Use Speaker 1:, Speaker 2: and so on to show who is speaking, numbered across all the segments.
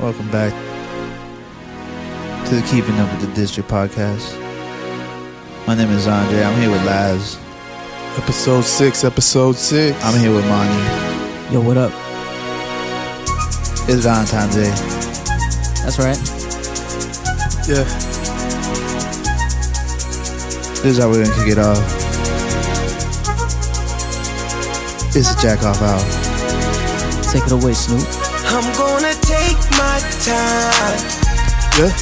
Speaker 1: Welcome back to the Keeping Up with the District podcast. My name is Andre. I'm here with Laz.
Speaker 2: Episode six, episode six.
Speaker 1: I'm here with Monty.
Speaker 3: Yo, what up?
Speaker 1: It's Valentine's Day.
Speaker 3: That's right.
Speaker 2: Yeah.
Speaker 1: This is how we're gonna kick it off. It's a jack off hour.
Speaker 3: Take it away, Snoop.
Speaker 4: I'm gonna take my time.
Speaker 2: Yeah.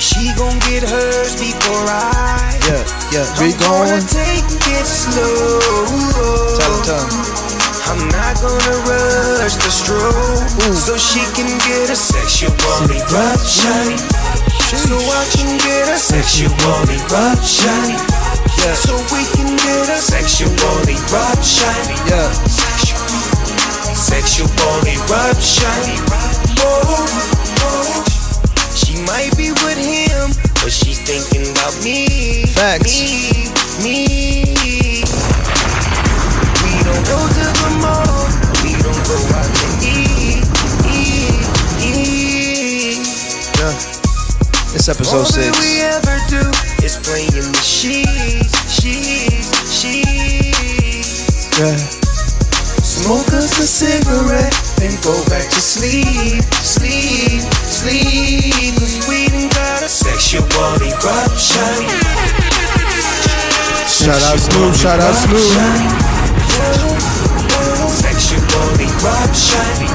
Speaker 4: She gon' get hers before I.
Speaker 1: Yeah, yeah.
Speaker 2: We
Speaker 4: I'm gonna
Speaker 2: going.
Speaker 4: take it slow.
Speaker 1: Tell him, tell him.
Speaker 4: I'm not gonna rush the stroke so she can get a sexual eruption. So I can get a sexual eruption. So we can get a sexual eruption.
Speaker 1: Yeah.
Speaker 4: Sexual eruption. Oh, oh. She might be with him, but she's thinking about me.
Speaker 1: Facts.
Speaker 4: Me, me. We don't go to the mall. We don't go out to eat. eat, eat.
Speaker 1: It's episode
Speaker 4: All that we
Speaker 1: six.
Speaker 4: ever do is play in the sheets, sheets, sheets.
Speaker 2: Yeah.
Speaker 4: Smoke us a cigarette and go back to sleep, sleep, sleep. 'Cause we done got a sexual eruption.
Speaker 2: Shout out Snoop. Shout out Snoop.
Speaker 4: Sexual eruption.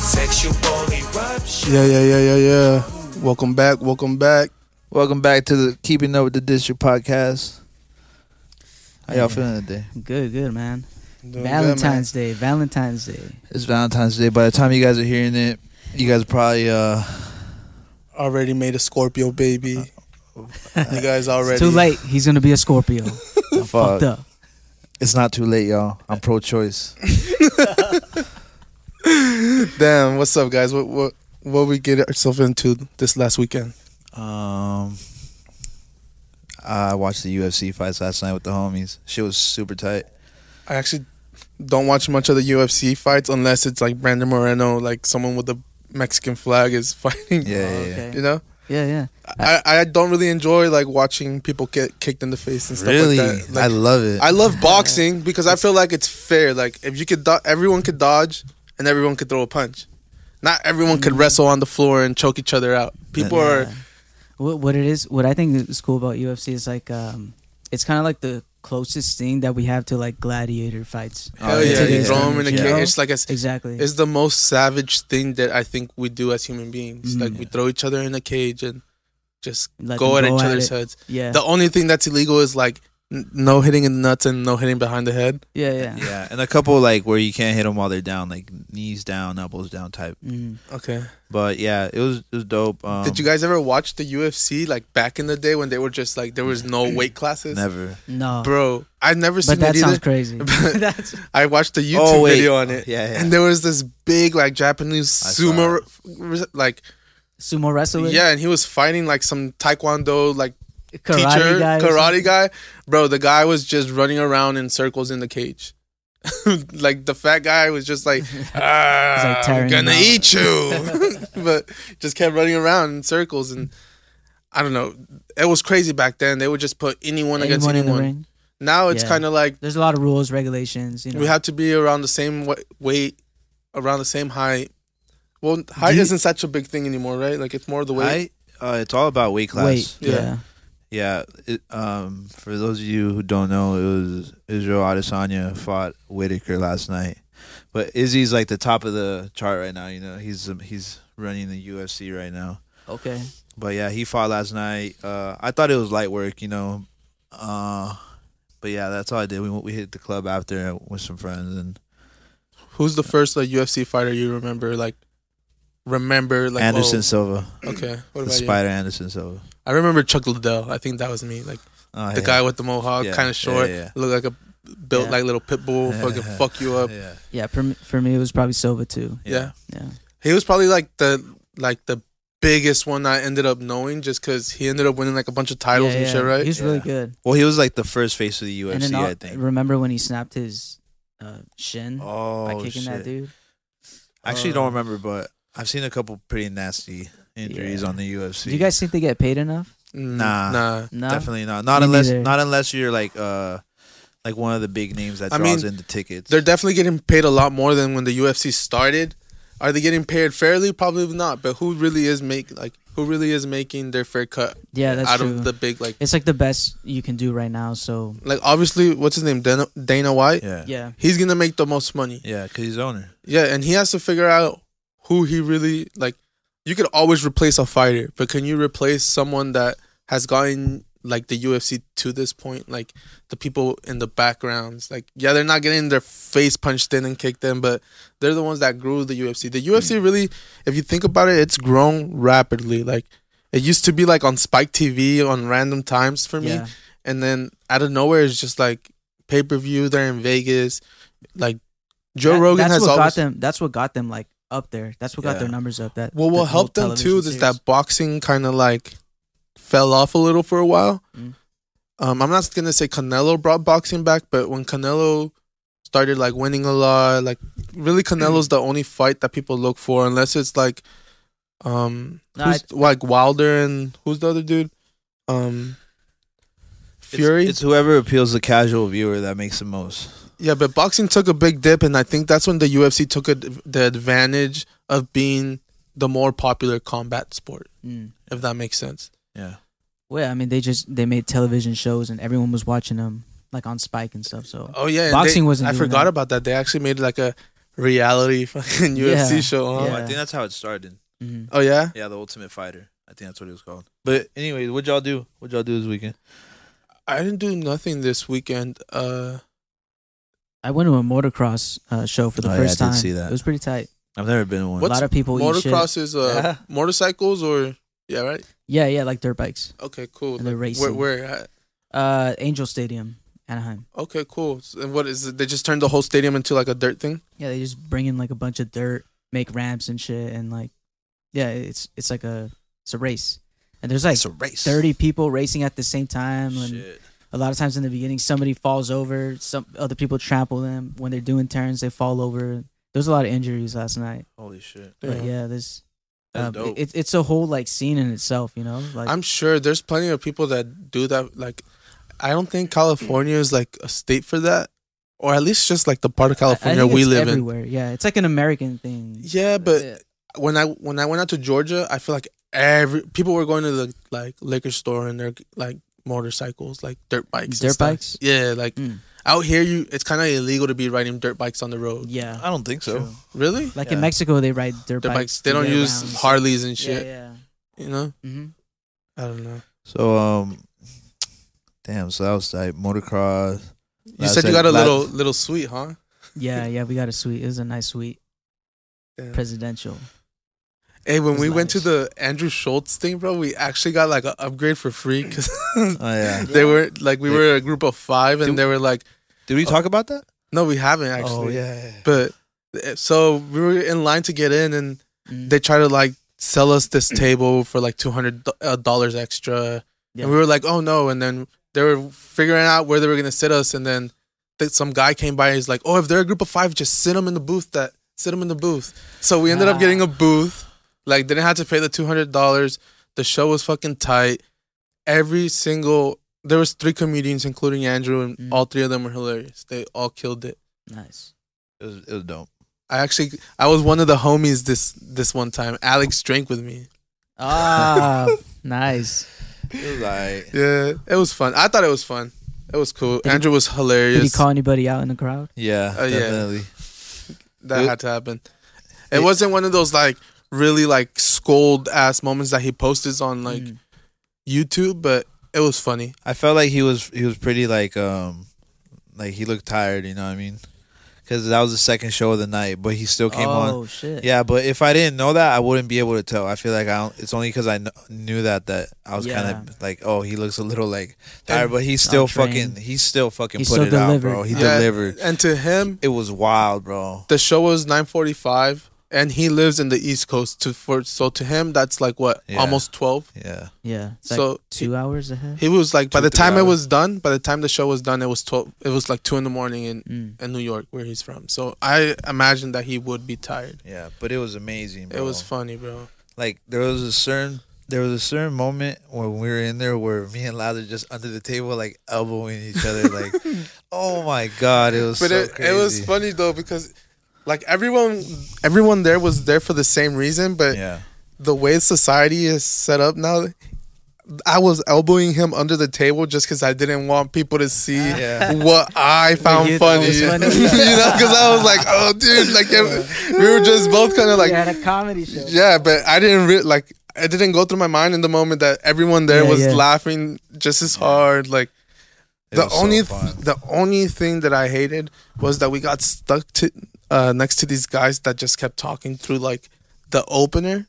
Speaker 4: Sexual eruption.
Speaker 2: Yeah, yeah, yeah, yeah, yeah. Welcome back. Welcome back.
Speaker 1: Welcome back to the Keeping Up with the District podcast. How y'all feeling today?
Speaker 3: Good, good, man.
Speaker 2: Doing
Speaker 3: Valentine's Day, Valentine's Day.
Speaker 1: It's Valentine's Day. By the time you guys are hearing it, you guys probably uh
Speaker 2: good, man. Already made a Scorpio baby. Uh, you guys already.
Speaker 3: It's too late. He's gonna be a Scorpio. I'm
Speaker 1: Fuck.
Speaker 3: fucked up.
Speaker 1: it's not too late, y'all. I'm pro-choice.
Speaker 2: Damn. What's up, guys? What what what we get ourselves into this last weekend?
Speaker 1: Um, I watched the UFC fights last night with the homies. Shit was super tight.
Speaker 2: I actually don't watch much of the UFC fights unless it's like Brandon Moreno, like someone with a Mexican flag is fighting.
Speaker 1: Yeah, yeah, yeah.
Speaker 3: Oh, okay.
Speaker 2: You know.
Speaker 3: Yeah, yeah.
Speaker 2: I, I don't really enjoy like watching people get kicked in the face and stuff
Speaker 1: Really,
Speaker 2: like that.
Speaker 1: I
Speaker 2: Like,
Speaker 1: love it.
Speaker 2: I, love boxing because I feel like it's fair. Like if you could, do- everyone could dodge and everyone could throw a punch. Not everyone could wrestle on the floor and choke each other out. People
Speaker 3: Mm. Yeah. Oh, What, what it is, what I think is cool about UFC is like, um, it's kind of like the closest thing that we have to like gladiator fights.
Speaker 2: are hell
Speaker 1: yeah,
Speaker 2: yeah, you
Speaker 1: yeah.
Speaker 2: throw them in a
Speaker 3: You
Speaker 2: cage.
Speaker 3: know?
Speaker 2: It's like it's,
Speaker 3: Exactly.
Speaker 2: it's the most savage thing that I think we do as human beings.
Speaker 3: Mhm.
Speaker 2: Like we throw each other in a cage and just
Speaker 3: Let
Speaker 2: go at
Speaker 3: them
Speaker 2: each
Speaker 3: go at
Speaker 2: other's
Speaker 3: it.
Speaker 2: heads.
Speaker 3: yeah.
Speaker 2: The only thing that's illegal is like n- no hitting in the nuts and no hitting behind the head.
Speaker 3: yeah, yeah,
Speaker 1: yeah, and a couple like where you can't hit them while they're down, like knees down, elbows down type.
Speaker 3: Mm.
Speaker 2: Okay.
Speaker 1: But yeah, it was it was dope. Um,
Speaker 3: Oh.
Speaker 2: Did you guys ever watch the UFC like back in the day when they were just like there was no weight classes?
Speaker 1: never?
Speaker 3: No,
Speaker 2: Bro, I've never
Speaker 3: but
Speaker 2: seen
Speaker 3: that
Speaker 2: it
Speaker 3: sounds
Speaker 2: either.
Speaker 3: crazy. That's
Speaker 2: I watched the YouTube
Speaker 1: Oh, wait.
Speaker 2: video on it.
Speaker 1: Yeah, yeah.
Speaker 2: And there was this big like Japanese
Speaker 1: I saw
Speaker 2: sumo re- like
Speaker 3: sumo wrestling.
Speaker 2: yeah, and he was fighting like some taekwondo like
Speaker 3: karate
Speaker 2: teacher,
Speaker 3: guy. or
Speaker 2: karate guy. Bro, the guy was just running around in circles in the cage. like the fat guy was just like, ah, I'm
Speaker 3: tearing him
Speaker 2: gonna
Speaker 3: out.
Speaker 2: eat you, but just kept running around in circles. And I don't know, it was crazy back then. They would just put anyone,
Speaker 3: something.
Speaker 2: against
Speaker 3: Anyone in the
Speaker 2: anyone.
Speaker 3: ring.
Speaker 2: Now it's
Speaker 3: Yeah.
Speaker 2: kind of like
Speaker 3: There's a lot of rules, regulations. You know,
Speaker 2: we have to be around the same wa- weight, around the same height. Well, height
Speaker 1: you-
Speaker 2: isn't such a big thing anymore, right? Like it's more the weight.
Speaker 1: Weight. Uh, it's all about weight class.
Speaker 3: Wait,
Speaker 2: Yeah.
Speaker 3: yeah.
Speaker 1: Yeah. It, um, for those of you who don't know, it was Israel Adesanya fought Whitaker last night, but Izzy's like the top of the chart right now. You know, he's um, he's running the UFC right now.
Speaker 3: Okay.
Speaker 1: But yeah, he fought last night. Uh, I thought it was light work, you know. Uh, but yeah, that's all I did. We went- we hit the club after with some friends, and
Speaker 2: Who's the first like UFC fighter you remember? Like remember like
Speaker 1: Anderson
Speaker 2: oh,
Speaker 1: Silva,
Speaker 2: Okay,
Speaker 1: the
Speaker 2: what about you?
Speaker 1: Spider Anderson Silva,
Speaker 2: I remember Chuck Liddell. I think that was me. Like
Speaker 1: oh,
Speaker 2: the
Speaker 1: yeah.
Speaker 2: guy with the mohawk,
Speaker 1: Yeah,
Speaker 2: kind
Speaker 1: yeah,
Speaker 2: of short,
Speaker 1: yeah.
Speaker 2: looked like a built
Speaker 3: Yeah.
Speaker 2: like little pit bull. Fucking fuck you up.
Speaker 1: Yeah,
Speaker 3: Yeah, for me, for me it was probably Silva too.
Speaker 2: Yeah.
Speaker 3: Yeah.
Speaker 2: he was probably like the like the biggest one I ended up knowing just because he ended up winning like a bunch of titles
Speaker 3: yeah,
Speaker 2: and
Speaker 3: yeah.
Speaker 2: shit, right?
Speaker 3: He was really
Speaker 1: Yeah.
Speaker 3: good.
Speaker 1: Well, he was like the first face of the
Speaker 3: and
Speaker 1: UFC,
Speaker 3: then
Speaker 1: I
Speaker 3: I
Speaker 1: think.
Speaker 3: remember when he snapped his uh, shin
Speaker 1: Oh
Speaker 3: by kicking
Speaker 1: shit!
Speaker 3: that dude?
Speaker 1: I actually
Speaker 3: Um,
Speaker 1: don't remember, but I've seen a couple pretty nasty injuries
Speaker 3: Yeah.
Speaker 1: on the UFC.
Speaker 3: Do you guys think they get paid enough?
Speaker 2: Mm,
Speaker 1: Nah.
Speaker 2: Nah.
Speaker 3: No.
Speaker 1: definitely not. Not
Speaker 3: Me
Speaker 1: unless
Speaker 3: neither.
Speaker 1: not unless you're like uh like one of the big names that
Speaker 2: I
Speaker 1: draws
Speaker 2: mean,
Speaker 1: in the tickets.
Speaker 2: They're definitely getting paid a lot more than when the UFC started. Are they getting paid fairly? Probably not. But who really is make like who really is making their fair cut
Speaker 3: Yeah, that's
Speaker 2: out
Speaker 3: true.
Speaker 2: of the big like
Speaker 3: it's like the best you can do right now. So
Speaker 2: like obviously what's his name Dana, Dana White.
Speaker 1: yeah. Yeah,
Speaker 3: yeah,
Speaker 2: He's gonna make the most money.
Speaker 1: yeah, cuz he's owner.
Speaker 2: Yeah, and he has to figure out who he really like. You could always replace a fighter, but can you replace someone that has gotten like the UFC to this point? Like the people in the backgrounds, like yeah, they're not getting their face punched in and kicked in, but they're the ones that grew the UFC. The
Speaker 3: Mm.
Speaker 2: UFC really, if you think about it, it's grown rapidly. Like it used to be like on Spike TV on random times for me,
Speaker 3: yeah.
Speaker 2: and then out of nowhere it's just like pay per view. They're in Vegas, like Joe
Speaker 3: That-
Speaker 2: Rogan
Speaker 3: that's
Speaker 2: has
Speaker 3: what
Speaker 2: always
Speaker 3: got them. That's what got them like up there. That's what got their
Speaker 1: Yeah.
Speaker 3: numbers up. That
Speaker 2: Well,
Speaker 3: that
Speaker 2: what
Speaker 3: whole
Speaker 2: helped them too
Speaker 3: television
Speaker 2: is that boxing kind of like fell off a little for a while.
Speaker 3: Mm.
Speaker 2: Um, I'm not gonna say Canelo brought boxing back, but when Canelo started like winning a lot, like really Canelo's the only fight that people look for, unless it's like, um,
Speaker 3: No,
Speaker 2: who's, like Wilder and who's the other dude, um, Fury.
Speaker 1: It's, it's whoever appeals the casual viewer that makes the most.
Speaker 2: Yeah, but boxing took a big dip, and I think that's when the UFC took a, the advantage of being the more popular combat sport,
Speaker 3: series. Mm.
Speaker 2: if that makes sense.
Speaker 1: Yeah.
Speaker 3: Well, I mean, they just they made television shows and everyone was watching them like on Spike and stuff. So
Speaker 2: Oh yeah, and
Speaker 3: Boxing
Speaker 2: they-
Speaker 3: wasn't
Speaker 2: I
Speaker 3: doing
Speaker 2: forgot
Speaker 3: that.
Speaker 2: about that. They actually made like a reality fucking UFC
Speaker 3: Yeah,
Speaker 2: show. huh?
Speaker 1: Oh, I
Speaker 3: Yeah.
Speaker 1: think that's how it started.
Speaker 3: mhm.
Speaker 2: Oh yeah.
Speaker 1: Yeah, the Ultimate Fighter. I think that's what it was called. But anyway, what y'all do? What y'all do this weekend?
Speaker 2: I didn't do nothing this weekend. Uh,
Speaker 3: I went to a motocross uh, show for the
Speaker 1: Oh, yeah,
Speaker 3: first
Speaker 1: I did
Speaker 3: time.
Speaker 1: see that.
Speaker 3: It was pretty tight.
Speaker 1: I've never been to one.
Speaker 3: A
Speaker 2: What's
Speaker 3: lot of people eat shit.
Speaker 2: motocross is uh, motorcycles or yeah, right?
Speaker 3: Yeah, yeah, like dirt bikes.
Speaker 2: Okay, cool.
Speaker 3: And they're
Speaker 2: Like,
Speaker 3: racing.
Speaker 2: Where? where at?
Speaker 3: Uh, Angel Stadium, Anaheim.
Speaker 2: Okay, cool. So, and what is it? They just turned the whole stadium into like a dirt thing.
Speaker 3: Yeah, they just bring in like a bunch of dirt, make ramps and shit, and like, yeah, it's it's like a it's a race, and there's like
Speaker 1: It's a race.
Speaker 3: thirty people racing at the same time, and
Speaker 1: Shit.
Speaker 3: a lot of times in the beginning somebody falls over, some other people trample them when they're doing turns, they fall over. There's a lot of injuries last night,
Speaker 1: Holy shit.
Speaker 3: but yeah, this
Speaker 1: That's
Speaker 3: um,
Speaker 1: dope.
Speaker 3: it, it's a whole like scene in itself, you know, like
Speaker 2: I'm sure there's plenty of people that do that. Like, I don't think California is like a state for that, or at least just like the part of
Speaker 3: I- I
Speaker 2: California
Speaker 3: think
Speaker 2: we
Speaker 3: it's
Speaker 2: live in.
Speaker 3: everywhere. Yeah, it's like an American thing.
Speaker 2: Yeah, but
Speaker 3: Yeah.
Speaker 2: when I when I went out to Georgia, I feel like every people were going to the like liquor store and their like motorcycles, like dirt bikes. and
Speaker 3: Dirt
Speaker 2: stuff.
Speaker 3: bikes?
Speaker 2: Yeah, like
Speaker 3: Mm.
Speaker 2: out here, you it's kind of illegal to be riding dirt bikes on the road.
Speaker 3: yeah.
Speaker 1: I don't think so.
Speaker 3: true.
Speaker 2: Really?
Speaker 3: Like
Speaker 1: Yeah.
Speaker 3: in Mexico, they ride dirt,
Speaker 2: Dirt bikes.
Speaker 3: bikes.
Speaker 2: They
Speaker 3: to
Speaker 2: don't
Speaker 3: get
Speaker 2: use
Speaker 3: around.
Speaker 2: Harleys and
Speaker 3: Yeah,
Speaker 2: shit.
Speaker 3: yeah.
Speaker 2: You know?
Speaker 3: hmm
Speaker 2: I don't know.
Speaker 1: So um, damn. So that was like motocross.
Speaker 2: You
Speaker 1: Last
Speaker 2: said you
Speaker 1: night-
Speaker 2: got a
Speaker 1: la-
Speaker 2: little little suite, huh?
Speaker 3: yeah, yeah. We got a suite. It was a nice suite,
Speaker 2: Yeah.
Speaker 3: presidential.
Speaker 2: Hey, when
Speaker 3: It's
Speaker 2: we went to
Speaker 3: nice.
Speaker 2: the Andrew Schultz thing, bro, we actually got like an upgrade for free because
Speaker 1: Oh yeah.
Speaker 2: they were like we
Speaker 1: They-
Speaker 2: were a group of five, and
Speaker 1: Dude.
Speaker 2: they were like,
Speaker 1: Did we talk about that?
Speaker 2: no, we haven't actually.
Speaker 1: Oh, yeah.
Speaker 2: But uh, so we were in line to get in, and
Speaker 3: Mm.
Speaker 2: they try to like sell us this table for like two hundred uh, dollars extra,
Speaker 3: Yeah.
Speaker 2: and we were like, oh no! And then they were figuring out where they were gonna sit us, and then th- some guy came by. and He's like, oh, if they're a group of five, just sit them in the booth. That sit them in the booth. So we ended up
Speaker 3: Ah.
Speaker 2: getting a booth. Like didn't have to pay the two hundred dollars. The show was fucking tight. Every single there was three comedians, including Andrew, and
Speaker 3: Mm.
Speaker 2: all three of them were hilarious. They all killed it.
Speaker 3: nice.
Speaker 1: It was, it was dope.
Speaker 2: I actually I was one of the homies this this one time. Alex drank with me.
Speaker 3: Ah, nice.
Speaker 1: It was like
Speaker 2: Yeah, it was fun. I thought it was fun. It was cool.
Speaker 3: he-
Speaker 2: Andrew was
Speaker 3: Did he
Speaker 2: hilarious.
Speaker 3: call anybody out in the crowd?
Speaker 1: yeah,
Speaker 2: Oh, yeah.
Speaker 1: definitely.
Speaker 2: that
Speaker 1: It-
Speaker 2: had to happen. It,
Speaker 1: It-
Speaker 2: wasn't one of those like really like scold ass moments that he posted on like
Speaker 3: Mm.
Speaker 2: YouTube, but it was funny.
Speaker 1: I felt like he was he was pretty like um like he looked tired. You know what I mean? Because that was the second show of the night, but he still came on.
Speaker 3: Oh shit.
Speaker 1: Yeah, but if I didn't know that, I wouldn't be able to tell. I feel like I don't, it's only because I kn- knew that that I was
Speaker 3: Yeah.
Speaker 1: kind of like, oh, he looks a little like tired,
Speaker 2: And-
Speaker 1: but he's still
Speaker 3: Untrained.
Speaker 1: fucking, he's still fucking
Speaker 3: He
Speaker 1: put
Speaker 3: still
Speaker 1: it out,
Speaker 3: delivered.
Speaker 1: bro. He
Speaker 2: Yeah,
Speaker 1: delivered.
Speaker 2: And to him,
Speaker 1: It was wild, bro.
Speaker 2: the show was 9:45 and he lives in the East Coast. To for so to him, that's like what
Speaker 1: Yeah.
Speaker 2: almost twelve.
Speaker 1: Yeah.
Speaker 3: Yeah. It's like
Speaker 2: So
Speaker 3: two hours ahead.
Speaker 2: He was like by
Speaker 1: Two,
Speaker 2: the
Speaker 1: three
Speaker 2: time it
Speaker 1: hours.
Speaker 2: was done, by the time the show was done, it was twelve. It was like two in the morning in
Speaker 3: Mm.
Speaker 2: in New York where he's from. So I imagine that he would be tired.
Speaker 1: Yeah. But it was amazing.
Speaker 2: It was
Speaker 1: bro.
Speaker 2: funny, bro.
Speaker 1: like there was a certain there was a certain moment when we were in there where me and Lazar just under the table like elbowing each other like oh my god it was
Speaker 2: But
Speaker 1: so
Speaker 2: it, it was
Speaker 1: crazy.
Speaker 2: funny though because like everyone everyone there was there for the same reason, but
Speaker 1: yeah
Speaker 2: the way society is set up now I was elbowing him under the table just because I didn't want people to see
Speaker 1: Yeah.
Speaker 2: what I found
Speaker 3: you thought
Speaker 2: funny.
Speaker 3: was funny.
Speaker 2: you know, because I was like, "Oh, dude!" Like it- we were just both kind of like,
Speaker 3: you had
Speaker 2: yeah,
Speaker 3: a comedy show.
Speaker 2: But I didn't re- like it didn't go through my mind in the moment that everyone there
Speaker 3: Yeah,
Speaker 2: was
Speaker 3: yeah.
Speaker 2: laughing just as hard. Like
Speaker 1: It
Speaker 2: the
Speaker 1: was so
Speaker 2: only
Speaker 1: fun.
Speaker 2: the only thing that I hated was that we got stuck to uh, next to these guys that just kept talking through like the opener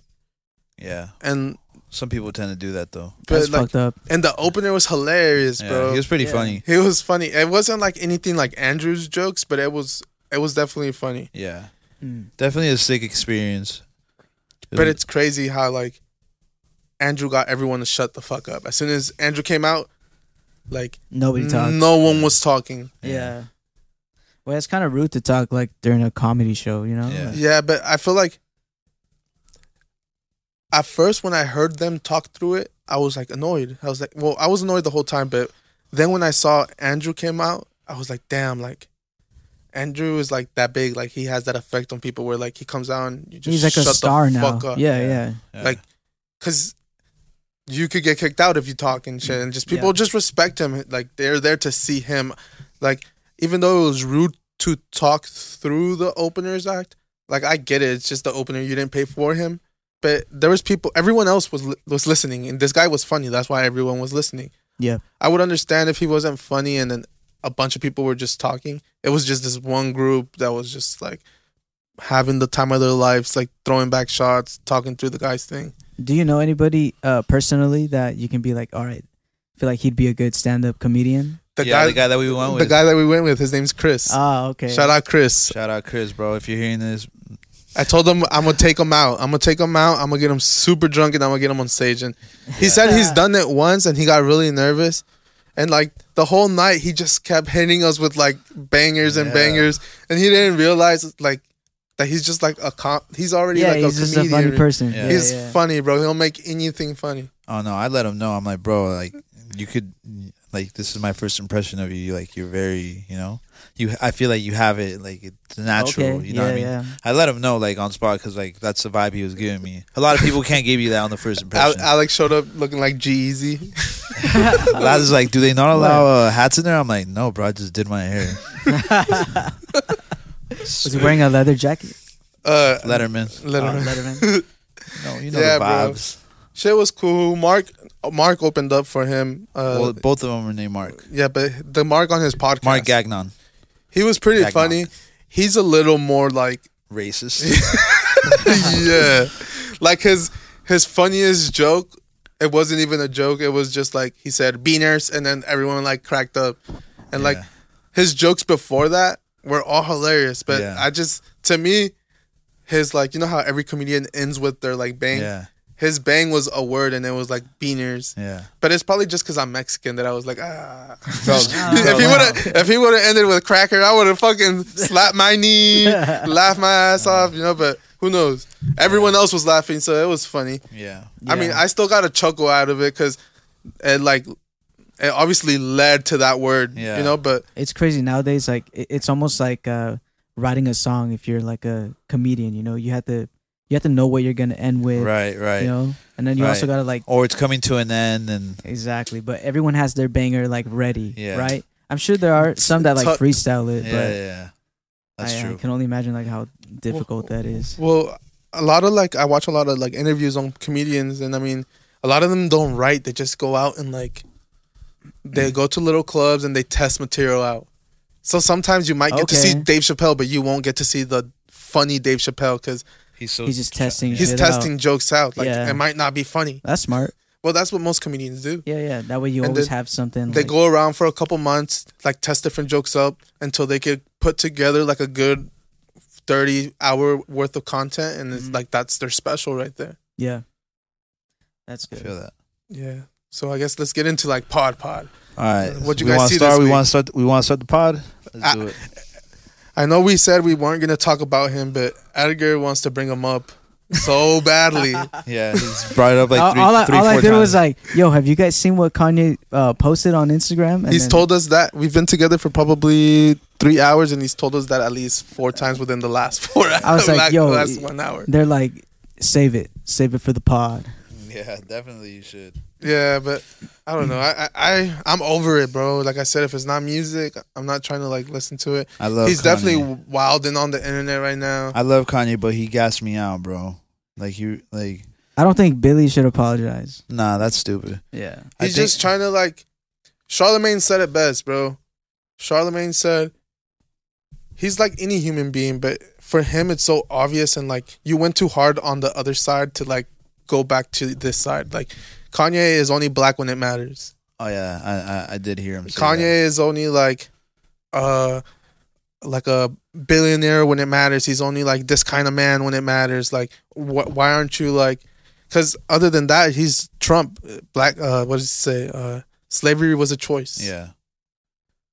Speaker 1: yeah
Speaker 2: and
Speaker 1: some people tend to do that though
Speaker 2: but
Speaker 3: That's
Speaker 2: like
Speaker 3: fucked up.
Speaker 2: and the opener was hilarious,
Speaker 1: yeah
Speaker 2: bro.
Speaker 1: he was pretty
Speaker 3: Yeah.
Speaker 1: funny
Speaker 2: It was funny. It wasn't like anything like Andrew's jokes, but it was it was definitely funny.
Speaker 1: yeah
Speaker 3: Mm.
Speaker 1: definitely a sick experience It
Speaker 2: But
Speaker 1: was-
Speaker 2: it's crazy how like Andrew got everyone to shut the fuck up. As soon as Andrew came out, like
Speaker 3: Nobody talked.
Speaker 2: no one was talking.
Speaker 3: Yeah.
Speaker 1: Yeah.
Speaker 3: Well, it's kind of rude to talk like during a comedy show, you know?
Speaker 1: Yeah.
Speaker 3: Like,
Speaker 2: Yeah, but I feel like at first when I heard them talk through it, I was like annoyed. I was like, well, I was annoyed the whole time, but then when I saw Andrew came out, I was like, damn, like Andrew is like that big, like he has that effect on people where like he comes out and you just
Speaker 3: he's like
Speaker 2: shut
Speaker 3: a star
Speaker 2: the
Speaker 3: now.
Speaker 2: fuck up.
Speaker 3: Yeah,
Speaker 1: Yeah.
Speaker 3: yeah.
Speaker 1: Yeah.
Speaker 2: like- Cause you could get kicked out if you talk and shit and just people
Speaker 3: Yeah.
Speaker 2: just respect him. Like they're there to see him. Like even though it was rude to talk through the openers act, like I get it. It's just the opener you didn't pay for him. But there was people everyone else was li- was listening and this guy was funny. That's why everyone was listening.
Speaker 3: Yeah.
Speaker 2: I would understand if he wasn't funny and then a bunch of people were just talking. It was just this one group that was just like having the time of their lives, like throwing back shots, talking through the guy's thing.
Speaker 3: Do you know anybody uh, personally that you can be like, all right, I feel like he'd be a good stand up comedian?
Speaker 2: The
Speaker 1: yeah the guy that we went
Speaker 2: the
Speaker 1: with
Speaker 2: guy that we went with, his name's Chris.
Speaker 3: Oh, okay.
Speaker 2: Shout out Chris.
Speaker 1: shout out Chris bro if you're hearing this
Speaker 2: I told him I'm gonna take him out. I'm gonna take him out. I'm gonna get him super drunk and I'm gonna get him on stage. And he said he's done it once and he got really nervous. And like the whole night he just kept hitting us with like bangers and
Speaker 1: Yeah.
Speaker 2: bangers. And he didn't realize like that he's just like a com- he's already
Speaker 3: Yeah,
Speaker 2: like
Speaker 3: he's
Speaker 2: a
Speaker 3: just
Speaker 2: comedian.
Speaker 3: a funny person.
Speaker 1: Yeah.
Speaker 3: Yeah.
Speaker 2: he's
Speaker 3: yeah.
Speaker 2: funny, bro. He'll make anything funny.
Speaker 1: oh no I let him know I'm like bro like you could like this is my first impression of you like you're very you know you I feel like you have it like it's natural
Speaker 3: Okay,
Speaker 1: you know
Speaker 3: yeah,
Speaker 1: what I mean
Speaker 3: yeah.
Speaker 1: I let him know like on spot because like that's the vibe he was giving me. A lot of people can't give you that on the first
Speaker 2: Al-
Speaker 1: impression.
Speaker 2: Alex showed up looking like Jeezy.
Speaker 1: Lazar's like, do they not allow uh, hats in there? I'm like, no, bro, I just did my hair.
Speaker 3: Was he wearing a leather jacket? Oh,
Speaker 2: Uh,
Speaker 1: Letterman,
Speaker 2: Letterman.
Speaker 3: Letterman.
Speaker 1: no, you know
Speaker 2: Yeah,
Speaker 1: the
Speaker 2: bro.
Speaker 1: vibes.
Speaker 2: Shit was cool. Mark Mark opened up for him. Uh,
Speaker 1: well, both of them are named Mark.
Speaker 2: Yeah, but the Mark on his podcast.
Speaker 1: Mark Gagnon,
Speaker 2: He was pretty
Speaker 1: Gagnon.
Speaker 2: funny. He's a little more like
Speaker 1: racist.
Speaker 2: yeah. Like his his funniest joke, it wasn't even a joke. It was just like he said beaners and then everyone like cracked up. And like
Speaker 1: Yeah.
Speaker 2: his jokes before that were all hilarious, but
Speaker 1: Yeah.
Speaker 2: I just to me his like you know how every comedian ends with their like bang.
Speaker 1: yeah,
Speaker 2: His bang was a word, and it was like beaners.
Speaker 1: yeah.
Speaker 2: But it's probably just because I'm Mexican that I was like, ah.
Speaker 1: bro,
Speaker 3: Oh,
Speaker 2: if he would have, if he would have ended with cracker, I would have fucking slapped my knee, laughed my ass off, you know. But who knows? Everyone else was laughing, so it was funny.
Speaker 1: yeah,
Speaker 2: I mean,
Speaker 3: Yeah.
Speaker 2: I still got a chuckle out of it because it like it obviously led to that word,
Speaker 1: Yeah.
Speaker 2: you know. But
Speaker 3: it's crazy nowadays. Like it, it's almost like uh, writing a song. If you're like a comedian, you know, you have to you have to know what you're gonna end with.
Speaker 1: right, right.
Speaker 3: You know, and then you also
Speaker 1: Right.
Speaker 3: gotta like
Speaker 1: Or it's coming to an end, and
Speaker 3: exactly. But everyone has their banger like ready,
Speaker 1: Yeah.
Speaker 3: right? I'm sure there are some that like
Speaker 2: Tuck-
Speaker 3: freestyle it,
Speaker 1: yeah,
Speaker 3: but
Speaker 1: yeah. That's
Speaker 3: I, uh, I
Speaker 1: true.
Speaker 3: can only imagine like how difficult that is.
Speaker 2: well, a lot of like I watch a lot of like interviews on comedians, and I mean, a lot of them don't write; they just go out and like
Speaker 3: Mm.
Speaker 2: they go to little clubs and they test material out. So sometimes you might get to see
Speaker 3: Okay.
Speaker 2: Dave Chappelle, but you won't get to see the funny Dave Chappelle because
Speaker 1: He's so
Speaker 3: He's just testing.
Speaker 2: he's
Speaker 3: shit out.
Speaker 2: testing jokes out. Like
Speaker 3: Yeah.
Speaker 2: it might not be funny.
Speaker 3: That's smart.
Speaker 2: Well, that's what most comedians do.
Speaker 3: Yeah, yeah. That way you
Speaker 2: And
Speaker 3: always
Speaker 2: then
Speaker 3: have something.
Speaker 2: They
Speaker 3: like,
Speaker 2: go around for a couple months, like test different jokes up until they could put together like a good 30 hour worth of content and it's
Speaker 3: Mhm.
Speaker 2: like that's their special right there
Speaker 3: Yeah, that's
Speaker 1: I
Speaker 3: good.
Speaker 1: feel that.
Speaker 2: yeah so i guess let's get into like pod pod
Speaker 1: All right.
Speaker 2: What'd you
Speaker 1: we
Speaker 2: guys
Speaker 1: wanna
Speaker 2: see
Speaker 1: start,
Speaker 2: this
Speaker 1: we
Speaker 2: week?
Speaker 1: want to start. We want to start the pod. Let's
Speaker 2: Ah.
Speaker 1: do it.
Speaker 2: i know we said we weren't going to talk about him but edgar wants to bring him up so badly
Speaker 1: Yeah, he's brought it up
Speaker 3: all
Speaker 1: like three,
Speaker 3: all I,
Speaker 1: three,
Speaker 3: all I
Speaker 1: four
Speaker 3: did was
Speaker 1: times.
Speaker 3: like, "Yo, have you guys seen what Kanye uh, posted on Instagram?" And
Speaker 2: he's
Speaker 3: then-
Speaker 2: told us that we've been together for probably three hours and he's told us that at least four times within the last four hours
Speaker 3: was like,
Speaker 2: last,
Speaker 3: yo,
Speaker 2: last one hour
Speaker 3: They're like, "Save it, save it for the pod."
Speaker 1: yeah, definitely you should.
Speaker 2: yeah but i don't know I, I i i'm over it bro like i said if it's not music i'm not trying to like listen to it
Speaker 1: I love.
Speaker 2: he's
Speaker 1: Kanye.
Speaker 2: definitely wilding on the internet right now
Speaker 1: I love Kanye, but he gassed me out, bro. Like you, like
Speaker 3: I don't think Billy should apologize.
Speaker 1: nah, that's stupid.
Speaker 3: Yeah,
Speaker 1: I
Speaker 2: He's
Speaker 1: think-
Speaker 2: just trying to like. Charlemagne said it best, bro. Charlemagne said he's like any human being, but for him it's so obvious and like you went too hard on the other side to like go back to this side. Like Kanye is only black when it matters.
Speaker 1: Oh yeah, I I, I did hear him. Say
Speaker 2: Kanye
Speaker 1: that.
Speaker 2: is only like uh like a billionaire when it matters. He's only like this kind of man when it matters. Like wh- why aren't you like cuz other than that he's Trump black uh what does he say? Uh slavery was a choice.
Speaker 1: Yeah,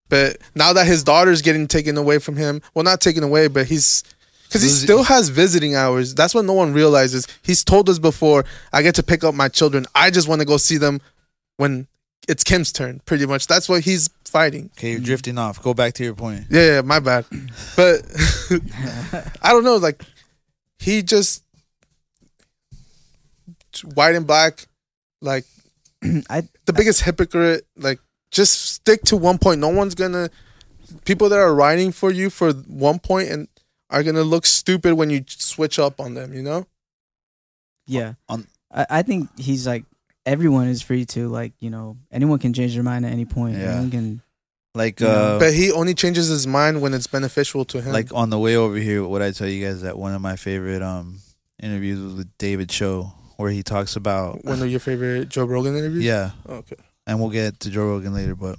Speaker 2: But now that his daughter's getting taken away from him, well, not taken away, but he's because he
Speaker 1: Losing-
Speaker 2: still has visiting hours. That's what no one realizes. He's told us before, I get to pick up my children. I just want to go see them when it's Kim's turn, pretty much. That's what he's fighting.
Speaker 1: okay, you're drifting off. Go back to your point.
Speaker 2: Yeah, yeah my bad. But I don't know. Like, he just, white and black, like,
Speaker 3: I
Speaker 2: the biggest hypocrite. Like, just stick to one point. No one's gonna. People that are writing for you for one point and are gonna look stupid when you switch up on them. You know.
Speaker 3: yeah.
Speaker 1: on-
Speaker 3: I, I think he's like everyone is free to like you know anyone can change their mind at any point.
Speaker 1: Yeah.
Speaker 3: Anyone can-
Speaker 1: Like
Speaker 3: Yeah.
Speaker 1: uh,
Speaker 2: But he only changes his mind when it's beneficial to him.
Speaker 1: like on the way over here, what I tell you guys that one of my favorite um interviews was with David Cho, where he talks about
Speaker 2: one of your favorite Joe Rogan interviews.
Speaker 1: yeah,
Speaker 2: Okay.
Speaker 1: and we'll get to Joe Rogan later, but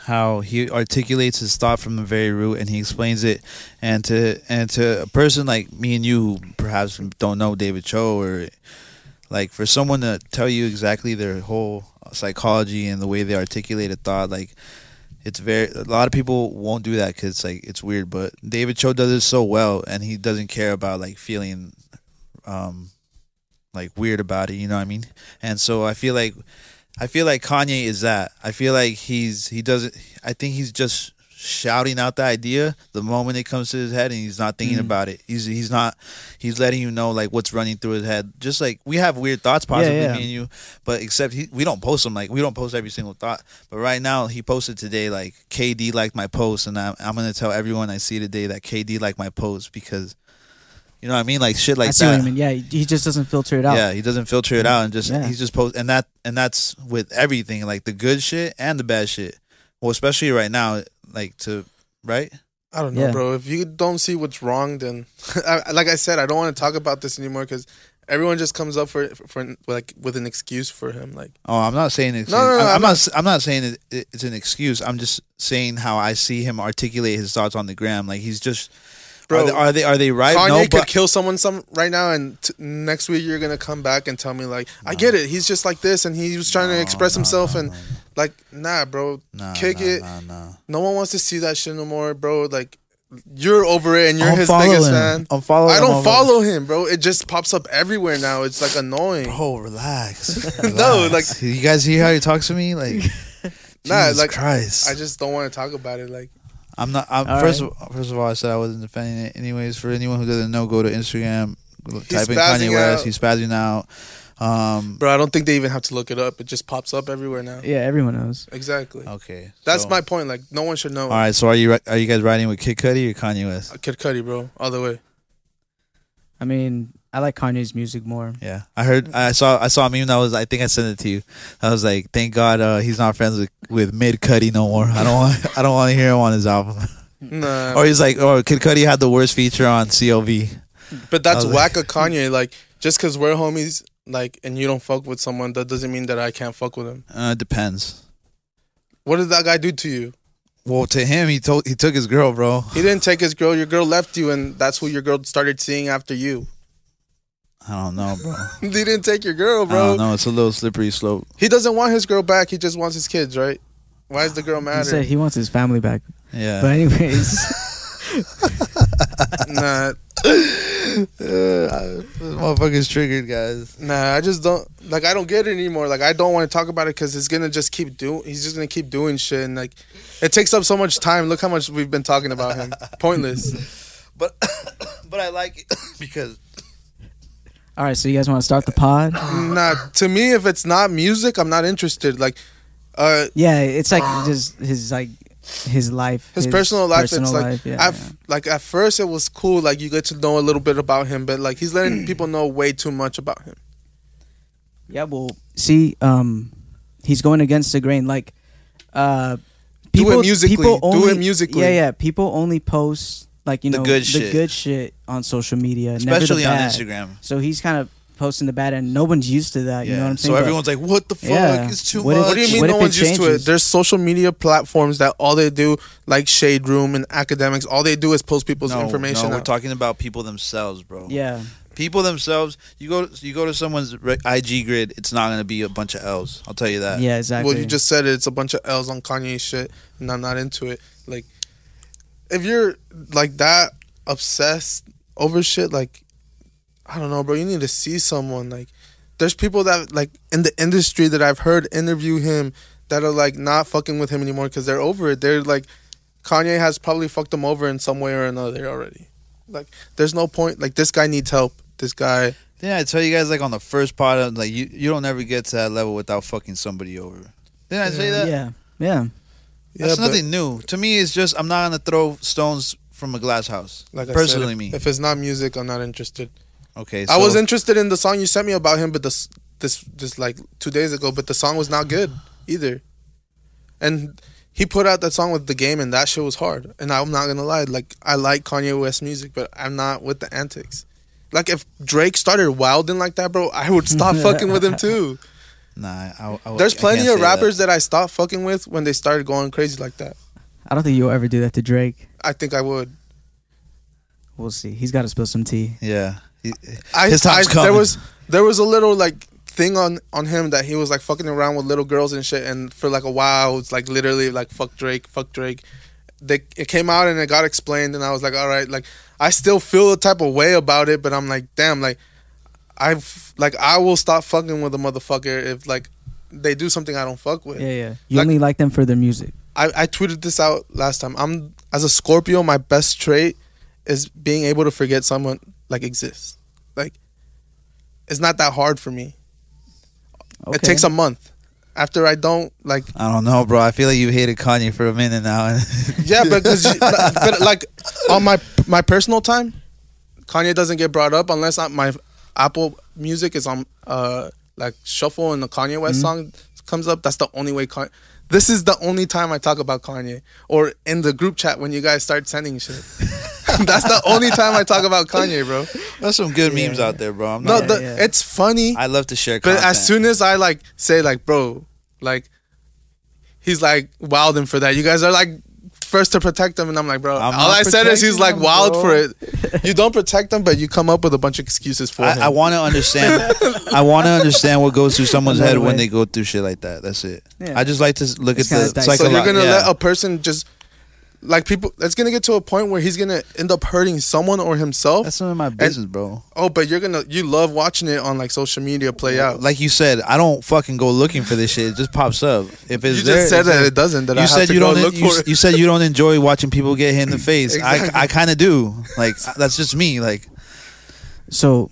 Speaker 1: how he articulates his thought from the very root and he explains it and to and to a person like me and you who perhaps don't know David Cho or like for someone to tell you exactly their whole psychology and the way they articulate a thought like it's very a lot of people won't do that because like it's weird but david cho does it so well and he doesn't care about like feeling um like weird about it you know what i mean and so i feel like i feel like kanye is that i feel like he's he doesn't i think he's just shouting out the idea the moment it comes to his head and he's not thinking
Speaker 3: Mhm.
Speaker 1: about it he's he's not he's letting you know like what's running through his head just like we have weird thoughts possibly
Speaker 3: yeah.
Speaker 1: me and you but except he, we don't post them like we don't post every single thought but right now, he posted today like KD liked my post, and I'm, I'm gonna tell everyone I see today that KD liked my post because, you know what I mean, like shit like
Speaker 3: I see
Speaker 1: that.
Speaker 3: what you mean. Yeah, he- he just doesn't filter it out.
Speaker 1: Yeah, he doesn't filter it out and just
Speaker 3: Yeah.
Speaker 1: he's just post and that and that's with everything like the good shit and the bad shit. Well, especially right now, like to right.
Speaker 2: I don't know,
Speaker 3: Yeah.
Speaker 2: bro. If you don't see what's wrong, then I, I- like I said, I don't want to talk about this anymore because everyone just comes up for, for for like with an excuse for him. Like
Speaker 1: Oh, I'm not saying it's.
Speaker 2: No, no, no,
Speaker 1: I'm,
Speaker 2: I'm
Speaker 1: I'm not. s- I'm not saying it, it- it's an excuse. I'm just saying how I see him articulate his thoughts on the gram. Like he's just.
Speaker 2: Bro,
Speaker 1: are, they, are they are they right?
Speaker 2: Kanye
Speaker 1: no,
Speaker 2: could
Speaker 1: but
Speaker 2: kill someone some right now, and t- next week you're gonna come back and tell me like, I get it. He's just like this, and he was trying to
Speaker 1: No,
Speaker 2: express
Speaker 1: no,
Speaker 2: himself,
Speaker 1: no,
Speaker 2: and
Speaker 1: no,
Speaker 2: like, nah, bro.
Speaker 1: no,
Speaker 2: kick
Speaker 1: no,
Speaker 2: it.
Speaker 1: No, no.
Speaker 2: No one wants to see that shit no more, bro. Like, you're over it, and you're his
Speaker 1: Unfollow
Speaker 2: biggest
Speaker 1: him.
Speaker 2: fan.
Speaker 1: Unfollow
Speaker 2: I
Speaker 1: him
Speaker 2: don't
Speaker 1: on-
Speaker 2: follow him, bro. It just pops up everywhere now. It's like annoying.
Speaker 1: Bro, relax.
Speaker 2: No,
Speaker 1: Relax. you guys hear how he talks to me? Like,
Speaker 2: Nah,
Speaker 1: Jesus
Speaker 2: like,
Speaker 1: Christ.
Speaker 2: I just don't want to talk about it. Like,
Speaker 1: I'm not. I'm,
Speaker 3: All
Speaker 1: first, of, first of all, I said I wasn't defending it. Anyways, for anyone who doesn't know, go to Instagram, type in
Speaker 2: spazzing
Speaker 1: Kanye West.
Speaker 2: out.
Speaker 1: He's spazzing out. Um,
Speaker 2: bro, I don't think they even have to look it up. It just pops up everywhere now.
Speaker 3: Yeah, everyone knows.
Speaker 2: Exactly.
Speaker 1: okay,
Speaker 2: That's
Speaker 1: Oh, so-
Speaker 2: my point. Like, no one should know. Uh,
Speaker 1: All right, so are you ri- are you guys riding with Kid Cudi or Kanye West?
Speaker 2: Kid Cudi, bro, all the way.
Speaker 3: I mean, I like Kanye's music more.
Speaker 1: Yeah, I heard. I saw. I saw a meme that was. I think I sent it to you. I was like, thank God uh, he's not friends with, with Mid Cudi no more. I don't. Want, I don't want to hear him on his album.
Speaker 2: Nah,
Speaker 1: Or he's like, Hmm. oh, Kid Cudi had the worst feature on CLV.
Speaker 2: But that's
Speaker 1: Oh,
Speaker 2: whack of Kanye. Like, just because we're homies, like, and you don't fuck with someone, that doesn't mean that I can't fuck with him.
Speaker 1: Uh, depends.
Speaker 2: What did that guy do to you?
Speaker 1: Well, to him, he told he took his girl, bro.
Speaker 2: He didn't take his girl. Your girl left you, and that's who your girl started seeing after you.
Speaker 1: I don't know, bro.
Speaker 2: he didn't take your girl,
Speaker 1: I
Speaker 2: bro.
Speaker 1: don't know. Oh, It's a little slippery slope.
Speaker 2: He doesn't want his girl back. He just wants his kids, right? Why is the girl
Speaker 3: He
Speaker 2: matter?
Speaker 3: said he wants his family back.
Speaker 1: Yeah.
Speaker 3: But anyways,
Speaker 2: nah,
Speaker 1: Uh, this motherfucker's triggered, guys.
Speaker 2: nah. I just don't like. I don't get it anymore. Like I don't want to talk about it because it's gonna just keep doing. He's just gonna keep doing shit, and like it takes up so much time. Look how much we've been talking about him. Pointless.
Speaker 1: But but I like it because
Speaker 3: all right. So you guys want to start the pod?
Speaker 2: nah. To me, if it's not music, I'm not interested. Like, uh,
Speaker 3: Yeah, it's like just his like his life,
Speaker 2: his, personal life
Speaker 3: personal
Speaker 2: it's like
Speaker 3: life, yeah,
Speaker 2: I've,
Speaker 3: yeah.
Speaker 2: like at first it was cool like you get to know a little bit about him but like he's letting people know way too much about him
Speaker 3: Yeah, well, see, um, he's going against the grain. Like, uh,
Speaker 2: Do it musically. Do it musically.
Speaker 3: Yeah, yeah. People only post like you
Speaker 1: The
Speaker 3: know
Speaker 1: good shit.
Speaker 3: good shit on social media, never
Speaker 1: especially
Speaker 3: the
Speaker 1: on
Speaker 3: bad.
Speaker 1: Instagram.
Speaker 3: So he's kind of posting the bad, and no one's used to that. You know what I'm saying?
Speaker 1: So
Speaker 3: But-
Speaker 1: everyone's like, "What the fuck?
Speaker 3: Yeah.
Speaker 1: It's too
Speaker 3: What if-
Speaker 1: much."
Speaker 2: what do you mean
Speaker 3: What
Speaker 2: no
Speaker 3: if it
Speaker 2: one's used to it
Speaker 3: changes?
Speaker 2: there's social media platforms that all they do like shade room and academics all they do is post people's
Speaker 1: No,
Speaker 2: information
Speaker 1: no, we're
Speaker 2: out.
Speaker 1: talking about people themselves, bro.
Speaker 3: yeah,
Speaker 1: people themselves. You go, you go to someone's re- IG grid. It's not gonna be a bunch of L's. I'll tell you that.
Speaker 3: yeah, exactly.
Speaker 2: well you just said it, it's a bunch of l's on kanye shit and i'm not into it like if you're like that obsessed over shit like i don't know bro you need to see someone like there's people that like in the industry that i've heard interview him that are like not fucking with him anymore because they're over it they're like kanye has probably fucked them over in some way or another already like there's no point like this guy needs help this guy
Speaker 1: Then I tell you guys like on the first part, I'm like you, you don't ever get to that level without fucking somebody over. Then I say that.
Speaker 3: yeah, yeah.
Speaker 1: That's
Speaker 2: but-
Speaker 1: nothing new to me. It's just I'm not gonna throw stones from a glass house.
Speaker 2: like I said,
Speaker 1: personally,
Speaker 2: if-
Speaker 1: me.
Speaker 2: if it's not music i'm not interested
Speaker 1: okay,
Speaker 2: I was
Speaker 1: so-
Speaker 2: interested in the song you sent me about him, but this this just like two days ago, but the song was not good either. And he put out that song with the game, and that shit was hard. And I'm not gonna lie, like I like Kanye West music, but I'm not with the antics. Like if Drake started wilding like that, bro, I would stop fucking with him too.
Speaker 1: Nah, I, Oh, I,
Speaker 2: There's
Speaker 1: I
Speaker 2: plenty
Speaker 1: can't
Speaker 2: of
Speaker 1: say that.
Speaker 2: rappers that. I stopped fucking with when they started going crazy like that.
Speaker 3: I don't think you'll ever do that to Drake.
Speaker 2: I think I would.
Speaker 3: We'll see. He's got to spill some tea.
Speaker 1: Yeah. He-
Speaker 2: I,
Speaker 1: His time's
Speaker 2: I,
Speaker 1: coming.
Speaker 2: There was there was a little like thing on on him that he was like fucking around with little girls and shit, and for like a while it's like literally like fuck Drake, fuck Drake. They, it came out and it got explained, and I was like, all right, like I still feel a type of way about it, but I'm like, damn, like I've like I will stop fucking with a motherfucker if like they do something I don't fuck with.
Speaker 3: Yeah, yeah. You
Speaker 2: Like-
Speaker 3: only like them for their music.
Speaker 2: I, I tweeted this out last time. I'm as a Scorpio, my best trait is being able to forget someone like exists. Like it's not that hard for me.
Speaker 3: Okay.
Speaker 2: It takes a month. After I don't like
Speaker 1: I don't know, bro. I feel like you hated Kanye for a minute now.
Speaker 2: yeah, because you- but like on my my personal time, Kanye doesn't get brought up unless I, my Apple Music is on uh like shuffle and the Kanye West song
Speaker 3: Mm-hmm.
Speaker 2: comes up. That's the only way. Kanye, this is the only time I talk about Kanye or in the group chat when you guys start sending shit. That's the only time I talk about Kanye, bro.
Speaker 1: There's some good memes out there, bro. I'm
Speaker 2: No,
Speaker 1: not,
Speaker 2: the,
Speaker 3: yeah.
Speaker 2: it's funny.
Speaker 1: I love to share
Speaker 2: But
Speaker 1: content.
Speaker 2: as soon as I like say like, bro, like he's like wilding for that. You guys are like first to protect him, and I'm like, bro.
Speaker 1: I'm
Speaker 2: all
Speaker 1: not
Speaker 2: I said is he's
Speaker 1: protecting him,
Speaker 2: like wild
Speaker 1: bro.
Speaker 2: for it. You don't protect him, but you come up with a bunch of excuses for him.
Speaker 1: I, I want to understand. I want to understand what goes through someone's head
Speaker 3: Another
Speaker 1: when
Speaker 3: way.
Speaker 1: they go through shit like that. That's it.
Speaker 3: Yeah.
Speaker 1: I just like to s- look
Speaker 3: It's kinda
Speaker 1: at the
Speaker 3: dicey.
Speaker 1: psychology.
Speaker 2: so you're gonna
Speaker 1: yeah.
Speaker 2: let a person just like people. It's gonna get to a point where he's gonna end up hurting someone or himself.
Speaker 1: That's none of my business, bro.
Speaker 2: oh, but you're gonna you love watching it on like social media play out.
Speaker 1: Like you said, I don't fucking go looking for this shit. It just pops up. If it's
Speaker 2: you just
Speaker 1: there,
Speaker 2: said
Speaker 1: it's
Speaker 2: that
Speaker 1: there.
Speaker 2: it doesn't. That
Speaker 1: you
Speaker 2: I have
Speaker 1: said
Speaker 2: to
Speaker 1: you
Speaker 2: go
Speaker 1: don't.
Speaker 2: look
Speaker 1: you,
Speaker 2: for it.
Speaker 1: you said you don't enjoy watching people get hit in the face. I, I kind of do. Like that's just me. Like
Speaker 3: So,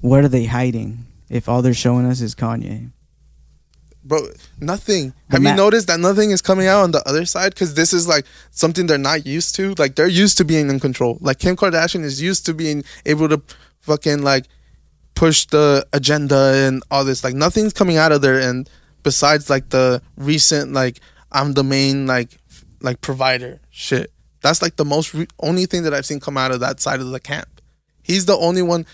Speaker 3: what are they hiding if all they're showing us is Kanye?
Speaker 2: bro nothing have
Speaker 3: ma-
Speaker 2: you noticed that nothing is coming out on the other side because this is like something they're not used to like they're used to being in control like kim kardashian is used to being able to fucking like push the agenda and all this like nothing's coming out of there and besides like the recent like i'm the main like f- like provider shit that's like the most re- only thing that i've seen come out of that side of the camp he's the only one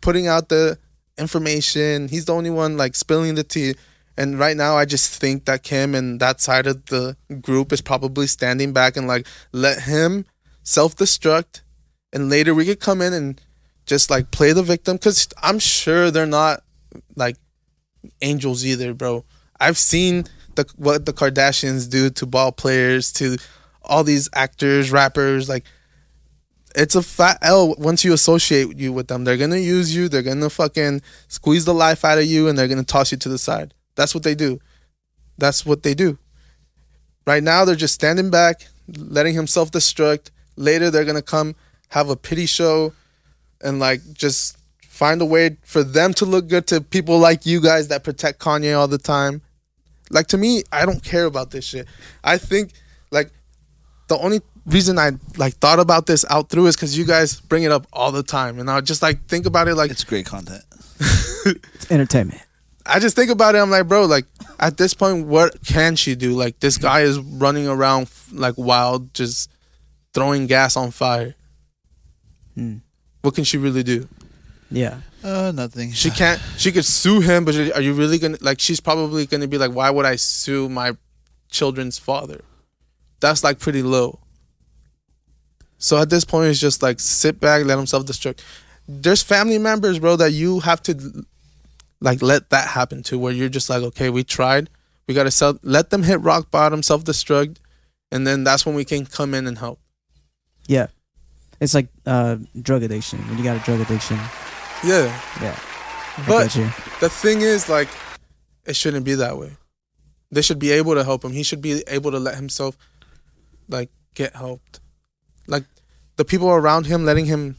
Speaker 2: putting out the information. He's the only one like spilling the tea. And right now, I just think that Kim and that side of the group is probably standing back and like let him self destruct, and later we could come in and just like play the victim because I'm sure they're not like angels either, bro. I've seen the what the Kardashians do to ball players, to all these actors, rappers. Like, it's a fat L once you associate you with them. They're gonna use you. They're gonna fucking squeeze the life out of you, and they're gonna toss you to the side. That's what they do. That's what they do. Right now, they're just standing back, letting him self destruct. Later, they're gonna come have a pity show, and like just find a way for them to look good to people like you guys that protect Kanye all the time. Like to me, I don't care about this shit. I think like the only reason I like thought about this out through is because you guys bring it up all the time, and I just like think about it like
Speaker 1: It's great content.
Speaker 3: It's entertainment.
Speaker 2: I just think about it. I'm like, bro, like at this point, what can she do? Like this guy is running around f- like wild, just throwing gas on fire.
Speaker 3: Hmm.
Speaker 2: What can she really do?
Speaker 3: Yeah.
Speaker 1: Uh, nothing.
Speaker 2: She can't. She could sue him, but are you really gonna like? She's probably gonna be like, why would I sue my children's father? That's like pretty low. So at this point, it's just like sit back, let him self destruct. There's family members, bro, that you have to like let that happen to, where you're just like, okay, we tried, we gotta self let them hit rock bottom, self destruct, and then that's when we can come in and help.
Speaker 3: Yeah. It's like uh, drug addiction. When you got a drug addiction,
Speaker 2: Yeah,
Speaker 3: yeah. I
Speaker 2: but
Speaker 3: get you.
Speaker 2: the thing is like it shouldn't be that way they should be able to help him he should be able to let himself like get helped like the people around him letting him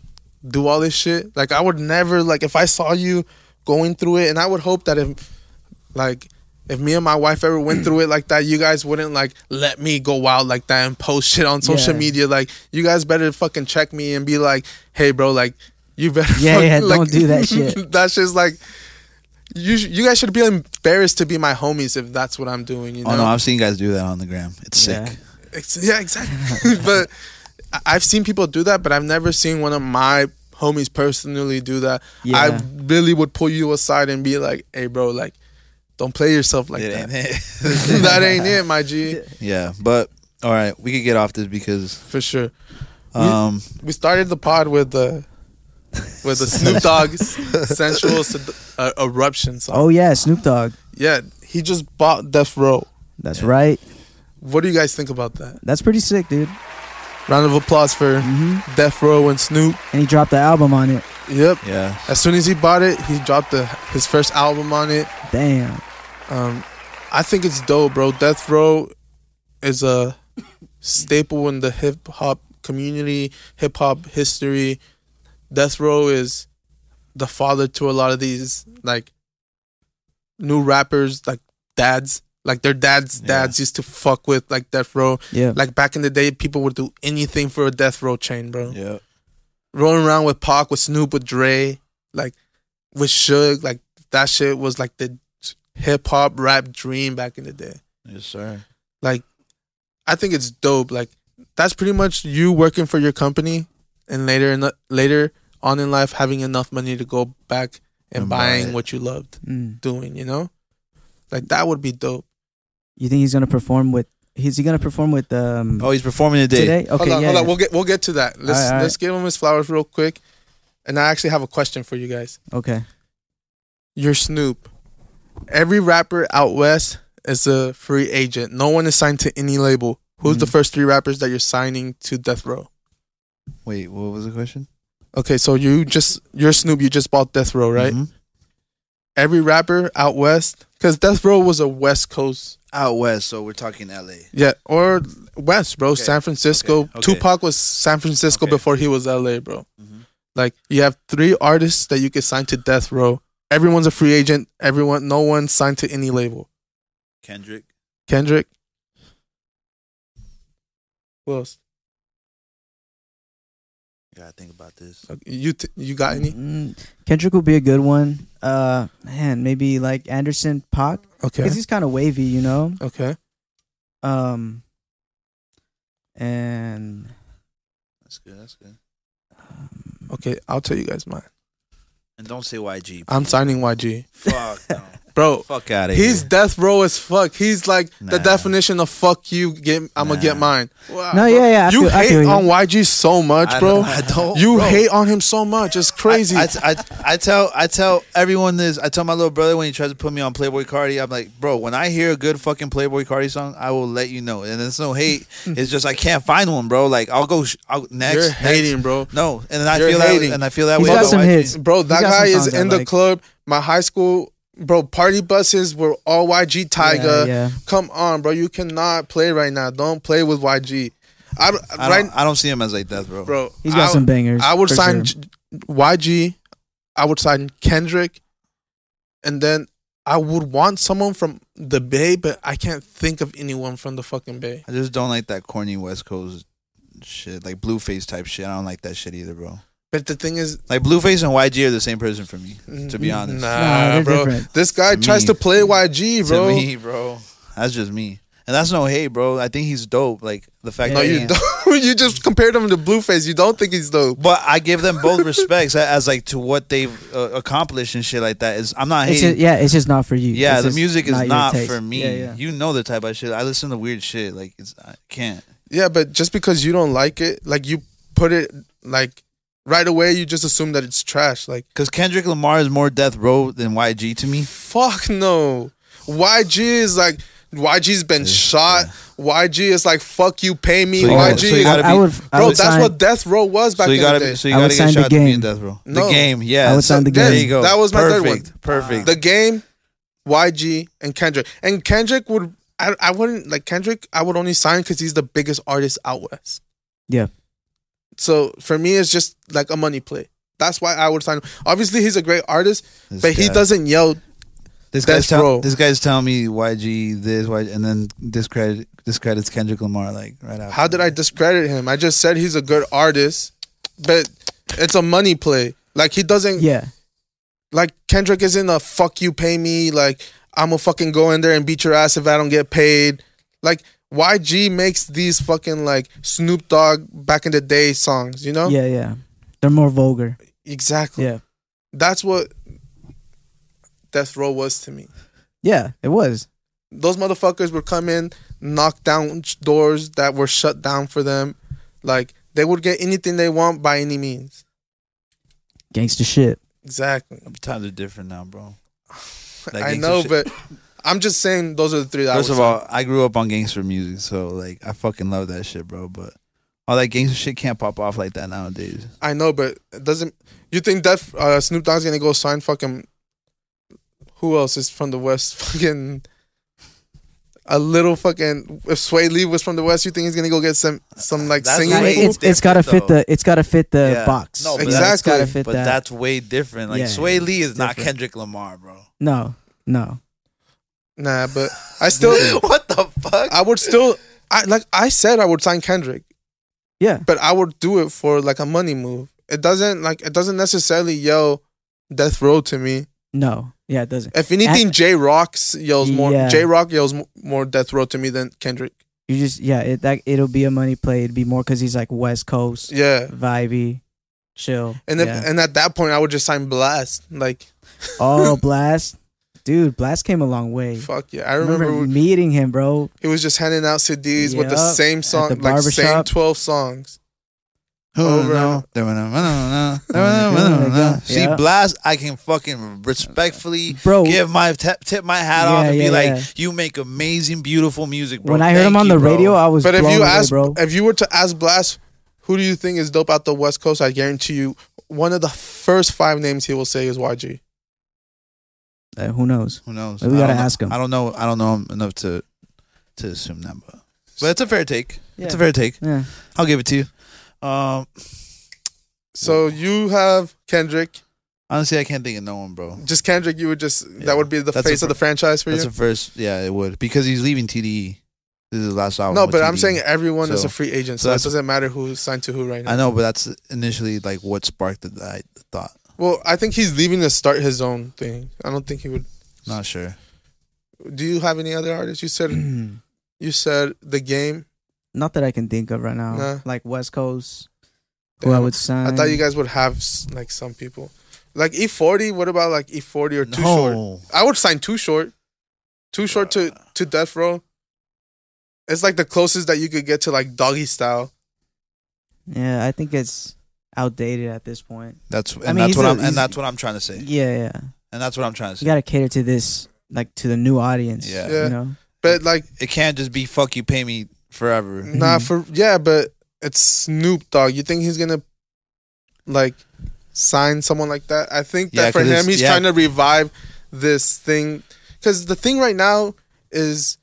Speaker 2: do all this shit like i would never like if i saw you going through it and i would hope that if like if me and my wife ever went through it like that you guys wouldn't like let me go wild like that and post shit on social
Speaker 3: Yeah.
Speaker 2: media like you guys better fucking check me and be like hey bro like you better
Speaker 3: Yeah, yeah,
Speaker 2: fucking, like-
Speaker 3: don't do that shit.
Speaker 2: that's just like you. sh- You guys should be embarrassed to be my homies if that's what I'm doing. You know.
Speaker 1: Oh no, I've seen guys do that on the gram. It's
Speaker 3: Yeah.
Speaker 1: sick.
Speaker 2: Ex- yeah, exactly. but I- I've seen people do that, but I've never seen one of my homies personally do that. I
Speaker 3: Yeah.
Speaker 2: really would pull you aside and be like, "Hey, bro, like, don't play yourself like
Speaker 1: It
Speaker 2: that.
Speaker 1: ain't it.
Speaker 2: that ain't it, my G,
Speaker 1: yeah, but all right, we could get off this because
Speaker 2: for sure."
Speaker 1: um,
Speaker 2: We started the pod with the with the Snoop Dogg's sensual sed- uh, eruption song.
Speaker 3: Oh yeah, Snoop Dogg.
Speaker 2: Yeah, he just bought Death Row.
Speaker 3: That's right.
Speaker 2: What do you guys think about that?
Speaker 3: That's pretty sick, dude.
Speaker 2: Round of applause for
Speaker 3: hmm
Speaker 2: Death Row and Snoop.
Speaker 3: And he dropped the album on it.
Speaker 2: Yep.
Speaker 1: yeah,
Speaker 2: As soon as he bought it, he dropped the, his first album on it.
Speaker 3: Damn.
Speaker 2: Um, I think it's dope, bro. Death Row is a staple in the hip hop community, hip hop history. Death Row is the father to a lot of these like new rappers, like dads. Like their dads' dads used to fuck with like Death Row.
Speaker 3: Yeah.
Speaker 2: Like back in the day, people would do anything for a Death Row chain, bro
Speaker 1: yeah.
Speaker 2: rolling around with Pac, with Snoop, with Dre, like with Suge, like that shit was like the hip hop rap dream back in the day.
Speaker 1: Yes, sir.
Speaker 2: Like, I think it's dope. Like, that's pretty much you working for your company, and later in the, later on in life having enough money to go back and,
Speaker 1: And buy
Speaker 2: buying
Speaker 1: it.
Speaker 2: what you loved
Speaker 3: Mm.
Speaker 2: doing. You know, like that would be dope.
Speaker 3: You think he's gonna perform with? Is he gonna perform with um
Speaker 1: Oh, he's performing today.
Speaker 3: today? Okay,
Speaker 2: hold on,
Speaker 3: yeah.
Speaker 2: hold on. We'll get we'll get to that. Let's
Speaker 3: Alright, alright.
Speaker 2: let's give him his flowers real quick. And I actually have a question for you guys.
Speaker 3: okay.
Speaker 2: You're Snoop. Every rapper out west is a free agent. No one is signed to any label. Who's
Speaker 1: Mm.
Speaker 2: the
Speaker 3: Mhm.
Speaker 2: first three rappers that you're signing to Death Row?
Speaker 1: Wait, what was the question?
Speaker 2: Okay, so you just you're Snoop. You just bought Death Row, right?
Speaker 1: Mhm.
Speaker 2: Every rapper out west, because Death Row was a West Coast,
Speaker 1: Out west, so we're talking L.A.
Speaker 2: yeah, or West, bro.
Speaker 1: Okay,
Speaker 2: San Francisco.
Speaker 1: okay, okay.
Speaker 2: Tupac was San Francisco
Speaker 1: Okay.
Speaker 2: before he was LA, bro.
Speaker 1: Mhm.
Speaker 2: Like you have three artists that you could sign to Death Row. Everyone's a free agent. Everyone, no one's signed to any label.
Speaker 1: Kendrick.
Speaker 2: Kendrick. Who else?
Speaker 1: Gotta think about this.
Speaker 2: Okay, You t- you got any?
Speaker 3: Mm, Kendrick would be a good one. Uh, man, maybe like Anderson Pac
Speaker 2: Okay.
Speaker 3: because he's kind of wavy, you know.
Speaker 2: Okay.
Speaker 3: Um, and
Speaker 1: That's good. That's good.
Speaker 3: um,
Speaker 2: Okay. I'll tell you guys mine.
Speaker 1: And don't say YG.
Speaker 2: I'm signing YG.
Speaker 1: Fuck. No.
Speaker 2: bro.
Speaker 1: Fuck out of here.
Speaker 2: He's death row as fuck. He's like the
Speaker 1: Nah.
Speaker 2: definition of fuck you. Get I'm gonna get mine. Wow,
Speaker 3: No,
Speaker 2: bro.
Speaker 3: yeah, yeah, I
Speaker 2: You
Speaker 3: feel- I
Speaker 2: hate
Speaker 3: feel you.
Speaker 2: on YG so much,
Speaker 1: I
Speaker 2: bro.
Speaker 1: don't- I don't-
Speaker 2: You
Speaker 1: bro.
Speaker 2: hate on him so much. It's crazy.
Speaker 1: I, I, I, I tell I tell everyone this. I tell my little brother when he tries to put me on Playboy Cardi, I'm like, bro, when I hear a good fucking Playboy Cardi song, I will let you know. And it's no hate. it's just I can't find one, bro. Like I'll go sh- I'll, next.
Speaker 2: You're
Speaker 1: next.
Speaker 2: hating, bro.
Speaker 1: No, and then I
Speaker 2: You're
Speaker 1: feel
Speaker 2: hating.
Speaker 1: that, and I feel that
Speaker 3: He's
Speaker 1: way.
Speaker 3: got
Speaker 1: about
Speaker 3: some
Speaker 1: YG.
Speaker 3: hits.
Speaker 2: Bro, that
Speaker 3: He got some
Speaker 2: guy is
Speaker 3: songs I
Speaker 2: in the
Speaker 3: like.
Speaker 2: club. My high school, bro, party buses were all YG Tiger.
Speaker 3: yeah.
Speaker 2: Come on, bro. You cannot play right now. Don't play with YG. I,
Speaker 1: I
Speaker 2: right,
Speaker 1: don't, I don't see him as like death, bro.
Speaker 2: bro.
Speaker 3: He's got
Speaker 2: I-
Speaker 3: some bangers.
Speaker 2: I would
Speaker 3: for
Speaker 2: sign
Speaker 3: sure.
Speaker 2: J- YG. I would sign Kendrick, and then I would want someone from the Bay, but I can't think of anyone from the fucking Bay.
Speaker 1: I just don't like that corny West Coast shit, like Blueface type shit. I don't like that shit either, bro.
Speaker 2: But the thing is,
Speaker 1: Like Blueface and YG are the same person for me, to be honest.
Speaker 3: Nah,
Speaker 2: nah,
Speaker 3: they're
Speaker 2: bro.
Speaker 3: different.
Speaker 2: This guy
Speaker 1: To
Speaker 2: tries
Speaker 1: me.
Speaker 2: to play YG, bro.
Speaker 1: To me, bro. That's just me. And that's no hate, bro. I think he's dope. Like the fact
Speaker 2: No,
Speaker 1: that
Speaker 2: you
Speaker 3: Yeah.
Speaker 2: don't. you just compared him to Blueface. You don't think he's dope.
Speaker 1: But I give them both respects a- as like to what they've uh, accomplished and shit like that. Is I'm not
Speaker 3: It's
Speaker 1: hating.
Speaker 3: just, yeah, it's just not for you.
Speaker 1: yeah,
Speaker 3: It's
Speaker 1: the
Speaker 3: just
Speaker 1: music is
Speaker 3: your
Speaker 1: not,
Speaker 3: taste.
Speaker 1: for me.
Speaker 3: Yeah, yeah.
Speaker 1: You know the type of shit I listen to weird shit. Like it's I can't.
Speaker 2: Yeah, but just because you don't like it, like you put it like right away, you just assume that it's trash. Like
Speaker 1: Cause Kendrick Lamar is more death row than YG to me.
Speaker 2: fuck no. YG is like YG's been shot. YG is like fuck you, pay me.
Speaker 1: So you gotta-
Speaker 2: YG,
Speaker 1: so you
Speaker 2: is-
Speaker 1: gotta
Speaker 3: Oh, I, I
Speaker 1: be-
Speaker 3: would. I
Speaker 2: bro,
Speaker 3: would
Speaker 2: that's
Speaker 3: sign,
Speaker 2: what death row was back
Speaker 1: so you
Speaker 2: in the
Speaker 1: gotta
Speaker 2: day.
Speaker 1: be, so you
Speaker 3: I
Speaker 1: gotta
Speaker 3: would sign
Speaker 1: get
Speaker 3: The
Speaker 1: shot to be
Speaker 3: Game.
Speaker 1: in death row.
Speaker 2: No.
Speaker 1: The game, yeah.
Speaker 3: I would sign The
Speaker 1: There
Speaker 3: Game.
Speaker 1: you go.
Speaker 2: That was my third
Speaker 1: perfect.
Speaker 2: one.
Speaker 1: Perfect.
Speaker 2: the game, YG and Kendrick, and Kendrick would. I, I wouldn't like Kendrick. I would only sign because he's the biggest artist out west.
Speaker 3: Yeah.
Speaker 2: So for me, it's just like a money play. That's why I would sign. him. Obviously, he's a great artist,
Speaker 1: This
Speaker 2: but he
Speaker 1: guy.
Speaker 2: doesn't yell.
Speaker 1: This guy's
Speaker 2: Death Row.
Speaker 1: tell, this guy's telling me YG this YG, and then discredit discredits Kendrick Lamar like right after.
Speaker 2: How did I discredit him? I just said he's a good artist, but it's a money play. Like he doesn't.
Speaker 3: Yeah,
Speaker 2: Like Kendrick isn't a fuck you, pay me. Like I'm gonna fucking go in there and beat your ass if I don't get paid. Like YG makes these fucking like Snoop Dogg back in the day songs. You know.
Speaker 3: yeah, yeah. They're more vulgar.
Speaker 2: Exactly.
Speaker 3: Yeah,
Speaker 2: That's what death row was to me.
Speaker 3: yeah. It was.
Speaker 2: those motherfuckers would come in, knock down sh- doors that were shut down for them. Like they would get anything they want by any means.
Speaker 3: Gangsta shit.
Speaker 2: Exactly.
Speaker 1: Times are different now, bro. That
Speaker 2: I
Speaker 1: gangsta
Speaker 2: know,
Speaker 1: shit-
Speaker 2: but I'm just saying those are the three that
Speaker 1: First
Speaker 2: I would
Speaker 1: of all, I grew up on gangster music, so like I fucking love that shit, bro. But all that gangster shit can't pop off like that nowadays.
Speaker 2: sign. I know, but it doesn't you think that uh, Snoop Dogg's gonna go sign fucking who else is from the West? Fucking a little fucking if Sway Lee was from the West, you think he's gonna go get some some like
Speaker 1: That's
Speaker 2: singing?
Speaker 1: Nah,
Speaker 3: Like,
Speaker 1: way
Speaker 2: fool?
Speaker 3: it's it's gotta fit
Speaker 1: though.
Speaker 3: the it's gotta fit the
Speaker 1: Yeah.
Speaker 3: box.
Speaker 1: No, but
Speaker 3: You know, it's
Speaker 2: Exactly.
Speaker 3: gotta fit
Speaker 1: but
Speaker 3: that.
Speaker 1: that's way different. Like
Speaker 3: Yeah,
Speaker 1: Sway Lee is not
Speaker 3: different.
Speaker 1: Kendrick Lamar, bro.
Speaker 3: No, no.
Speaker 2: nah, but I still
Speaker 1: what the fuck?
Speaker 2: I would still I like I said I would sign Kendrick.
Speaker 3: Yeah,
Speaker 2: but I would do it for like a money move. It doesn't like it doesn't necessarily yell death row to me.
Speaker 3: no. Yeah, it doesn't.
Speaker 2: If anything,
Speaker 3: At-
Speaker 2: J Rock's yells more.
Speaker 3: Yeah.
Speaker 2: J Rock yells m- more death row to me than Kendrick.
Speaker 3: You just yeah. It that it'll be a money play. It'd be more because he's like West Coast
Speaker 2: Yeah,
Speaker 3: vibey, chill.
Speaker 2: and if,
Speaker 3: yeah.
Speaker 2: and at that point, I would just sign Blast. Like
Speaker 3: oh, Blast, dude, Blast came a long way.
Speaker 2: fuck yeah, I
Speaker 3: I
Speaker 2: remember,
Speaker 3: remember, meeting him, bro.
Speaker 2: he was just handing out CDs with the
Speaker 3: Yup,
Speaker 2: same
Speaker 3: at
Speaker 2: song,
Speaker 3: the
Speaker 2: like same
Speaker 3: barbershop.
Speaker 2: twelve songs.
Speaker 1: Oh,
Speaker 2: Over
Speaker 1: no.
Speaker 2: and-
Speaker 1: There we go.
Speaker 3: There we go. There we go.
Speaker 1: See,
Speaker 3: Yeah.
Speaker 1: blast, I can fucking respectfully
Speaker 3: Bro.
Speaker 1: give my tip, tip my hat off
Speaker 3: Yeah,
Speaker 1: and be
Speaker 3: yeah,
Speaker 1: like,
Speaker 3: yeah.
Speaker 1: you make amazing, beautiful music, bro.
Speaker 3: when I heard him
Speaker 1: Thank
Speaker 3: on
Speaker 1: you,
Speaker 3: the
Speaker 1: bro."
Speaker 3: radio, I was
Speaker 2: But if
Speaker 3: blown
Speaker 2: you
Speaker 3: away,
Speaker 2: ask,
Speaker 3: bro.
Speaker 2: if you were to ask Blast, who do you think is dope out the West Coast? I guarantee you, one of the first five names he will say is YG.
Speaker 3: Uh, who knows?
Speaker 1: who knows?
Speaker 3: We
Speaker 1: I don't
Speaker 3: gotta
Speaker 1: know.
Speaker 3: ask him.
Speaker 1: I don't know. I don't know him enough to to assume that, but but it's a fair take. It's a
Speaker 3: Yeah.
Speaker 1: fair take.
Speaker 3: Yeah.
Speaker 1: I'll give it to you. Um,
Speaker 2: So you have Kendrick.
Speaker 1: honestly, I can't think of no one, bro.
Speaker 2: Just Kendrick, you would just
Speaker 1: Yeah.
Speaker 2: that would be the
Speaker 1: That's
Speaker 2: face
Speaker 1: a
Speaker 2: of the franchise for
Speaker 1: That's
Speaker 2: you.
Speaker 1: the first. Yeah, it would because he's leaving TDE. This is his last album.
Speaker 2: no,
Speaker 1: with E.
Speaker 2: but I'm
Speaker 1: TDE.
Speaker 2: saying everyone is
Speaker 1: So-
Speaker 2: a free agent,
Speaker 1: so
Speaker 2: so, it
Speaker 1: that's-
Speaker 2: doesn't matter who's signed to who right now.
Speaker 1: I know, but that's initially like what sparked the, the thought.
Speaker 2: well, I think he's leaving to start his own thing. I don't think he would.
Speaker 1: Not sure.
Speaker 2: Do you have any other artists? You said you said the game.
Speaker 3: Not that I can think of right now.
Speaker 2: Nah.
Speaker 3: Like West Coast, who I
Speaker 2: Damn.
Speaker 3: would sign.
Speaker 2: I thought you guys would have s- like some people. Like E forty, what about like E forty or too short?
Speaker 1: No.
Speaker 2: I would sign too short. Too short to, to death row. It's like the closest that you could get to like doggy style.
Speaker 3: Yeah, I think it's outdated at this point.
Speaker 1: That's and
Speaker 3: I mean,
Speaker 1: that's
Speaker 3: he's
Speaker 1: what
Speaker 3: a-
Speaker 1: i I'm
Speaker 3: he's-
Speaker 1: and that's what I'm trying to say.
Speaker 3: Yeah, yeah.
Speaker 1: And that's what I'm trying to say.
Speaker 3: You gotta cater to this, like to the new audience.
Speaker 1: Yeah.
Speaker 2: Yeah.
Speaker 3: You know.
Speaker 2: But like
Speaker 1: It can't just be fuck you, pay me forever.
Speaker 2: Nah, for yeah, but it's Snoop Dogg. You think he's gonna like sign someone like that? I think that
Speaker 1: Yeah,
Speaker 2: for
Speaker 1: 'cause
Speaker 2: him,
Speaker 1: it's-
Speaker 2: he's
Speaker 1: yeah.
Speaker 2: trying to revive this thing. Because the thing right now is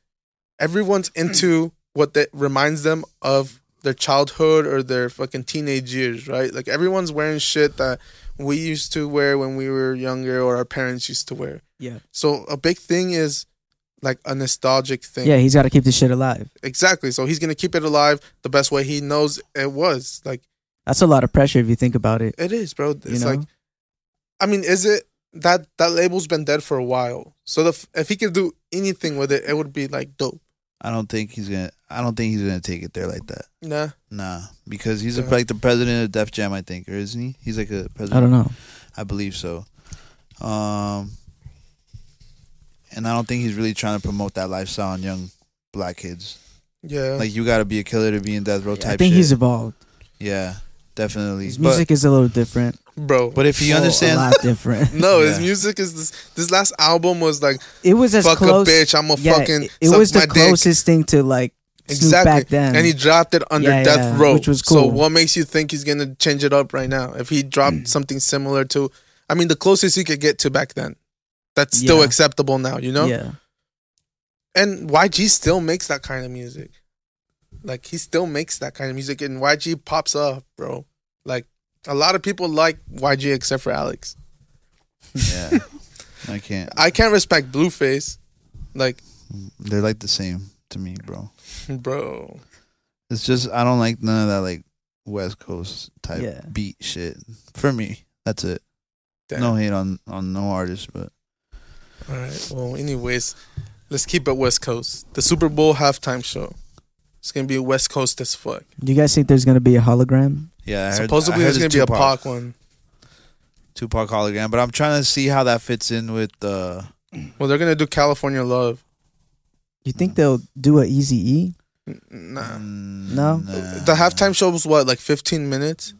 Speaker 2: everyone's into what that reminds them of their childhood or their fucking teenage years, right? Like everyone's wearing shit that we used to wear when we were younger or our parents used to wear.
Speaker 3: Yeah.
Speaker 2: So a big thing is like a nostalgic thing.
Speaker 3: Yeah, he's gotta keep this shit alive.
Speaker 2: Exactly. So he's gonna keep it alive the best way he knows it was. Like
Speaker 3: That's a lot of pressure if you think about it.
Speaker 2: it is, bro. It's
Speaker 3: You know.
Speaker 2: like I mean, is it that that label's been dead for a while? So the, f- if he could do anything with it, it would be like dope.
Speaker 1: I don't think he's gonna. I don't think he's gonna take it there like that.
Speaker 2: Nah.
Speaker 1: Nah, because he's
Speaker 2: Yeah.
Speaker 1: a, like the president of Def Jam, I think, or isn't he? He's like a president.
Speaker 3: I don't know.
Speaker 1: I believe so. Um, and I don't think he's really trying to promote that lifestyle on young black kids.
Speaker 2: Yeah.
Speaker 1: Like you got to be a killer to be in death row type.
Speaker 3: I think
Speaker 1: shit.
Speaker 3: he's evolved.
Speaker 1: yeah, definitely.
Speaker 3: His
Speaker 1: But-
Speaker 3: music is a little different.
Speaker 2: bro.
Speaker 1: but, if you
Speaker 3: Well,
Speaker 1: understand,
Speaker 3: a lot different.
Speaker 2: no, his
Speaker 1: Yeah.
Speaker 2: music is this. This last album was like
Speaker 3: It was as
Speaker 2: fuck
Speaker 3: close.
Speaker 2: a bitch. I'm a
Speaker 3: yeah,
Speaker 2: fucking.
Speaker 3: It, it
Speaker 2: suck
Speaker 3: was the
Speaker 2: my dick.
Speaker 3: closest thing to like Snoop
Speaker 2: Exactly.
Speaker 3: back then.
Speaker 2: And he dropped it under
Speaker 3: Yeah,
Speaker 2: Death
Speaker 3: yeah,
Speaker 2: Row.
Speaker 3: which was
Speaker 2: So
Speaker 3: cool.
Speaker 2: what makes you think he's gonna change it up right now? If he dropped something similar to, I mean, the closest he could get to back then, that's still
Speaker 3: Yeah.
Speaker 2: acceptable now, you know.
Speaker 3: yeah.
Speaker 2: And YG still makes that kind of music. Like he still makes that kind of music, and YG pops up, bro. Like a lot of people like YG except for Alex.
Speaker 1: yeah, I can't.
Speaker 2: I can't respect Blueface, like
Speaker 1: They're like the same to me, bro.
Speaker 2: bro.
Speaker 1: It's just I don't like none of that like West Coast type
Speaker 3: Yeah.
Speaker 1: beat shit. For me, that's it.
Speaker 2: Damn.
Speaker 1: No hate on on no artist, but
Speaker 2: All right. Well, anyways, let's keep it West Coast. The Super Bowl halftime show. It's gonna be West Coast as fuck.
Speaker 3: Do you guys think there's gonna be a hologram?
Speaker 1: yeah. I heard-
Speaker 2: Supposedly
Speaker 1: I heard
Speaker 2: there's gonna
Speaker 1: it's
Speaker 2: be a
Speaker 1: Tupac.
Speaker 2: Pac one.
Speaker 1: Tupac hologram, but I'm trying to see how that fits in with the.
Speaker 2: Well, they're gonna do California Love.
Speaker 3: You think they'll do a Easy E?
Speaker 2: N- Nah.
Speaker 1: mm,
Speaker 3: No?
Speaker 2: The halftime show was what, like 15 minutes?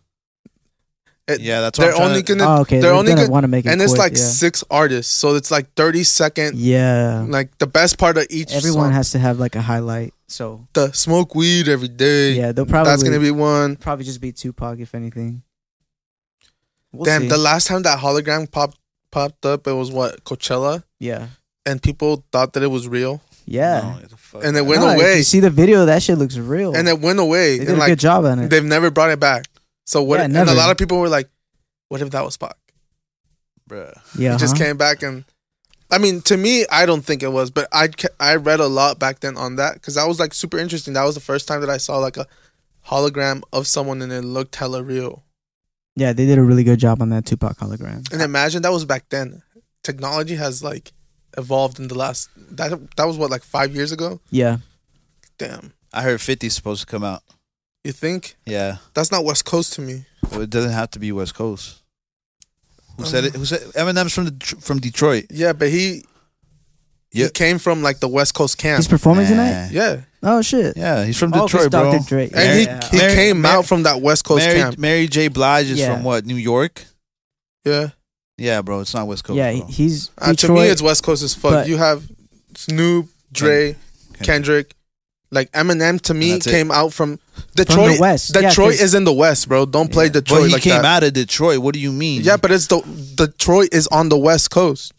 Speaker 2: It-
Speaker 1: Yeah, that's what
Speaker 2: They're
Speaker 1: I'm trying
Speaker 2: only
Speaker 1: to- Oh,
Speaker 2: gonna.
Speaker 3: oh, okay.
Speaker 2: They're, only
Speaker 3: gonna
Speaker 2: gonna.
Speaker 3: want to make it,
Speaker 2: and it's
Speaker 3: quick,
Speaker 2: like
Speaker 3: yeah.
Speaker 2: six artists, so it's like 30 second.
Speaker 3: yeah.
Speaker 2: Like the best part of each.
Speaker 3: Everyone
Speaker 2: song.
Speaker 3: has to have like a highlight. So
Speaker 2: the smoke weed every day.
Speaker 3: yeah, they'll probably
Speaker 2: That's gonna be one.
Speaker 3: probably just be Tupac if anything. We'll
Speaker 2: Damn,
Speaker 3: see.
Speaker 2: the last time that hologram popped popped up, it was what Coachella.
Speaker 3: yeah,
Speaker 2: and people thought that it was real,
Speaker 3: yeah.
Speaker 2: and it went
Speaker 3: No, if
Speaker 2: away,
Speaker 3: You see the video, that shit looks
Speaker 1: Oh.
Speaker 3: real.
Speaker 2: and
Speaker 3: they
Speaker 2: it went away,
Speaker 3: did
Speaker 2: and
Speaker 3: a
Speaker 2: like
Speaker 3: good job on it.
Speaker 2: they've never brought it back. So what?
Speaker 3: Yeah,
Speaker 2: and a
Speaker 3: never.
Speaker 2: lot of people were like, "What if that was Pac?
Speaker 1: Bruh.
Speaker 3: yeah,
Speaker 2: It just
Speaker 3: uh-huh.
Speaker 2: came back and." I mean, to me, I don't think it was, but I ca- I read a lot back then on that because that was like super interesting. That was the first time that I saw like a hologram of someone and it looked hella real.
Speaker 3: Yeah, they did a really good job on that Tupac hologram.
Speaker 2: And imagine that was back then. Technology has like evolved in the last that that was what like five years ago.
Speaker 3: Yeah,
Speaker 2: Damn,
Speaker 1: I heard 50's supposed to come out.
Speaker 2: you think
Speaker 1: Yeah,
Speaker 2: that's not West Coast to me?
Speaker 1: it doesn't have to be West Coast. Who said
Speaker 2: Um,
Speaker 1: it? Who said Eminem's from the, from Detroit?
Speaker 2: Yeah, but he
Speaker 1: Yeah.
Speaker 2: he came from like the West Coast camp.
Speaker 3: he's performing
Speaker 1: Nah.
Speaker 3: tonight.
Speaker 2: yeah,
Speaker 3: Oh shit!
Speaker 1: Yeah, he's from
Speaker 3: Oh, 'cause
Speaker 1: Detroit, bro.
Speaker 3: Dr. Dre.
Speaker 2: and he
Speaker 3: Yeah.
Speaker 2: he
Speaker 1: Mary-
Speaker 2: came
Speaker 1: Mary-
Speaker 2: out from that West Coast
Speaker 1: Mary,
Speaker 2: camp.
Speaker 1: Mary J. Blige is
Speaker 3: Yeah.
Speaker 1: from what? New York?
Speaker 2: Yeah,
Speaker 1: Yeah, bro. It's not West Coast.
Speaker 3: yeah,
Speaker 1: bro.
Speaker 3: he's
Speaker 2: Uh,
Speaker 3: Detroit.
Speaker 2: to me, it's West Coast as fuck.
Speaker 3: but-
Speaker 2: you have Snoop, Dre, Kendrick.
Speaker 1: Kendrick.
Speaker 2: Like Eminem to me
Speaker 1: that's it.
Speaker 2: came out from Detroit.
Speaker 3: West. Yeah,
Speaker 2: Detroit
Speaker 3: 'cause-
Speaker 2: is in the West, bro. Don't play
Speaker 1: Yeah.
Speaker 2: Detroit
Speaker 1: But he
Speaker 2: like
Speaker 1: came
Speaker 2: that.
Speaker 1: out of Detroit. What do you mean?
Speaker 2: Yeah, but it's the Detroit is on the West Coast,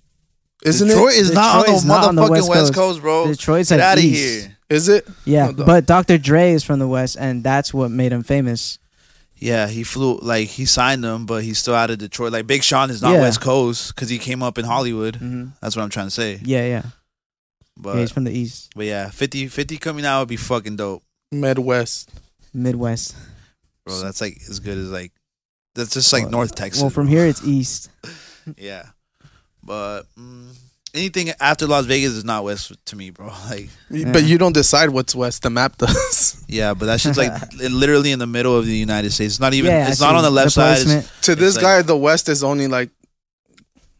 Speaker 2: isn't
Speaker 1: Detroit
Speaker 2: it?
Speaker 1: is not on
Speaker 3: Detroit's
Speaker 1: the
Speaker 3: not on the
Speaker 1: motherfucking
Speaker 3: West
Speaker 1: West,
Speaker 3: Coast.
Speaker 1: Coast. bro.
Speaker 3: Detroit's
Speaker 1: Get
Speaker 3: like
Speaker 1: out of
Speaker 3: east.
Speaker 1: here.
Speaker 2: Is it?
Speaker 3: Yeah,
Speaker 2: No, no.
Speaker 3: but Dr. Dre is from the West, and that's what made him famous.
Speaker 1: Yeah, he flew like he signed them, but he's still out of Detroit. Like Big Sean is not
Speaker 3: Yeah.
Speaker 1: West Coast because he came up in Hollywood.
Speaker 3: Mm-hmm.
Speaker 1: That's what I'm trying to say.
Speaker 3: Yeah, yeah,
Speaker 1: But
Speaker 3: yeah.
Speaker 1: yeah,
Speaker 3: He's from the East,
Speaker 1: but yeah, 50, 50 coming out would be fucking dope,
Speaker 2: Midwest.
Speaker 3: Midwest.
Speaker 1: bro. That's like as good as like that's just like
Speaker 3: Well,
Speaker 1: North Texas.
Speaker 3: Well, from
Speaker 1: bro.
Speaker 3: here it's East.
Speaker 1: yeah. But mm, anything after Las Vegas is not West to me, bro. Like
Speaker 3: Yeah.
Speaker 2: But you don't decide what's West. The map does.
Speaker 1: yeah, but that shit's like li- literally in the middle of the United States. It's not even.
Speaker 3: yeah,
Speaker 1: it's
Speaker 3: I
Speaker 1: not
Speaker 3: see.
Speaker 1: on the left side. It's,
Speaker 3: placement.
Speaker 2: to
Speaker 1: It's
Speaker 2: this
Speaker 1: like-
Speaker 2: guy, the West is only like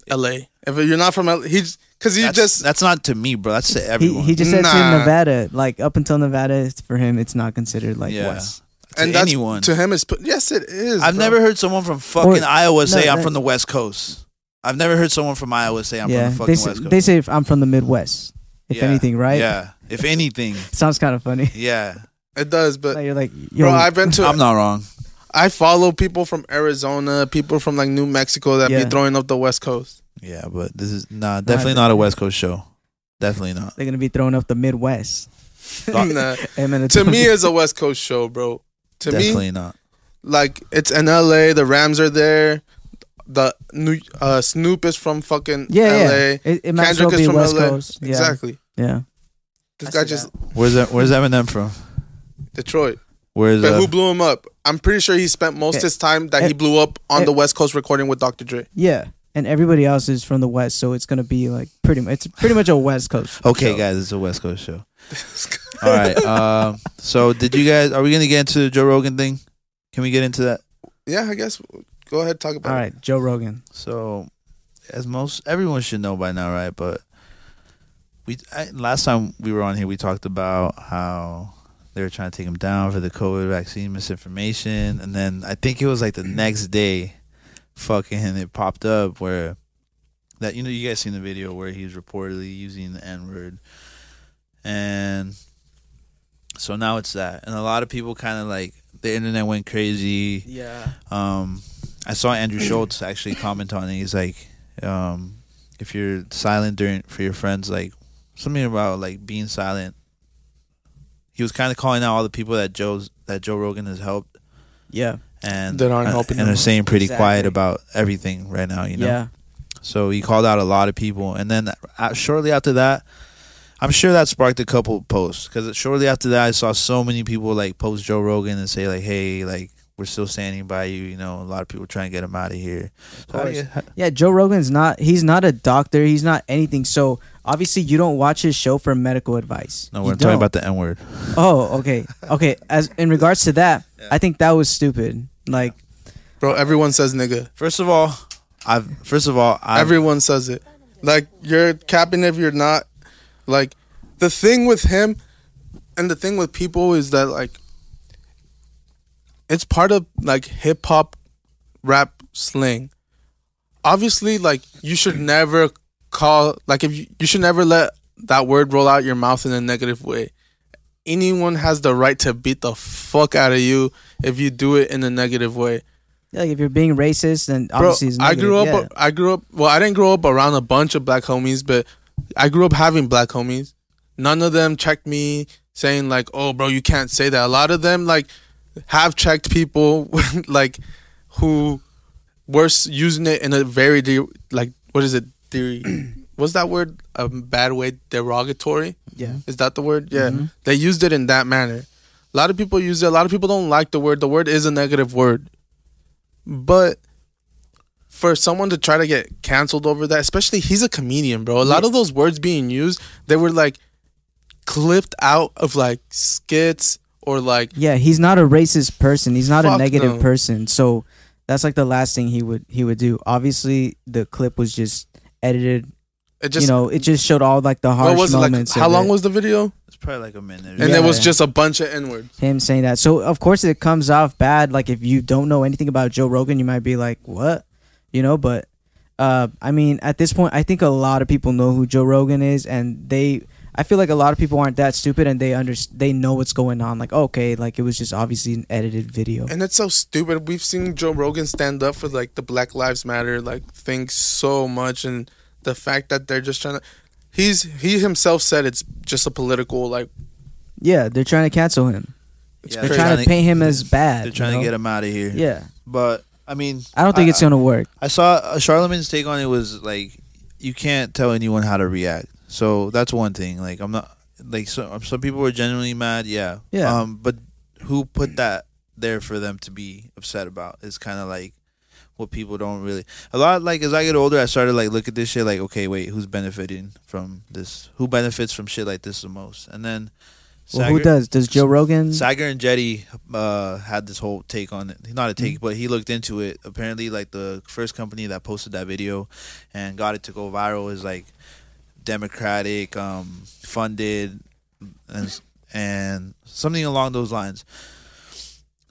Speaker 2: L.A. If you're not from L.A., he's because he
Speaker 1: that's,
Speaker 2: just
Speaker 1: that's not to me, bro. That's to
Speaker 3: He,
Speaker 1: everyone.
Speaker 3: he just said
Speaker 2: Nah.
Speaker 3: to Nevada, like up until Nevada, it's- for him, it's not considered like
Speaker 1: yeah.
Speaker 3: West.
Speaker 1: To
Speaker 2: and that's
Speaker 1: anyone.
Speaker 2: to him is yes it is.
Speaker 1: I've
Speaker 2: bro.
Speaker 1: never heard someone from fucking
Speaker 3: Or-
Speaker 1: Iowa say
Speaker 3: no,
Speaker 1: I'm
Speaker 3: that-
Speaker 1: from the West Coast. I've never heard someone from Iowa say I'm
Speaker 3: yeah,
Speaker 1: from the
Speaker 3: they
Speaker 1: fucking
Speaker 3: say,
Speaker 1: West Coast.
Speaker 3: they say if I'm from the Midwest, if
Speaker 1: Yeah.
Speaker 3: anything, right?
Speaker 1: Yeah. If anything.
Speaker 3: sounds kind of funny.
Speaker 1: Yeah.
Speaker 2: it does, but
Speaker 3: Like, you're like, yo,
Speaker 2: bro, I've been to
Speaker 1: I'm not wrong.
Speaker 2: I follow people from Arizona, people from like New Mexico that
Speaker 3: Yeah.
Speaker 2: be throwing up the West Coast.
Speaker 1: Yeah, but this is nah, definitely not a West Coast show. Definitely not.
Speaker 3: they're gonna be throwing up the Midwest.
Speaker 2: Nah.
Speaker 3: And then it's
Speaker 2: to me, it's a West Coast show, bro. To me,
Speaker 1: definitely not.
Speaker 2: like it's in LA. The Rams are there. The new uh, Snoop is from fucking
Speaker 3: yeah,
Speaker 2: LA.
Speaker 3: yeah. It, it might as well
Speaker 2: Kendrick is
Speaker 3: be
Speaker 2: from
Speaker 3: West
Speaker 2: LA.
Speaker 3: Coast. Yeah,
Speaker 2: Exactly.
Speaker 3: Yeah.
Speaker 2: This
Speaker 3: I
Speaker 2: guy
Speaker 3: see
Speaker 2: just
Speaker 1: Where's that where's Eminem from?
Speaker 2: Detroit.
Speaker 1: Where's
Speaker 2: But
Speaker 1: uh,
Speaker 2: who blew him up? I'm pretty sure he spent most
Speaker 3: Eh,
Speaker 2: his time that
Speaker 3: eh,
Speaker 2: he blew up on
Speaker 3: eh.
Speaker 2: the West Coast recording with Dr. Dre.
Speaker 3: Yeah, and everybody else is from the West, so it's gonna be like pretty. mu- It's pretty much a West Coast.
Speaker 1: Okay
Speaker 3: show.
Speaker 1: guys, it's a West Coast show. All right. Um so did you guys are we gonna get into the Joe Rogan thing? Can we get into that?
Speaker 2: Yeah, I guess. Go ahead, talk about
Speaker 3: All
Speaker 2: it.
Speaker 3: right, Joe Rogan.
Speaker 1: So, as most everyone should know by now, right? But we I, last time we were on here, we talked about how they were trying to take him down for the COVID vaccine misinformation, and then I think it was like the next day, fucking, it popped up where that you know you guys seen the video where he was reportedly using the N word, and so now it's that, and a lot of people kind of like the internet went crazy
Speaker 3: Yeah.
Speaker 1: um, I saw Andrew Schultz actually comment on it. He's like, um, if you're silent during for your friends, like something about like being silent. He was kind of calling out all the people that Joe's that Joe Rogan has helped
Speaker 3: Yeah.
Speaker 1: and
Speaker 2: That aren't
Speaker 1: uh,
Speaker 2: helping
Speaker 1: and
Speaker 2: them.
Speaker 1: are saying pretty
Speaker 3: Exactly.
Speaker 1: quiet about everything right now. You know,
Speaker 3: Yeah.
Speaker 1: so he called out a lot of people, and then uh, shortly after that, I'm sure that sparked a couple posts because shortly after that, I saw so many people like post Joe Rogan and say like, "Hey, like we're still standing by you." You know, a lot of people trying to get him out of here. How do
Speaker 3: course.
Speaker 1: you- how-
Speaker 3: Yeah, Joe Rogan's not he's not a doctor, he's not anything. So obviously you don't watch his show for medical advice.
Speaker 1: no,
Speaker 3: You
Speaker 1: we're talking
Speaker 3: don't.
Speaker 1: about the N word.
Speaker 3: Oh, okay. Okay. As in regards to that, I think that was stupid. Like
Speaker 2: Bro, everyone says nigga.
Speaker 1: First of all, I've first of all, I've,
Speaker 2: Everyone says it. Like you're capping if you're not. Like the thing with him and the thing with people is that like it's part of like hip hop rap slang. Obviously, like you should never call like if you, you should never let that word roll out your mouth in a negative way. Anyone has the right to beat the fuck out of you if you do it in a negative way.
Speaker 3: yeah, like if you're being racist then obviously it's
Speaker 2: I grew up.
Speaker 3: negative.
Speaker 2: I grew up. Well, I didn't grow up around a bunch of black homies, but I grew up having black homies. None of them checked me, saying like, "Oh, bro, you can't say that." A lot of them like have checked people, like who were s- using it in a very de- like what is it? De- was that word a bad way? Derogatory?
Speaker 3: yeah. Mm-hmm.
Speaker 2: Is that the word? Yeah. They used it in that manner. A lot of people use it. A lot of people don't like the word. The word is a negative word. But for someone to try to get canceled over that, especially he's a comedian, bro. A lot of those words being used, they were like clipped out of like skits or like
Speaker 3: Yeah, he's not a racist person. He's not a
Speaker 2: Fuck
Speaker 3: negative
Speaker 2: no.
Speaker 3: person. So that's like the last thing he would he would do. Obviously the clip was just edited
Speaker 2: it just
Speaker 3: you know, it just showed all like the harsh
Speaker 2: what was it like?
Speaker 3: moments.
Speaker 2: How
Speaker 3: of
Speaker 2: long
Speaker 3: it.
Speaker 2: was the video?
Speaker 1: it's probably like a minute.
Speaker 2: And
Speaker 3: Yeah.
Speaker 2: there was just a bunch of n words.
Speaker 3: him saying that. So of course it comes off bad. Like if you don't know anything about Joe Rogan, you might be like, "What?" You know. But uh, I mean, at this point, I think a lot of people know who Joe Rogan is, and they. I feel like a lot of people aren't that stupid, and they under they know what's going on. Like okay, like it was just obviously an edited video.
Speaker 2: And it's so stupid. We've seen Joe Rogan stand up for like the Black Lives Matter like thing so much, and the fact that they're just trying to. He's he himself said it's just a political like.
Speaker 3: Yeah, they're trying to cancel him.
Speaker 1: yeah,
Speaker 3: They're trying to paint him as bad.
Speaker 1: They're trying to get him out of here.
Speaker 3: Yeah,
Speaker 1: but I mean,
Speaker 3: I don't think it's gonna work.
Speaker 1: I saw uh, Charlemagne's take on it was like you can't tell anyone how to react. So that's one thing. Like I'm not like so, um, some people were genuinely mad. Yeah.
Speaker 3: Yeah.
Speaker 1: Um, but who put that there for them to be upset about? It's kind of like what people don't really a lot like as I get older I started like look at this shit like okay wait who's benefiting from this who benefits from shit like this the most and then
Speaker 3: Well, who
Speaker 1: Sager-
Speaker 3: does? Does Joe Rogan?
Speaker 1: Sager and Jetty uh, had this whole take on it. Not a take, but he looked into it. Apparently, like the first company that posted that video and got it to go viral is like Democratic um, funded and and something along those lines.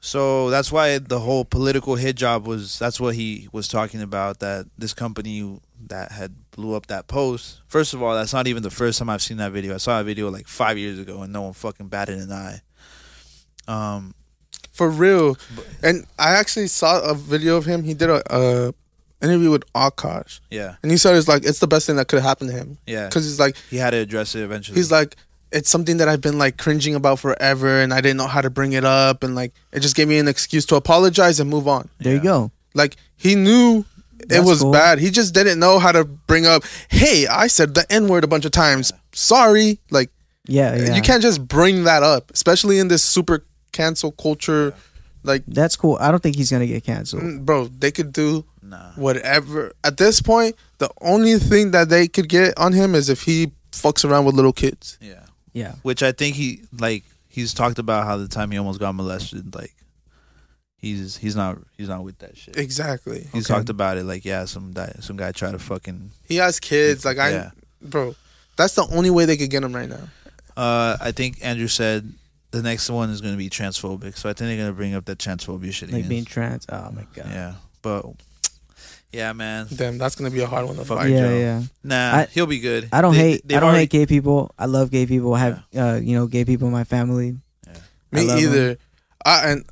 Speaker 1: So that's why the whole political hit job was. That's what he was talking about. That this company that had blew up that post. First of all, that's not even the first time I've seen that video. I saw a video like five years ago, and no one fucking batted an eye. Um,
Speaker 2: For real. And I actually saw a video of him. He did a, a interview with Akash,
Speaker 1: yeah,
Speaker 2: and he said it's like it's the best thing that could have happened to him
Speaker 1: yeah.
Speaker 2: because he's like
Speaker 1: He had to address it eventually.
Speaker 2: he's like it's something that I've been like cringing about forever, and I didn't know how to bring it up, and like it just gave me an excuse to apologize and move on.
Speaker 3: there you go.
Speaker 2: Like he knew it
Speaker 3: That's
Speaker 2: was
Speaker 3: cool.
Speaker 2: bad. He just didn't know how to bring up. Hey, I said the n word a bunch of times. Sorry. Like
Speaker 3: Yeah, yeah.
Speaker 2: you can't just bring that up, especially in this super cancel culture. Like
Speaker 3: That's cool. I don't think he's gonna get canceled.
Speaker 2: mm, bro, they could do
Speaker 1: nah.
Speaker 2: whatever. At this point, the only thing that they could get on him is if he fucks around with little kids.
Speaker 1: Yeah,
Speaker 3: Yeah.
Speaker 1: which I think he like he's talked about how the time he almost got molested. Like he's he's not he's not with that shit.
Speaker 2: Exactly.
Speaker 1: He's talked about it like yeah, some guy some guy tried to fucking
Speaker 2: He has kids. Like I,
Speaker 1: Yeah.
Speaker 2: bro, that's the only way they could get him right now.
Speaker 1: Uh, I think Andrew said the next one is going to be transphobic, so I think they're going to bring up that transphobia shit
Speaker 3: Like
Speaker 1: again.
Speaker 3: being trans. Oh my god.
Speaker 1: yeah, but yeah, man,
Speaker 2: Damn, that's gonna be a hard one to
Speaker 1: Fuck Alright,
Speaker 2: fight.
Speaker 3: yeah,
Speaker 1: Joe.
Speaker 3: yeah.
Speaker 1: nah,
Speaker 3: I-
Speaker 1: he'll be good.
Speaker 3: I don't
Speaker 1: They-
Speaker 3: hate.
Speaker 1: they've
Speaker 3: I don't
Speaker 1: already-
Speaker 3: hate gay people. I love gay people. I have uh, you know gay people in my family. I
Speaker 2: Me
Speaker 3: love
Speaker 2: either. I and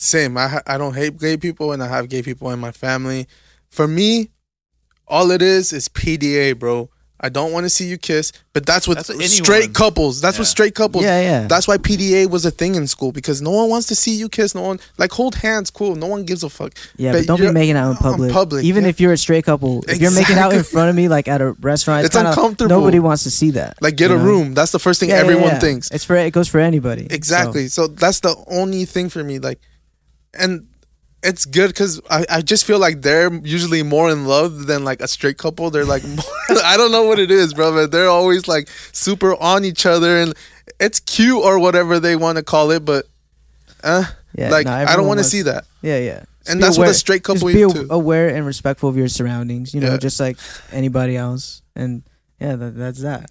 Speaker 2: same. I ha- I don't hate gay people, and I have gay people in my family. For me, all it is is PDA, bro. I don't want to see you kiss, but that's with
Speaker 1: That's with anyone.
Speaker 2: straight couples. That's with
Speaker 1: Yeah.
Speaker 2: straight couples.
Speaker 3: Yeah, yeah.
Speaker 2: That's why PDA was a thing in school because no one wants to see you kiss. No one like hold hands, cool. No one gives a fuck.
Speaker 3: yeah,
Speaker 2: But
Speaker 3: but don't be
Speaker 2: you're-
Speaker 3: making out
Speaker 2: on
Speaker 3: in public.
Speaker 2: public,
Speaker 3: Even
Speaker 2: yeah.
Speaker 3: if you're a straight couple, if you're making out in
Speaker 2: Exactly.
Speaker 3: front of me, like at a restaurant, it's,
Speaker 2: It's
Speaker 3: kinda-
Speaker 2: uncomfortable.
Speaker 3: Nobody wants to see that.
Speaker 2: Like get
Speaker 3: you
Speaker 2: a
Speaker 3: know?
Speaker 2: room. That's the first thing
Speaker 3: Yeah, yeah,
Speaker 2: everyone
Speaker 3: yeah.
Speaker 2: thinks.
Speaker 3: It's for it goes for anybody.
Speaker 2: Exactly.
Speaker 3: So,
Speaker 2: So. that's the only thing for me. Like, and it's good because I, I just feel like they're usually more in love than like a straight couple. They're like, more, I don't know what it is, bro, but they're always like super on each other and it's cute or whatever they want to call it, but uh,
Speaker 3: yeah,
Speaker 2: like,
Speaker 3: no,
Speaker 2: I don't
Speaker 3: everyone
Speaker 2: want to
Speaker 3: wants-
Speaker 2: see that.
Speaker 3: Yeah, yeah. Just
Speaker 2: And
Speaker 3: be
Speaker 2: that's what a
Speaker 3: aware-
Speaker 2: straight couple
Speaker 3: Just be
Speaker 2: is,
Speaker 3: a-
Speaker 2: too.
Speaker 3: aware and respectful of your surroundings. You know,
Speaker 2: Yeah.
Speaker 3: just like anybody else. And yeah, that, that's that.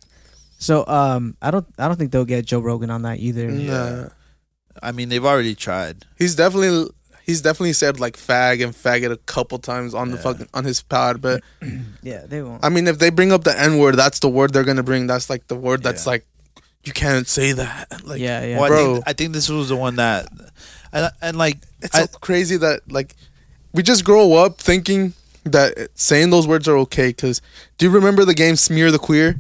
Speaker 3: So um, I don't I don't think they'll get Joe Rogan on that either.
Speaker 2: Nah.
Speaker 1: I mean, they've already tried.
Speaker 2: He's definitely. He's definitely said like fag and faggot a couple times on the
Speaker 1: Yeah.
Speaker 2: fucking on his pod, but
Speaker 3: Yeah, they won't.
Speaker 2: I mean, if they bring up the N word, that's the word they're gonna bring. That's like the word that's
Speaker 1: Yeah.
Speaker 2: like, you can't say that. Like,
Speaker 3: yeah, yeah.
Speaker 1: Well, I,
Speaker 2: Bro.
Speaker 1: think, I think this was the one that, and, and like,
Speaker 2: it's
Speaker 1: I,
Speaker 2: so crazy that like, we just grow up thinking that it- saying those words are okay. Cause do you remember the game Smear the Queer?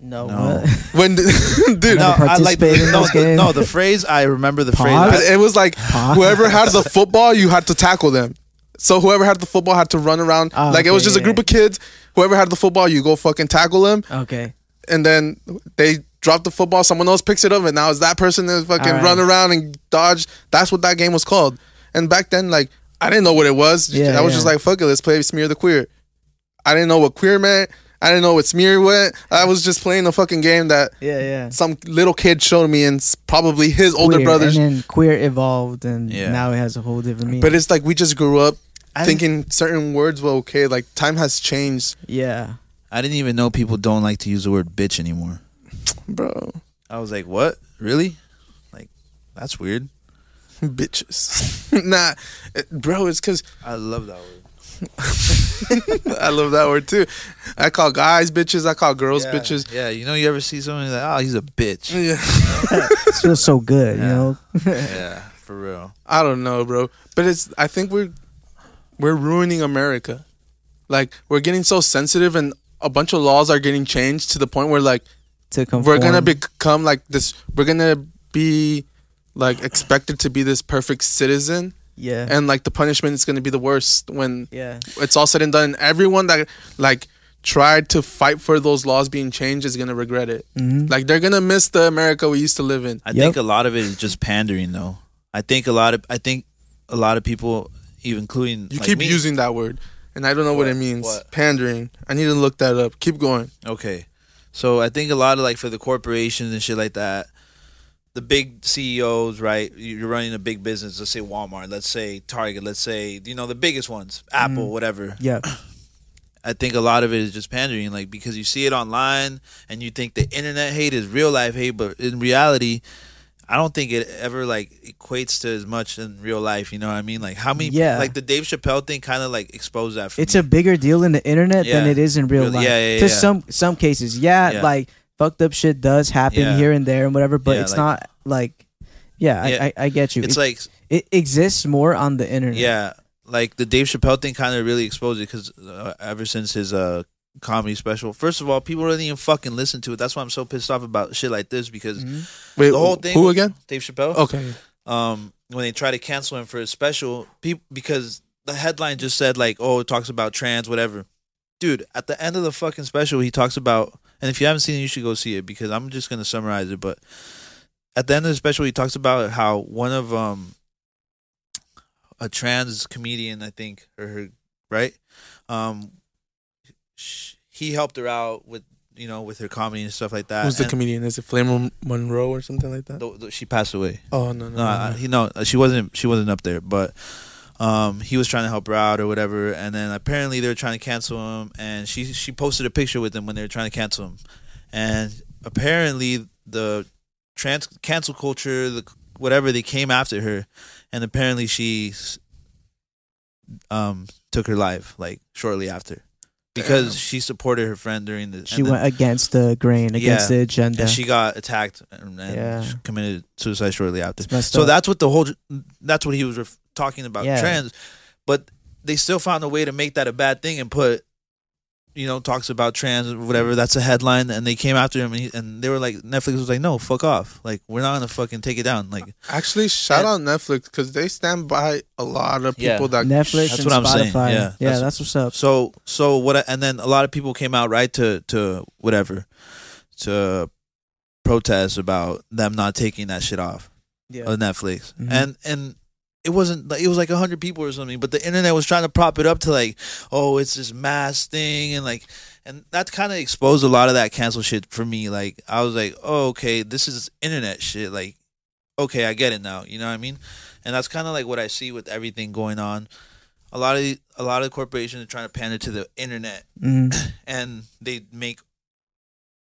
Speaker 3: No.
Speaker 1: No.
Speaker 3: what?
Speaker 2: When the- dude,
Speaker 1: no, I like
Speaker 3: participate in
Speaker 1: no,
Speaker 3: this
Speaker 1: the,
Speaker 3: game.
Speaker 1: no, the phrase I remember the
Speaker 2: but
Speaker 3: Pause?
Speaker 1: phrase.
Speaker 2: it was like whoever had the football, you had to tackle them. So whoever had the football had to run around.
Speaker 3: Oh,
Speaker 2: like it was
Speaker 3: okay,
Speaker 2: just a
Speaker 3: yeah,
Speaker 2: group
Speaker 3: yeah.
Speaker 2: of kids. Whoever had the football, you go fucking tackle them,
Speaker 3: Okay.
Speaker 2: and then they drop the football. Someone else picks it up, and now it's that person that fucking
Speaker 3: Alright.
Speaker 2: run around and dodge. That's what that game was called. And back then, like I didn't know what it was.
Speaker 3: Yeah,
Speaker 2: I was
Speaker 3: yeah.
Speaker 2: just like, "Fuck it, let's play smear the queer." I didn't know what queer meant. I didn't know what smear meant. I was just playing a fucking game that
Speaker 3: Yeah, yeah.
Speaker 2: some little kid showed me, and s- probably his older
Speaker 3: Queer,
Speaker 2: brothers.
Speaker 3: And then queer evolved, and
Speaker 1: Yeah.
Speaker 3: now it has a whole different meaning.
Speaker 2: But it's like we just grew up
Speaker 1: I didn't,
Speaker 2: thinking certain words were okay. Like time has changed,
Speaker 3: yeah.
Speaker 1: I didn't even know people don't like to use the word bitch anymore.
Speaker 2: bro.
Speaker 1: I was like, what? Really? Like, that's weird.
Speaker 2: Bitches, nah, it- bro. It's because
Speaker 1: I love that word.
Speaker 2: I love that word too. I call guys bitches. I call girls
Speaker 1: Yeah,
Speaker 2: bitches.
Speaker 1: Yeah, you know, you ever see someone like, oh, he's a bitch.
Speaker 2: Yeah.
Speaker 3: It feels so good,
Speaker 1: Yeah.
Speaker 3: you know.
Speaker 1: yeah, for real.
Speaker 2: I don't know, bro. But it's. I think we're we're ruining America. Like we're getting so sensitive, and a bunch of laws are getting changed to the point where like
Speaker 3: To conform.
Speaker 2: we're gonna become like this. We're gonna be like expected to be this perfect citizen,
Speaker 3: Yeah.
Speaker 2: and like the punishment is gonna be the worst when
Speaker 3: yeah.
Speaker 2: it's all said and done. And everyone that like tried to fight for those laws being changed is gonna regret it.
Speaker 3: Mhm.
Speaker 2: Like they're gonna miss the America we used to live in.
Speaker 1: I
Speaker 3: Yep.
Speaker 1: think a lot of it is just pandering, though. I think a lot of I think a lot of people, even including
Speaker 2: You
Speaker 1: like
Speaker 2: keep
Speaker 1: me-
Speaker 2: using that word, and I don't know what,
Speaker 1: What?
Speaker 2: it means.
Speaker 1: What?
Speaker 2: Pandering. I need to look that up. Keep going.
Speaker 1: Okay, so I think a lot of like for the corporations and shit like that, the big CEOs, right? You- You're running a big business. Let's say Walmart. Let's say Target. Let's say you know the biggest ones, Apple,
Speaker 3: Mhm.
Speaker 1: whatever.
Speaker 3: Yeah.
Speaker 1: I think a lot of it is just pandering, like because you see it online and you think the internet hate is real life hate, but in reality, I don't think it ever like equates to as much in real life. You know what I mean? Like how many?
Speaker 3: Yeah.
Speaker 1: Like the Dave Chappelle thing kind of like exposed that. For
Speaker 3: It's
Speaker 1: me.
Speaker 3: a bigger deal in the internet than
Speaker 1: Yeah.
Speaker 3: it is in real
Speaker 1: Real-
Speaker 3: life.
Speaker 1: yeah, yeah,
Speaker 3: to
Speaker 1: yeah.
Speaker 3: some some cases, yeah,
Speaker 1: Yeah.
Speaker 3: like fucked up shit does happen
Speaker 1: Yeah.
Speaker 3: here and there and whatever, but
Speaker 1: Yeah,
Speaker 3: it's
Speaker 1: like-
Speaker 3: not like, yeah,
Speaker 1: Yeah.
Speaker 3: I, I, I get you.
Speaker 1: It's
Speaker 3: it,
Speaker 1: like
Speaker 3: it exists more on the internet.
Speaker 1: Yeah, like the Dave Chappelle thing kind of really exposed it because uh, ever since his uh comedy special, first of all, people didn't even fucking listen to it. That's why I'm so pissed off about shit like this because
Speaker 3: Mhm.
Speaker 2: Wait,
Speaker 1: the whole thing.
Speaker 2: Who again? Oh,
Speaker 1: Dave Chappelle.
Speaker 2: Okay.
Speaker 1: Um, when they try to cancel him for his special, people because the headline just said like, oh, it talks about trans, whatever. Dude, at the end of the fucking special, he talks about, and if you haven't seen it, you should go see it because I'm just gonna summarize it. But at the end of the special, he talks about how one of um a trans comedian, I think, or her, right? Um, sh- he helped her out with you know with her comedy and stuff like that.
Speaker 2: Who's
Speaker 1: Uh,
Speaker 2: the
Speaker 1: and
Speaker 2: comedian? Is it Flame Monroe or something like that?
Speaker 1: th- th- she passed away.
Speaker 2: Oh no no.
Speaker 1: No,
Speaker 2: no,
Speaker 1: I-
Speaker 2: no.
Speaker 1: Uh, he no, she wasn't. She wasn't up there, but um, he was trying to help her out or whatever. And then apparently they were trying to cancel him, and she she posted a picture with him when they were trying to cancel him. And apparently the trans cancel culture, the whatever, they came after her, and apparently she s- um took her life like shortly after because
Speaker 2: Damn.
Speaker 1: she supported her friend during the
Speaker 3: She
Speaker 1: and then-
Speaker 3: went against the grain, against
Speaker 1: Yeah.
Speaker 3: the agenda.
Speaker 1: and she got attacked and, and
Speaker 3: Yeah.
Speaker 1: she committed suicide shortly after.
Speaker 3: It's messed
Speaker 1: So
Speaker 3: up.
Speaker 1: that's what the whole that's what he was ref- talking about
Speaker 3: Yeah.
Speaker 1: trans, but they still found a way to make that a bad thing and put you know talks about trans or whatever that's a headline and they came after him and, he, and they were like Netflix was like no fuck off like we're not gonna fucking take it down like
Speaker 2: Actually, shout out Netflix because they stand by a lot of
Speaker 1: Yeah.
Speaker 2: people that
Speaker 3: Netflix
Speaker 1: Uh, That's
Speaker 3: and
Speaker 1: what I'm saying.
Speaker 3: Spotify.
Speaker 1: Yeah,
Speaker 3: Yeah,
Speaker 1: that's-
Speaker 3: that's, what's up.
Speaker 1: so so what I, and then a lot of people came out right to to whatever to protest about them not taking that shit off
Speaker 3: Yeah.
Speaker 1: of Netflix,
Speaker 3: Mhm.
Speaker 1: and and it wasn't like it was like hundred people or something, but the internet was trying to prop it up to like, oh, it's this mass thing, and like, and that kind of exposed a lot of that cancel shit for me. Like, I was like, oh, okay, this is internet shit. Like, okay, I get it now. You know what I mean? And that's kind of like what I see with everything going on. A lot of the- a lot of corporations are trying to pander to the internet,
Speaker 3: Mhm.
Speaker 1: and they make.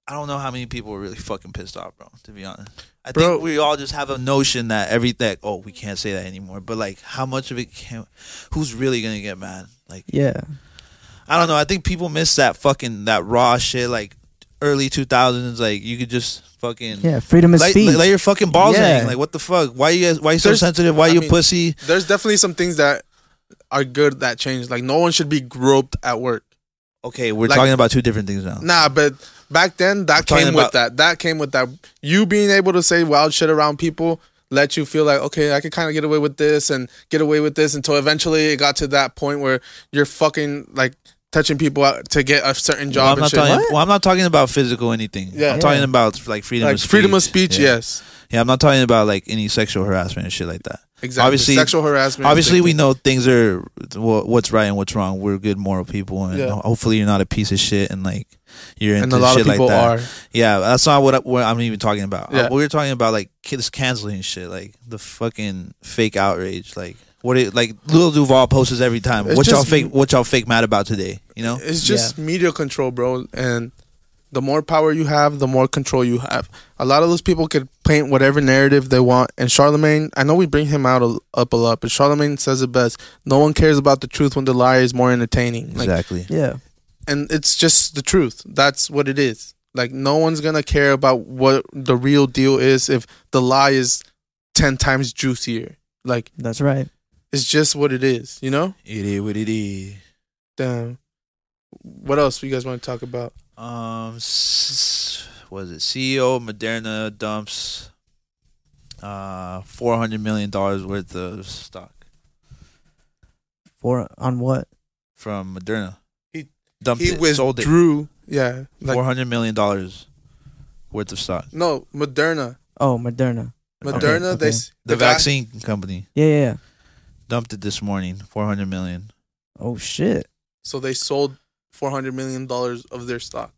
Speaker 1: I don't know how many people are really fucking pissed off, bro. To be honest, I
Speaker 2: Bro.
Speaker 1: think we all just have a notion that every that oh we can't say that anymore. But like, how much of it can? Who's really gonna get mad? Like,
Speaker 3: Yeah.
Speaker 1: I don't know. I think people miss that fucking that raw shit. Like early two thousands, like you could just fucking
Speaker 3: Yeah. Freedom of
Speaker 1: lay,
Speaker 3: speech.
Speaker 1: lay your fucking balls
Speaker 3: Yeah.
Speaker 1: hang. Like what the fuck? Why you guys? Why you so
Speaker 2: There's-
Speaker 1: sensitive? Why
Speaker 2: I
Speaker 1: you
Speaker 2: mean-
Speaker 1: pussy?
Speaker 2: There's definitely some things that are good that change. Like no one should be groped at work.
Speaker 1: Okay, we're
Speaker 2: Like-
Speaker 1: talking about two different things now.
Speaker 2: Nah, but back then that
Speaker 1: talking
Speaker 2: came with
Speaker 1: about-
Speaker 2: that. That came with that. You being able to say wild shit around people let you feel like okay, I could kind of get away with this and get away with this until eventually it got to that point where you're fucking like touching people out to get a certain
Speaker 1: Well,
Speaker 2: job
Speaker 1: I'm not
Speaker 2: and shit.
Speaker 1: talking. Well, I'm not talking about physical anything.
Speaker 2: Yeah.
Speaker 1: I'm
Speaker 2: Yeah.
Speaker 1: talking about like freedom.
Speaker 2: Like
Speaker 1: of speech.
Speaker 2: freedom of speech, yes,
Speaker 1: Yeah, I'm not talking about like any sexual harassment and shit like that.
Speaker 2: exactly.
Speaker 1: Obviously-
Speaker 2: sexual harassment. is
Speaker 1: Obviously,
Speaker 2: big.
Speaker 1: we know things are wha- what's right and what's wrong. We're good moral people, and
Speaker 2: Yeah.
Speaker 1: hopefully, you're not a piece of shit and like you're into
Speaker 2: and a lot
Speaker 1: shit
Speaker 2: of people
Speaker 1: like that.
Speaker 2: are.
Speaker 1: Yeah, that's not what, I, what I'm even talking about.
Speaker 2: Yeah.
Speaker 1: Uh, we're talking about like kids canceling shit, like the fucking fake outrage, like. What it like? Lil Duval posts every time.
Speaker 2: It's
Speaker 1: what y'all
Speaker 2: just-
Speaker 1: fake? What y'all fake mad about today? You know?
Speaker 2: It's just media control, bro. And the more power you have, the more control you have. A lot of those people could paint whatever narrative they want. And Charlemagne, I know we bring him out a, up a lot, but Charlemagne says it best: no one cares about the truth when the lie is more entertaining. Like,
Speaker 1: Exactly.
Speaker 3: yeah.
Speaker 2: and it's just the truth. That's what it is. Like, no one's gonna care about what the real deal is if the lie is ten times juicier. Like,
Speaker 3: That's right.
Speaker 2: it's just what it is. You know?
Speaker 1: It is what it is.
Speaker 2: Damn. What else you guys want to talk about?
Speaker 1: Um, s- was it CEO Moderna dumps uh four hundred million dollars worth of stock
Speaker 3: For on what?
Speaker 1: from Moderna?
Speaker 2: He-
Speaker 1: dumped
Speaker 2: he
Speaker 1: it, sold it
Speaker 2: withdrew. Yeah, like
Speaker 1: four hundred million dollars worth of stock.
Speaker 2: no Moderna.
Speaker 3: Oh, Moderna.
Speaker 2: Moderna. They
Speaker 3: Okay, okay.
Speaker 2: s-
Speaker 1: The
Speaker 2: the guy-
Speaker 1: vaccine company
Speaker 3: Yeah, yeah. yeah.
Speaker 1: dumped it this morning, four hundred million.
Speaker 3: Oh shit.
Speaker 2: so they sold four hundred million dollars of their stock,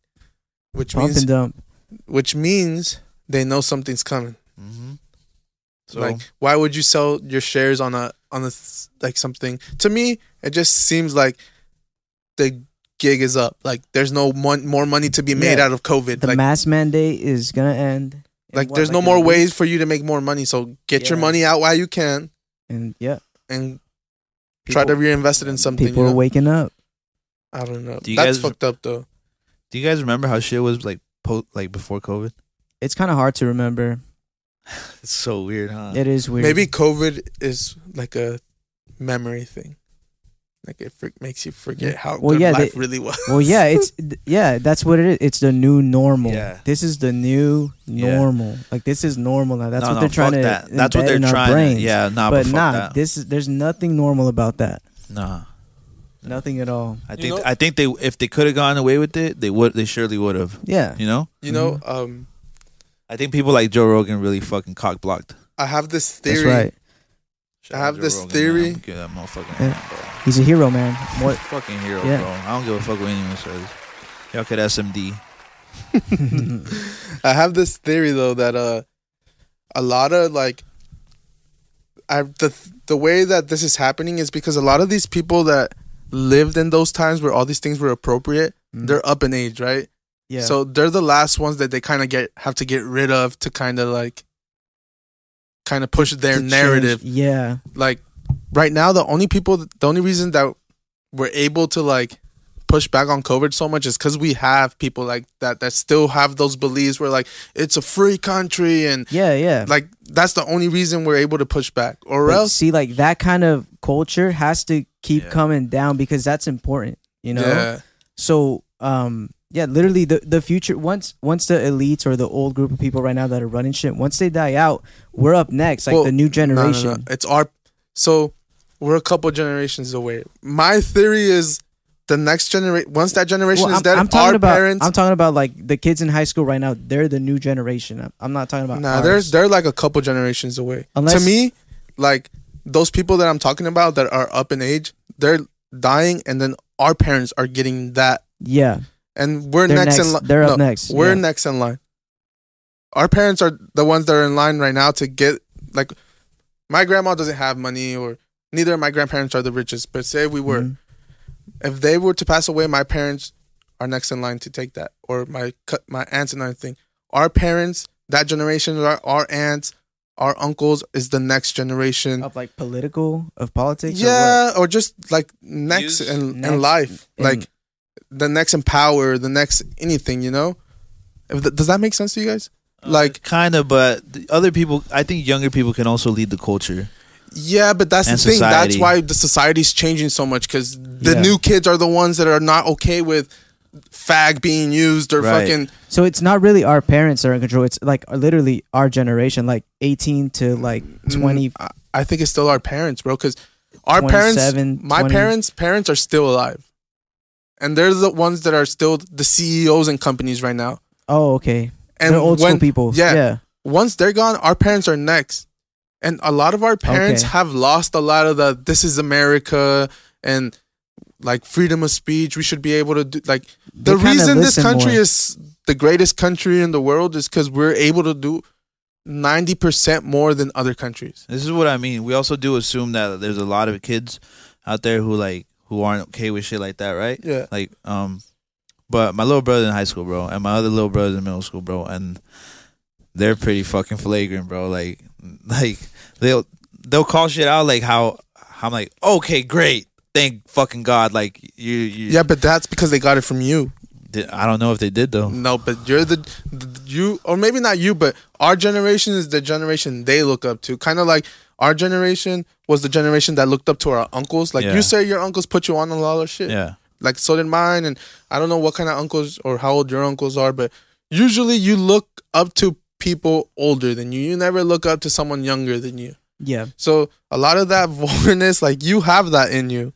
Speaker 2: which
Speaker 3: Pump
Speaker 2: means
Speaker 3: and dump.
Speaker 2: which means they know something's coming.
Speaker 1: Mm-hmm. So
Speaker 2: like, why would you sell your shares on a on a s- like something? To me, it just seems like the gig is up. Like, there's no mon- more money to be made
Speaker 3: Yeah.
Speaker 2: out of COVID.
Speaker 3: The
Speaker 2: like,
Speaker 3: mass mandate is gonna end. in
Speaker 2: like
Speaker 3: what,
Speaker 2: there's no
Speaker 3: in
Speaker 2: more
Speaker 3: a week?
Speaker 2: ways for you to make more money. So get your
Speaker 3: Yeah.
Speaker 2: money out while you can
Speaker 3: And yeah,
Speaker 2: and try to reinvest it in something.
Speaker 3: people
Speaker 2: you
Speaker 3: are
Speaker 2: know?
Speaker 3: waking up.
Speaker 2: I don't know.
Speaker 1: Do you
Speaker 2: That's
Speaker 1: guys-
Speaker 2: fucked up though.
Speaker 1: do you guys remember how shit was like po- like before COVID?
Speaker 3: It's kind of hard to remember.
Speaker 1: It's so weird, huh?
Speaker 3: It is weird.
Speaker 2: Maybe COVID is like a memory thing. Like it freak makes you forget
Speaker 1: uh,
Speaker 2: how
Speaker 3: Well,
Speaker 2: good
Speaker 3: yeah,
Speaker 2: life
Speaker 3: they-
Speaker 2: really was.
Speaker 3: Well, yeah, it's th- yeah, that's what it is. It's the new normal.
Speaker 1: Yeah.
Speaker 3: This is the new
Speaker 1: Yeah.
Speaker 3: normal. Like this is normal now. That's
Speaker 1: No,
Speaker 3: what
Speaker 1: no,
Speaker 3: they're trying
Speaker 1: fuck
Speaker 3: to.
Speaker 1: That. That's what
Speaker 3: embed
Speaker 1: they're
Speaker 3: in our
Speaker 1: trying. to-
Speaker 3: brains.
Speaker 1: yeah, nah, but,
Speaker 3: but
Speaker 1: fuck
Speaker 3: nah,
Speaker 1: that.
Speaker 3: this is there's nothing normal about that.
Speaker 1: nah.
Speaker 3: Nothing at all.
Speaker 1: I
Speaker 2: You
Speaker 1: think
Speaker 2: know-
Speaker 1: I think they if they could have gone away with it, they would. They surely would have.
Speaker 3: Yeah.
Speaker 1: You know.
Speaker 2: You know,
Speaker 3: mm-hmm.
Speaker 2: um,
Speaker 1: I think people like Joe Rogan really fucking cock blocked.
Speaker 2: I have this
Speaker 3: That's
Speaker 2: theory.
Speaker 3: right.
Speaker 1: Shout
Speaker 2: I have
Speaker 1: out Joe
Speaker 2: this
Speaker 1: Rogan,
Speaker 2: theory-
Speaker 1: man. Give that motherfucker
Speaker 3: Yeah.
Speaker 1: a hand, bro.
Speaker 3: He's a hero, man. More
Speaker 1: Fucking hero,
Speaker 3: Yeah.
Speaker 1: bro. I don't give a fuck what anyone says. Y'all could SMD.
Speaker 3: Mm-hmm.
Speaker 2: I have this theory though that uh, a lot of like, I the the way that this is happening is because a lot of these people that lived in those times where all these things were appropriate, they're up in age, right?
Speaker 3: Mm-hmm. yeah.
Speaker 2: So they're the last ones that they kind of get have to get rid of to kind of like, kind of push
Speaker 3: To
Speaker 2: their
Speaker 3: change-
Speaker 2: narrative.
Speaker 3: Yeah.
Speaker 2: like right now the only people the only reason that we're able to like push back on covid so much is because we have people like that that still have those beliefs where like it's a free country and
Speaker 3: Yeah. Yeah.
Speaker 2: like that's the only reason we're able to push back or
Speaker 3: But
Speaker 2: else
Speaker 3: see, like that kind of culture has to keep
Speaker 1: Yeah.
Speaker 3: coming down because that's important. You know.
Speaker 2: yeah
Speaker 3: So um yeah, literally the the future once once the elites or the old group of people right now that are running shit, once they die out, we're up next, like
Speaker 2: Well,
Speaker 3: the new
Speaker 2: No, no, no.
Speaker 3: generation.
Speaker 2: it's our so we're a couple generations away my theory is the next generation once that generation
Speaker 3: Well,
Speaker 2: is dead our
Speaker 3: about
Speaker 2: parents
Speaker 3: I'm talking about like the kids in high school right now, they're the new generation. I'm, I'm not talking about
Speaker 2: Nah, they're
Speaker 3: ours.
Speaker 2: they're like a couple generations away.
Speaker 3: Unless-
Speaker 2: to me, like those people that I'm talking about that are up in age, they're dying, and then our parents are getting that,
Speaker 3: yeah.
Speaker 2: and we're
Speaker 3: They're
Speaker 2: next,
Speaker 3: next-
Speaker 2: in line.
Speaker 3: they're up next,
Speaker 2: We're
Speaker 3: yeah.
Speaker 2: next in line. Our parents are the ones that are in line right now to get like. My grandma doesn't have money, or neither of my grandparents are the richest. But say we were,
Speaker 3: Mhm.
Speaker 2: if they were to pass away, my parents are next in line to take that, or my cu- my aunts and everything. Our parents, that generation, our, our aunts, our uncles is the next generation.
Speaker 3: Mm-hmm. of like political of politics. or what?
Speaker 2: yeah, or, just like next
Speaker 1: Use
Speaker 2: in,
Speaker 3: next
Speaker 2: in life,
Speaker 3: in-
Speaker 2: like the next in power, the next anything, you know. If th- does that make sense to you guys?
Speaker 3: Uh,
Speaker 2: Like-
Speaker 1: kind of, but the other people. I think younger people can also lead the culture.
Speaker 2: Yeah, but that's the
Speaker 1: And
Speaker 2: thing. That's
Speaker 1: society.
Speaker 2: why the society's changing so much because the
Speaker 3: Yeah.
Speaker 2: new kids are the ones that are not okay with fag being used or
Speaker 1: Right.
Speaker 2: fucking
Speaker 3: So it's not really our parents that are in control. It's like literally our generation, like 18 to
Speaker 2: Mm-hmm.
Speaker 3: like 20.
Speaker 2: Mm, I, I think it's still our parents, bro. Because our parents,
Speaker 3: 27,
Speaker 2: my
Speaker 3: 20.
Speaker 2: parents, parents are still alive, and they're the ones that are still the CEOs and companies right now.
Speaker 3: Oh, okay.
Speaker 2: And
Speaker 3: they're old
Speaker 2: when-
Speaker 3: school people.
Speaker 2: Yeah,
Speaker 3: yeah.
Speaker 2: Once they're gone, our parents are next, and a lot of our parents
Speaker 3: Okay.
Speaker 2: have lost a lot of the "This is America" and like freedom of speech. We should be able to do like
Speaker 3: They
Speaker 2: the
Speaker 3: kinda
Speaker 2: reason this
Speaker 3: listen
Speaker 2: country
Speaker 3: more.
Speaker 2: is the greatest country in the world is because we're able to do ninety percent more than other countries.
Speaker 1: This is what I mean. We also do assume that there's a lot of kids out there who like who aren't okay with shit like that, right?
Speaker 2: Yeah.
Speaker 1: Like, um, but my little brother in high school, bro, and my other little brother's in middle school, bro, and they're pretty fucking flagrant, bro. Like, like they'll they'll call shit out like how I'm like, okay, great, thank fucking god, like you, you
Speaker 2: Yeah, but that's because they got it from you.
Speaker 1: Did- I don't know if they did though.
Speaker 2: No, but you're the th- you, or maybe not you, but our generation is the generation they look up to. Kind of like our generation was the generation that looked up to our uncles. Like
Speaker 1: Yeah.
Speaker 2: you say, your uncles put you on a lot of shit.
Speaker 1: Yeah,
Speaker 2: Like so did mine, and I don't know what kind of uncles or how old your uncles are, but usually you look up to people older than you. You never look up to someone younger than you.
Speaker 3: Yeah.
Speaker 2: So a lot of that vulgarness, like you have that in you.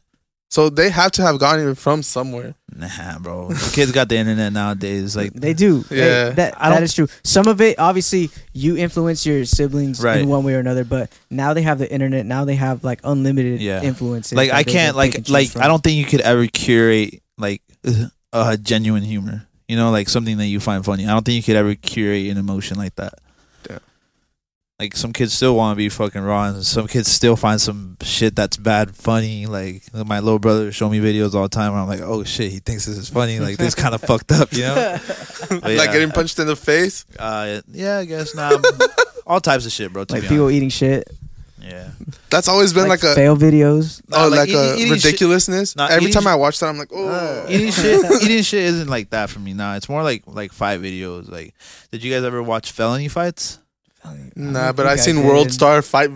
Speaker 2: So they have to have gotten it from somewhere.
Speaker 1: nah, bro. Kids got the internet nowadays. Like,
Speaker 3: They do. They-
Speaker 2: Yeah.
Speaker 3: that,
Speaker 1: I
Speaker 3: that
Speaker 1: don't-
Speaker 3: is true. Some of it, obviously, you influence your siblings
Speaker 1: Right.
Speaker 3: in one way or another, but now they have the internet. Now they have like unlimited
Speaker 1: Yeah.
Speaker 3: influences.
Speaker 1: like
Speaker 3: that
Speaker 1: I
Speaker 3: they
Speaker 1: can't
Speaker 3: can pick and
Speaker 1: like like
Speaker 3: choose from.
Speaker 1: I don't think you could ever curate like a genuine humor. You know, like something that you find funny. I don't think you could ever curate an emotion like that. Like some kids still want to be fucking raw, and some kids still find some shit that's bad funny. Like my little brother show me videos all the time, where I'm like, oh shit, he thinks this is funny. Like this kind of fucked up, you know? But
Speaker 2: Like
Speaker 1: yeah,
Speaker 2: getting punched in the face.
Speaker 1: Uh, yeah, I guess not. all types of shit, bro. To
Speaker 3: like
Speaker 1: be
Speaker 3: people
Speaker 1: honest.
Speaker 3: eating shit,
Speaker 1: yeah.
Speaker 2: That's always been
Speaker 3: like,
Speaker 2: like, a
Speaker 3: fail videos.
Speaker 1: Nah,
Speaker 2: oh,
Speaker 1: like
Speaker 2: like,
Speaker 1: eating-
Speaker 2: a
Speaker 1: eating shit-
Speaker 2: ridiculousness.
Speaker 1: Nah,
Speaker 2: Every
Speaker 1: eating
Speaker 2: time
Speaker 1: shit-
Speaker 2: I watch that, I'm like, oh,
Speaker 1: eating shit eating shit isn't like that for me now it's more like like fight videos like did you guys ever watch felony fights
Speaker 2: nah. But
Speaker 3: think
Speaker 2: I seen
Speaker 3: did.
Speaker 2: World Star fight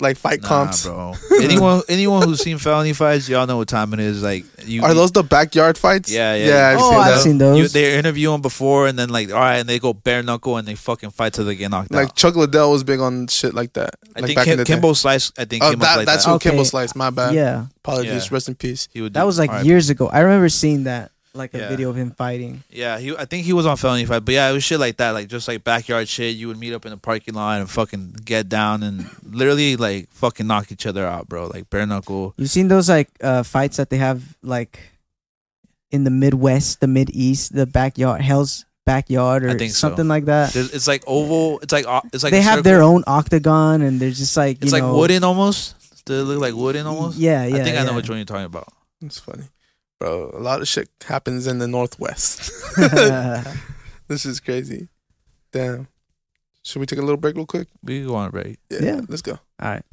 Speaker 2: like fight comps.
Speaker 1: bro anyone anyone who's seen felony fights y'all know what time it is like you
Speaker 2: Are those the backyard fights?
Speaker 1: yeah yeah
Speaker 2: yeah.
Speaker 3: Oh, I've
Speaker 2: that.
Speaker 3: seen
Speaker 1: You,
Speaker 3: those.
Speaker 1: they interview them before and then like all right and they go bare knuckle and they fucking fight till they get knocked
Speaker 2: Like
Speaker 1: out
Speaker 2: Chuck Liddell was big on shit like that.
Speaker 1: I
Speaker 2: like
Speaker 1: think Kim,
Speaker 2: day.
Speaker 1: Kimbo Slice I think
Speaker 2: Oh,
Speaker 1: came
Speaker 2: that-
Speaker 1: up like
Speaker 2: that's
Speaker 1: that
Speaker 2: who
Speaker 3: Okay.
Speaker 2: Kimbo Slice. My bad.
Speaker 3: yeah,
Speaker 2: Apologies.
Speaker 1: Yeah.
Speaker 2: Rest in peace.
Speaker 1: he would
Speaker 3: that
Speaker 1: do-
Speaker 3: was like
Speaker 1: alright.
Speaker 3: years ago. I remember seeing that, like a
Speaker 1: Yeah.
Speaker 3: video of him fighting.
Speaker 1: Yeah, he. I think he was on felony fight, but yeah, it was shit like that, like just like backyard shit. You would meet up in the parking lot and fucking get down and literally like fucking knock each other out, bro. Like bare knuckle.
Speaker 3: You seen those like uh, fights that they have like in the Midwest, the Mid East, the backyard, Hell's backyard,
Speaker 1: I
Speaker 3: or
Speaker 1: think so.
Speaker 3: something like that.
Speaker 1: There's, it's like oval. It's like o- it's like
Speaker 3: they
Speaker 1: a
Speaker 3: have
Speaker 1: circle.
Speaker 3: their own octagon, and they're just like you
Speaker 1: It's like
Speaker 3: know,
Speaker 1: wooden almost. They look like wooden almost.
Speaker 3: Yeah, yeah.
Speaker 1: I think I know
Speaker 3: yeah.
Speaker 1: which one you're talking about.
Speaker 2: It's funny, bro. A lot of shit happens in the Northwest. this is crazy. Damn. Should we take a little break real quick?
Speaker 1: We can go on a break.
Speaker 3: Yeah.
Speaker 2: Let's go.
Speaker 3: All right.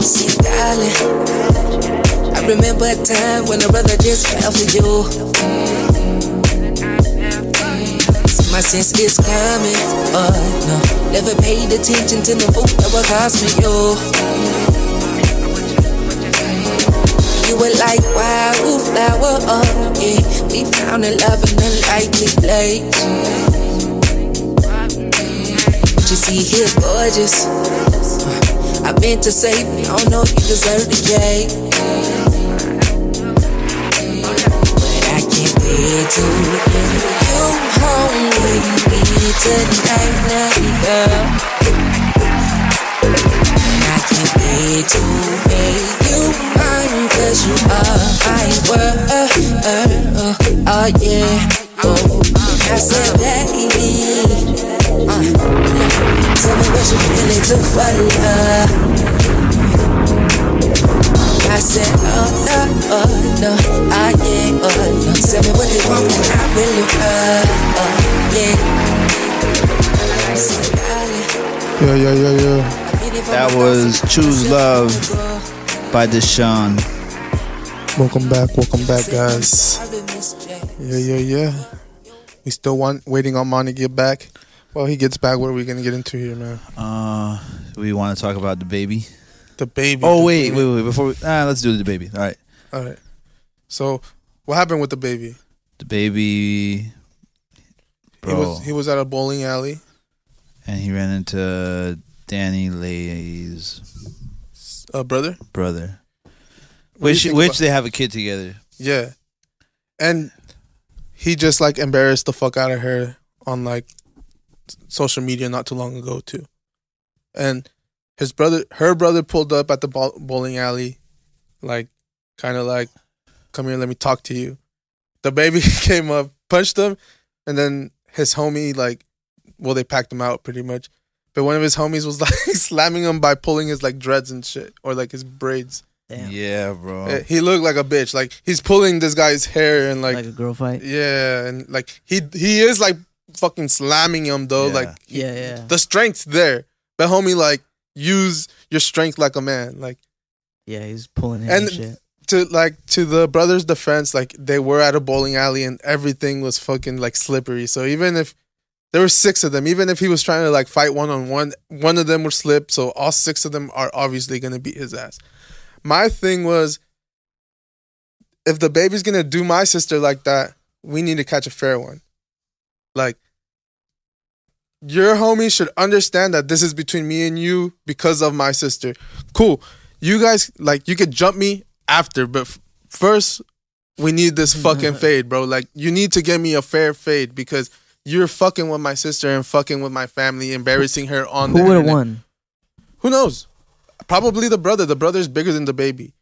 Speaker 5: See, darling, I remember a time when a brother just fell for you. So my sense is coming, but no, never paid attention to the fool that was costing you. You were like wildflower, oh yeah. We found a love in a likely place. But you see, he's gorgeous. I meant to say, I don't know if you deserve the J. But I can't wait to bring you home with me tonight, night, girl. And I can't wait to make you mine, cause you are my world. Oh, yeah. Oh, I said, baby. Uh, Tell me what you really do for love. I said, oh no, oh no, I yeah, oh no. Tell me what you want, and I really uh, oh yeah. So, darling,
Speaker 2: Yeah, yeah, yeah, yeah.
Speaker 5: I've been here for
Speaker 1: That
Speaker 5: my
Speaker 1: was
Speaker 5: thousand
Speaker 1: Choose
Speaker 5: years,
Speaker 1: Love
Speaker 5: girl.
Speaker 1: by Deshawn.
Speaker 2: Welcome back. Welcome back, guys.
Speaker 5: I really miss you.
Speaker 2: Yeah, yeah, yeah. We still want waiting on Monty to get back. Well, he gets back. What are we gonna get into here, man?
Speaker 1: Uh, we want to talk about the baby.
Speaker 2: The baby.
Speaker 1: Oh
Speaker 2: the
Speaker 1: wait,
Speaker 2: baby.
Speaker 1: wait, wait. Before we, ah, let's do the baby. All right.
Speaker 2: All right. So, what happened with the baby?
Speaker 1: the baby bro
Speaker 2: He was he was at a bowling alley.
Speaker 1: and he ran into danny lay's
Speaker 2: Uh, brother.
Speaker 1: brother
Speaker 2: What do you
Speaker 1: which
Speaker 2: think
Speaker 1: which
Speaker 2: about-
Speaker 1: they have a kid together
Speaker 2: Yeah. And he just like embarrassed the fuck out of her on like s- social media not too long ago too. And his brother her brother pulled up at the bow- bowling alley like kind of like come here let me talk to you. The baby came up, punched him and then his homie like well they packed him out pretty much. But one of his homies was like slamming him by pulling his like dreads and shit or like his braids.
Speaker 3: Damn.
Speaker 1: yeah bro
Speaker 2: Yeah, Eh, He looked like a bitch. Like he's pulling this guy's hair and
Speaker 3: Like,
Speaker 2: like,
Speaker 3: a girl fight.
Speaker 2: yeah, and like he he is like fucking slamming him though.
Speaker 1: Yeah.
Speaker 2: Like he-
Speaker 3: Yeah, yeah.
Speaker 2: the strength's there, but homie, like use your strength like a man. Like
Speaker 3: yeah, he's pulling him
Speaker 2: And-
Speaker 3: and, shit.
Speaker 2: to like to the brother's defense, like they were at a bowling alley and everything was fucking like slippery. So even if there were six of them, even if he was trying to like fight one on one, one of them would slip. So all six of them are obviously gonna beat his ass. My thing was, if the baby's gonna do my sister like that, we need to catch a fair one. Like. Your homie should understand that this is between me and you because of my sister. Cool. You guys, like, you could jump me after, but f- first, we need this fucking fade, bro. Like, you need to get me a fair fade because you're fucking with my sister and fucking with my family, embarrassing her on the
Speaker 3: Who would have
Speaker 2: internet.
Speaker 3: won?
Speaker 2: Who knows? Probably the brother. The brother's bigger than the baby.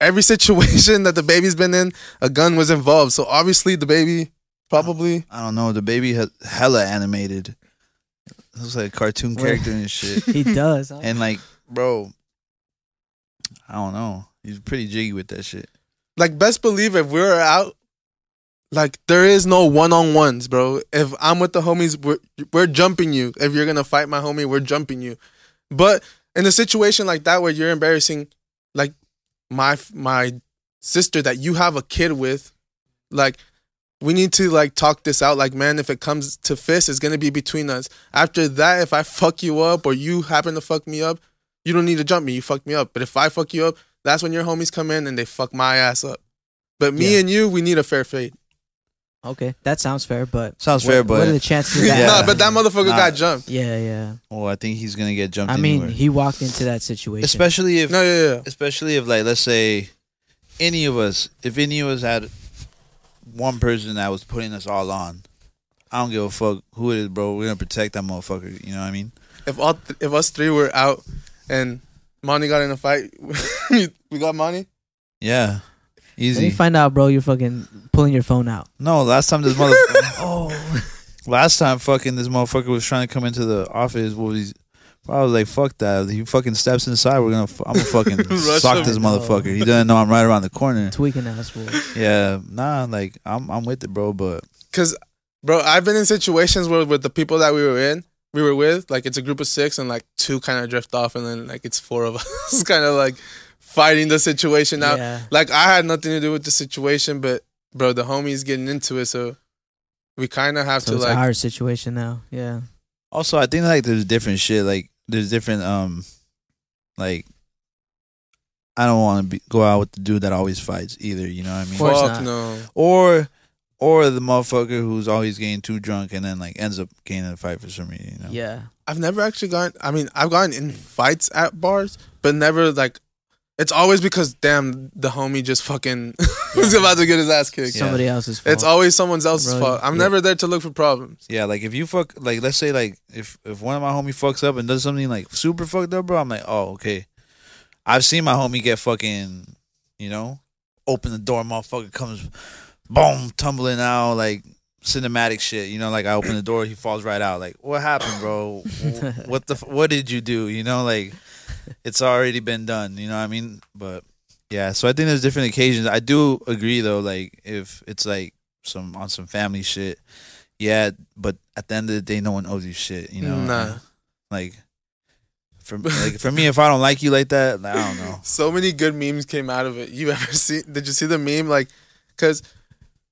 Speaker 2: Every situation that the baby's been in, a gun was involved. So obviously the baby probably
Speaker 1: I don't know. The baby had hella animated. It was like a cartoon
Speaker 3: Wait.
Speaker 1: character and shit.
Speaker 3: He does. huh?
Speaker 1: and like, bro, I don't know. He's pretty jiggy with that shit.
Speaker 2: like best believe if we were out like there is no one-on-ones, bro. If I'm with the homies, we're, we're jumping you. If you're going to fight my homie, we're jumping you. But in a situation like that where you're embarrassing like my my sister that you have a kid with, like we need to like talk this out like man if it comes to fists it's going to be between us after that if i fuck you up or you happen to fuck me up you don't need to jump me you fucked me up but if i fuck you up that's when your homies come in and they fuck my ass up but me
Speaker 3: Yeah.
Speaker 2: and you we need a fair fate
Speaker 3: Okay, that sounds fair, but
Speaker 1: Sounds
Speaker 3: what,
Speaker 1: fair,
Speaker 3: what are the
Speaker 1: but
Speaker 3: chances? Of that?
Speaker 1: Yeah.
Speaker 2: nah, but that motherfucker
Speaker 1: Nah.
Speaker 2: got jumped
Speaker 3: yeah, yeah.
Speaker 1: oh, I think he's gonna get jumped.
Speaker 3: I mean,
Speaker 1: anywhere.
Speaker 3: he walked into that situation.
Speaker 1: especially if
Speaker 2: no yeah yeah
Speaker 1: especially if like let's say any of us if any of us had one person that was putting us all on i don't give a fuck who it is bro we're gonna protect that motherfucker you know what i mean
Speaker 2: if all th- if us three were out and monty got in a fight we got monty
Speaker 1: yeah
Speaker 3: Let me
Speaker 1: easy
Speaker 3: find out, bro. You're fucking pulling your phone out.
Speaker 1: no last time this motherfucker last time fucking this motherfucker was trying to come into the office what was I was like, "Fuck that!" He fucking steps inside. We're gonna, f- I'm gonna fucking
Speaker 2: Rush
Speaker 1: sock
Speaker 2: him.
Speaker 1: this motherfucker. He doesn't know I'm right around the corner.
Speaker 3: Tweaking ass fool.
Speaker 1: Yeah, nah, like I'm, I'm with it, bro. But
Speaker 2: Cause, bro, I've been in situations where with the people that we were in, we were with, like it's a group of six, and like two kind of drift off, and then like it's four of us, kind of like fighting the situation out.
Speaker 3: Yeah.
Speaker 2: Like I had nothing to do with the situation, but bro, the homies getting into it, so we kind of have
Speaker 3: So
Speaker 2: to
Speaker 3: it's
Speaker 2: like,
Speaker 3: our situation now. Yeah.
Speaker 1: Also, I think like there's different shit. Like there's different um, like I don't want to be go out with the dude that always fights either. You know what I mean?
Speaker 3: course
Speaker 2: fuck
Speaker 3: not.
Speaker 2: no.
Speaker 1: Or or the motherfucker who's always getting too drunk and then like ends up getting in a fight for some reason. You know?
Speaker 3: Yeah.
Speaker 2: I've never actually gotten. I mean, I've gotten in fights at bars, but never like. It's always because damn, the homie just fucking was about to get his ass kicked.
Speaker 1: Yeah.
Speaker 3: Somebody else's fault.
Speaker 2: It's always someone else's
Speaker 3: Bro,
Speaker 2: fault. I'm
Speaker 1: yeah.
Speaker 2: never there to look for problems.
Speaker 1: Yeah, like if you fuck, like let's say like if if one of my homie fucks up and does something like super fucked up, bro, I'm like, oh okay. I've seen my homie get fucking, you know, open the door, motherfucker comes, boom, tumbling out like cinematic shit. You know, like I open the door, he falls right out. Like what happened, bro? Wh- what the f- what did you do? You know, like it's already been done. You know what I mean? But yeah, so I think there's different occasions. I do agree though, like if it's like some on some family shit, yeah. But at the end of the day, no one owes you shit. You know,
Speaker 2: Nah.
Speaker 1: Like for like for me, if I don't like you like that, like, I don't know.
Speaker 2: so many good memes came out of it. You ever see? Did you see the meme? Like, cause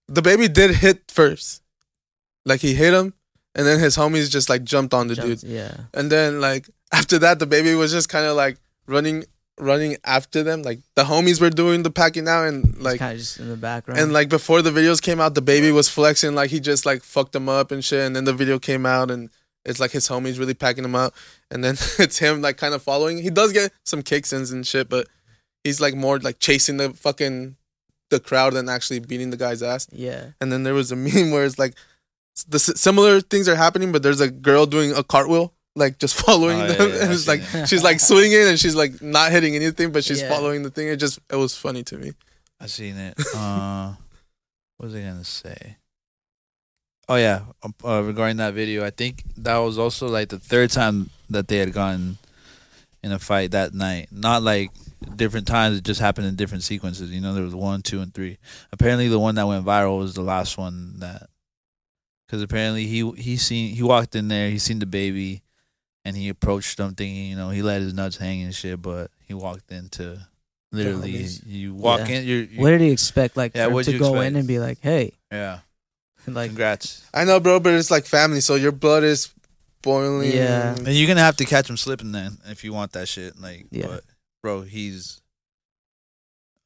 Speaker 2: the baby did hit first. Like he hit him, and then his homies just like jumped on the
Speaker 3: Jumps-
Speaker 2: dude.
Speaker 3: Yeah.
Speaker 2: And then like after that, the baby was just kind of like running, running after them. Like the homies were doing the packing out, and like
Speaker 3: kind of just in the background.
Speaker 2: and like before the videos came out, the baby was flexing like he just like fucked him up and shit. And then the video came out, and it's like his homies really packing him up. And then it's him like kind of following. He does get some kicks in and shit, but he's like more like chasing the fucking the crowd than actually beating the guy's ass.
Speaker 3: yeah.
Speaker 2: And then there was a meme where it's like s- the s- similar things are happening, but there's a girl doing a cartwheel. Like just following
Speaker 1: Oh, yeah,
Speaker 2: them,
Speaker 1: yeah,
Speaker 2: and
Speaker 1: I've
Speaker 2: it's
Speaker 1: seen
Speaker 2: like she's like swinging and she's like not hitting anything, but she's
Speaker 3: Yeah.
Speaker 2: following the thing. It just it was funny to me.
Speaker 1: I seen it. Uh, what was I gonna say? Oh yeah, um, uh, regarding that video, I think that was also like the third time that they had gotten in a fight that night. Not like different times; it just happened in different sequences. You know, there was one, two, and three. Apparently, the one that went viral was the last one that, because apparently he he seen he walked in there, he seen the baby, and he approached them thinking, you know, he let his nuts hang and shit, but he walked into. Literally,
Speaker 2: homies.
Speaker 1: you walk
Speaker 3: Yeah.
Speaker 1: in. You're, you
Speaker 3: What did he expect? Like
Speaker 1: Yeah,
Speaker 3: for him
Speaker 1: what'd
Speaker 3: to
Speaker 1: you
Speaker 3: go
Speaker 1: expect?
Speaker 3: in and be like, hey,
Speaker 1: yeah.
Speaker 3: like
Speaker 1: Congrats.
Speaker 2: I know, bro, but it's like family, so your blood is boiling.
Speaker 3: Yeah.
Speaker 1: And you're gonna have to catch him slipping then if you want that shit. Like,
Speaker 3: Yeah.
Speaker 1: but bro, he's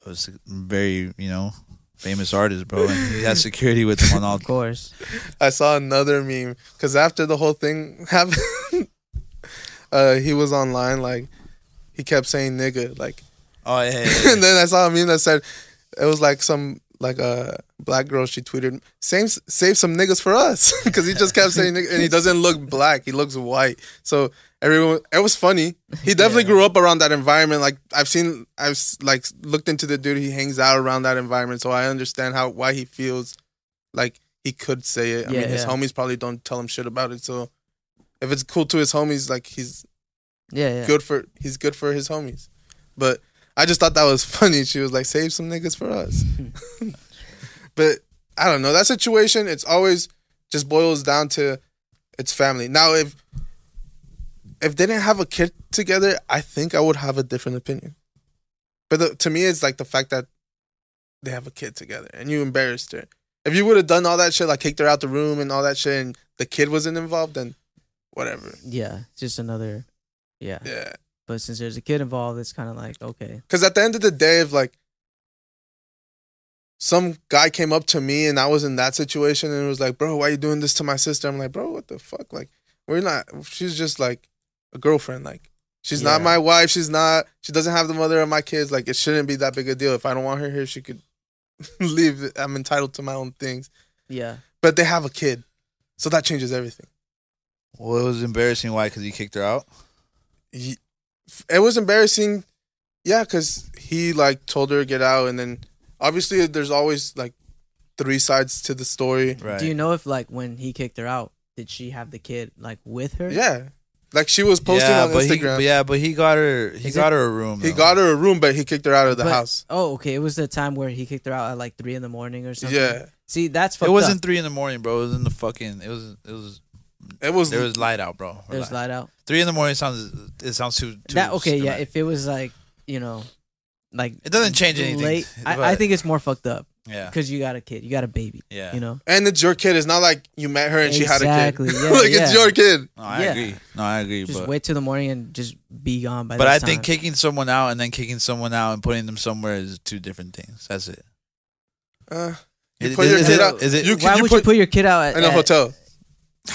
Speaker 1: a s- very you know famous artist, bro, and he has security with him on all.
Speaker 3: of course.
Speaker 2: I saw another meme because after the whole thing happened, uh, he was online like he kept saying nigga like,
Speaker 1: Oh yeah, yeah, yeah.
Speaker 2: and then I saw a meme that said it was like some like a black girl. She tweeted, "Same, save some niggas for us," because he just kept saying, nigga, and he doesn't look black. He looks white. So everyone, it was funny. He definitely grew up around that environment. Like I've seen, I've s- like looked into the dude. He hangs out around that environment, so I understand how why he feels like he could say it. I
Speaker 3: Yeah,
Speaker 2: mean, his
Speaker 3: yeah.
Speaker 2: homies probably don't tell him shit about it. So if it's cool to his homies, like he's
Speaker 3: Yeah, yeah.
Speaker 2: good for he's good for his homies. But I just thought that was funny. She was like, save some niggas for us. but I don't know. That situation, it's always just boils down to it's family. Now if if they didn't have a kid together, I think I would have a different opinion. But the, to me, it's like the fact that they have a kid together and you embarrassed her. If you would have done all that shit, like kicked her out the room and all that shit, and the kid wasn't involved, then whatever.
Speaker 3: Yeah, it's just another. Yeah.
Speaker 2: Yeah.
Speaker 3: but since there's a kid involved, it's kind of like okay,
Speaker 2: Because at the end of the day, if like some guy came up to me and I was in that situation and was like, "Bro, why you doing this to my sister?" I'm like, "Bro, what the fuck? Like, we're not. She's just like a girlfriend. Like, she's not
Speaker 3: Yeah.
Speaker 2: my wife. She's not. She doesn't have the mother of my kids. Like, it shouldn't be that big a deal. If I don't want her here, she could leave. I'm entitled to my own things.
Speaker 3: yeah,
Speaker 2: But they have a kid, so that changes everything.
Speaker 1: Well, it was embarrassing. Why? Because he kicked her out.
Speaker 2: he, it was embarrassing. Yeah, because he like told her to get out, and then obviously there's always like three sides to the story.
Speaker 1: Right.
Speaker 3: Do you know if like when he kicked her out, did she have the kid like with her?
Speaker 2: Yeah, like she was posting
Speaker 1: yeah,
Speaker 2: on
Speaker 1: but He,
Speaker 2: Instagram.
Speaker 1: but
Speaker 2: He,
Speaker 1: yeah, but he got her. He
Speaker 3: Is
Speaker 1: got her a room. though.
Speaker 2: got her a room, but he kicked her out of the
Speaker 3: But-
Speaker 2: house.
Speaker 3: Oh, okay. It was the time where he kicked her out at like three in the morning or something.
Speaker 2: Yeah,
Speaker 3: See, that's fucked
Speaker 1: It wasn't
Speaker 3: Up.
Speaker 1: three in the morning, bro. It was in the fucking. It was. It was.
Speaker 2: it was.
Speaker 1: There was light out, bro.
Speaker 3: It was light out.
Speaker 1: Three in the morning sounds. It sounds too. too
Speaker 3: that okay? Yeah.
Speaker 1: dramatic.
Speaker 3: If it was like you know, like
Speaker 1: It doesn't change anything.
Speaker 3: Late,
Speaker 1: but-
Speaker 3: I, I think it's more fucked up
Speaker 1: Yeah.
Speaker 3: because you got a kid, you got a baby.
Speaker 1: Yeah.
Speaker 3: You know.
Speaker 2: and it's your kid. It's not like you met her and she had a kid.
Speaker 3: Exactly, yeah,
Speaker 2: like
Speaker 3: yeah.
Speaker 2: it's your kid.
Speaker 1: No, I
Speaker 3: Yeah.
Speaker 1: agree. No, I agree.
Speaker 3: Just
Speaker 1: but
Speaker 3: wait till the morning and just be gone by.
Speaker 1: but I
Speaker 3: this
Speaker 1: think
Speaker 3: time.
Speaker 1: kicking someone out and then kicking someone out and putting them somewhere is two different things. That's it.
Speaker 2: Uh,
Speaker 1: Is it-
Speaker 2: put your
Speaker 1: is
Speaker 2: kid
Speaker 1: it-
Speaker 2: out-
Speaker 1: is it-
Speaker 2: you-
Speaker 3: Why would you
Speaker 2: put-
Speaker 3: put your kid out at,
Speaker 2: in a
Speaker 3: at-
Speaker 2: hotel.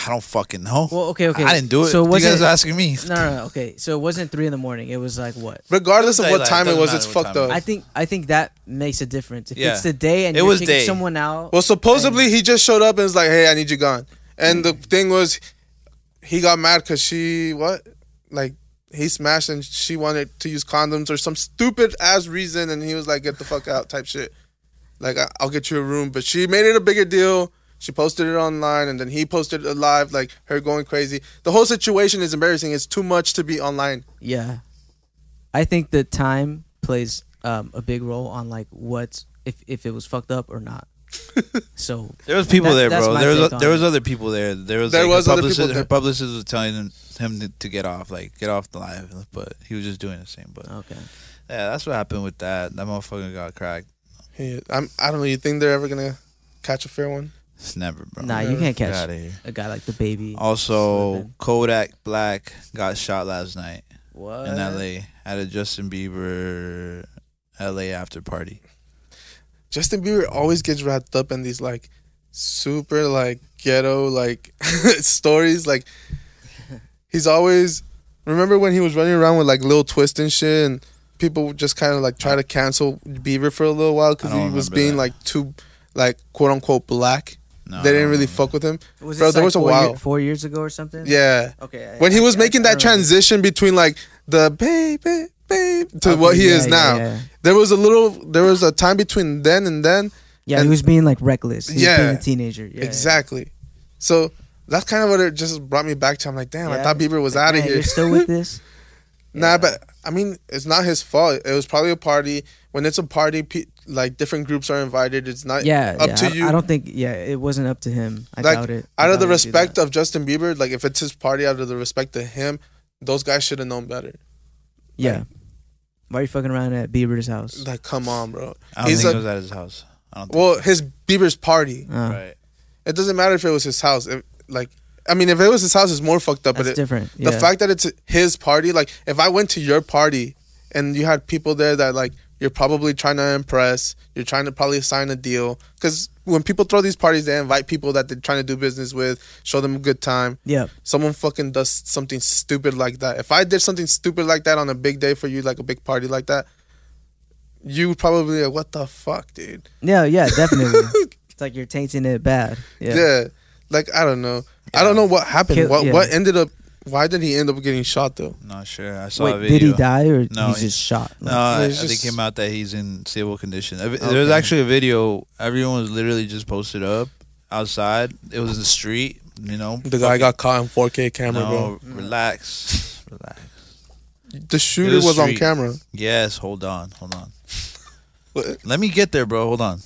Speaker 1: I don't fucking know.
Speaker 3: Well, okay, okay.
Speaker 1: I didn't do it.
Speaker 3: So
Speaker 1: So you
Speaker 3: was
Speaker 1: guys
Speaker 3: it?
Speaker 1: are asking me.
Speaker 3: No, no, no, okay. So it wasn't three in the morning. It was like what?
Speaker 2: Regardless of what
Speaker 1: Daylight,
Speaker 2: time it
Speaker 1: doesn't
Speaker 2: was,
Speaker 1: matter
Speaker 2: it's
Speaker 1: what
Speaker 2: fucked
Speaker 1: time
Speaker 2: up.
Speaker 1: it
Speaker 3: I think I think that makes a difference. If
Speaker 1: Yeah.
Speaker 3: it's the day and
Speaker 1: It
Speaker 3: you're
Speaker 1: was
Speaker 3: kicking
Speaker 1: day.
Speaker 3: someone out,
Speaker 2: Well, supposedly he just showed up and was like, "Hey, I need you gone." And the thing was, he got mad because she what, like he smashed and she wanted to use condoms or some stupid ass reason, and he was like, "Get the fuck out," type shit. Like I- I'll get you a room, but she made it a bigger deal. She posted it online, and then he posted it live, like her going crazy. The whole situation is embarrassing. It's too much to be online.
Speaker 3: yeah. I think the time plays um, a big role on like what's if if it was fucked up or not. so
Speaker 1: There was people there,
Speaker 3: That's- that's
Speaker 1: bro.
Speaker 3: my
Speaker 1: There was
Speaker 3: take on
Speaker 1: there
Speaker 3: it.
Speaker 1: was other people there. There was
Speaker 2: There
Speaker 1: like, her
Speaker 2: was other
Speaker 1: publicist-
Speaker 2: people there.
Speaker 1: Her publicist was telling him, him to, to get off, like get off the live, but he was just doing the same. But
Speaker 3: okay,
Speaker 1: yeah, that's what happened with that. That motherfucker got cracked.
Speaker 2: Yeah, I'm, I don't know. You think they're ever gonna catch a fair one?
Speaker 1: It's never, bro.
Speaker 3: nah, you can't
Speaker 1: Get
Speaker 3: catch
Speaker 1: outta here.
Speaker 3: a guy like the baby.
Speaker 1: Also,
Speaker 3: Slipping.
Speaker 1: Kodak Black got shot last night
Speaker 3: what?
Speaker 1: in
Speaker 2: Uh,
Speaker 1: L.A. at a Justin Bieber L.A. after party.
Speaker 2: Justin Bieber always gets wrapped up in these like super like ghetto like stories. Like he's always remember when he was running around with like Lil Twist and shit, and people would just kind of like try to cancel Bieber for a little while because
Speaker 1: I don't
Speaker 2: he was
Speaker 1: remember
Speaker 2: being
Speaker 1: that.
Speaker 2: like too like quote unquote black.
Speaker 1: No,
Speaker 2: they
Speaker 1: I
Speaker 2: didn't
Speaker 1: don't
Speaker 2: really
Speaker 1: remember.
Speaker 2: fuck with him.
Speaker 3: Was
Speaker 2: Bro,
Speaker 3: this,
Speaker 2: there
Speaker 3: like,
Speaker 2: was a
Speaker 3: four
Speaker 2: while.
Speaker 3: year- four years ago or something.
Speaker 2: Yeah,
Speaker 3: Okay. I-
Speaker 2: when he
Speaker 3: I-
Speaker 2: was
Speaker 3: I-
Speaker 2: making
Speaker 3: I
Speaker 2: that
Speaker 3: don't remember.
Speaker 2: transition between like the baby babe to
Speaker 3: Okay,
Speaker 2: what he
Speaker 3: yeah,
Speaker 2: is
Speaker 3: yeah,
Speaker 2: now,
Speaker 3: yeah.
Speaker 2: there was a little there was a time between then and then.
Speaker 3: yeah, he
Speaker 2: and-
Speaker 3: was being like reckless. He was
Speaker 2: Yeah.
Speaker 3: being a teenager. Yeah, yeah.
Speaker 2: exactly. So that's kind of what it just brought me back to. I'm like, damn, I
Speaker 3: Yeah.
Speaker 2: thought Bieber was out of
Speaker 3: Man,
Speaker 2: here.
Speaker 3: You're still with this?
Speaker 2: nah, but I mean, it's not his fault. It was probably a party. When it's a party, pe- like different groups are invited. It's not
Speaker 3: yeah,
Speaker 2: up
Speaker 3: yeah,
Speaker 2: to
Speaker 3: I,
Speaker 2: you.
Speaker 3: I don't think. Yeah, it wasn't up to him. I
Speaker 2: Like,
Speaker 3: doubt it. I
Speaker 2: out of the
Speaker 3: doubt he'd do
Speaker 2: respect
Speaker 3: that.
Speaker 2: of Justin Bieber, like if it's his party, out of the respect to him, those guys should have known better.
Speaker 3: yeah. Why are you fucking around at Bieber's house?
Speaker 2: Like, come on, bro.
Speaker 1: I don't
Speaker 2: He's
Speaker 1: think it
Speaker 2: a-
Speaker 1: was at his house. I don't think.
Speaker 2: Well, his Bieber's party.
Speaker 3: Uh,
Speaker 1: right.
Speaker 2: It doesn't matter if it was his house. If, like, I mean, if it was his house, it's more fucked up.
Speaker 3: That's
Speaker 2: but it,
Speaker 3: different.
Speaker 2: the
Speaker 3: yeah.
Speaker 2: fact that it's his party like if i went to your party and you had people there that like you're probably trying to impress you're trying to probably sign a deal because when people throw these parties they invite people that they're trying to do business with show them a good time
Speaker 3: Yeah.
Speaker 2: someone fucking does something stupid like that if i did something stupid like that on a big day for you like a big party like that you probably like, what the fuck, dude?
Speaker 3: Yeah, yeah, definitely. it's like you're tainting it bad.
Speaker 2: Yeah.
Speaker 3: Yeah.
Speaker 2: Like I don't know. I don't know what happened.
Speaker 3: Kill-
Speaker 2: what
Speaker 3: yeah.
Speaker 2: what ended up why did he end up getting shot though?
Speaker 1: Not sure. I saw a
Speaker 3: Wait,
Speaker 1: video.
Speaker 3: did he die or
Speaker 1: No,
Speaker 3: he's
Speaker 1: he-
Speaker 3: just shot?
Speaker 1: No,
Speaker 3: Like,
Speaker 1: I, I
Speaker 2: it's
Speaker 1: think it
Speaker 2: just-
Speaker 1: came out that he's in stable condition. Ev- There was
Speaker 3: Okay.
Speaker 1: actually a video. Everyone was literally just posted up outside. It was in the street. You know,
Speaker 2: The guy got caught in 4K camera,
Speaker 1: no, relax, relax.
Speaker 2: bro. The shooter
Speaker 1: was
Speaker 2: was, on
Speaker 1: street.
Speaker 2: camera.
Speaker 1: Yes, hold on, hold on.
Speaker 2: What?
Speaker 1: Let me get there, bro. Hold on.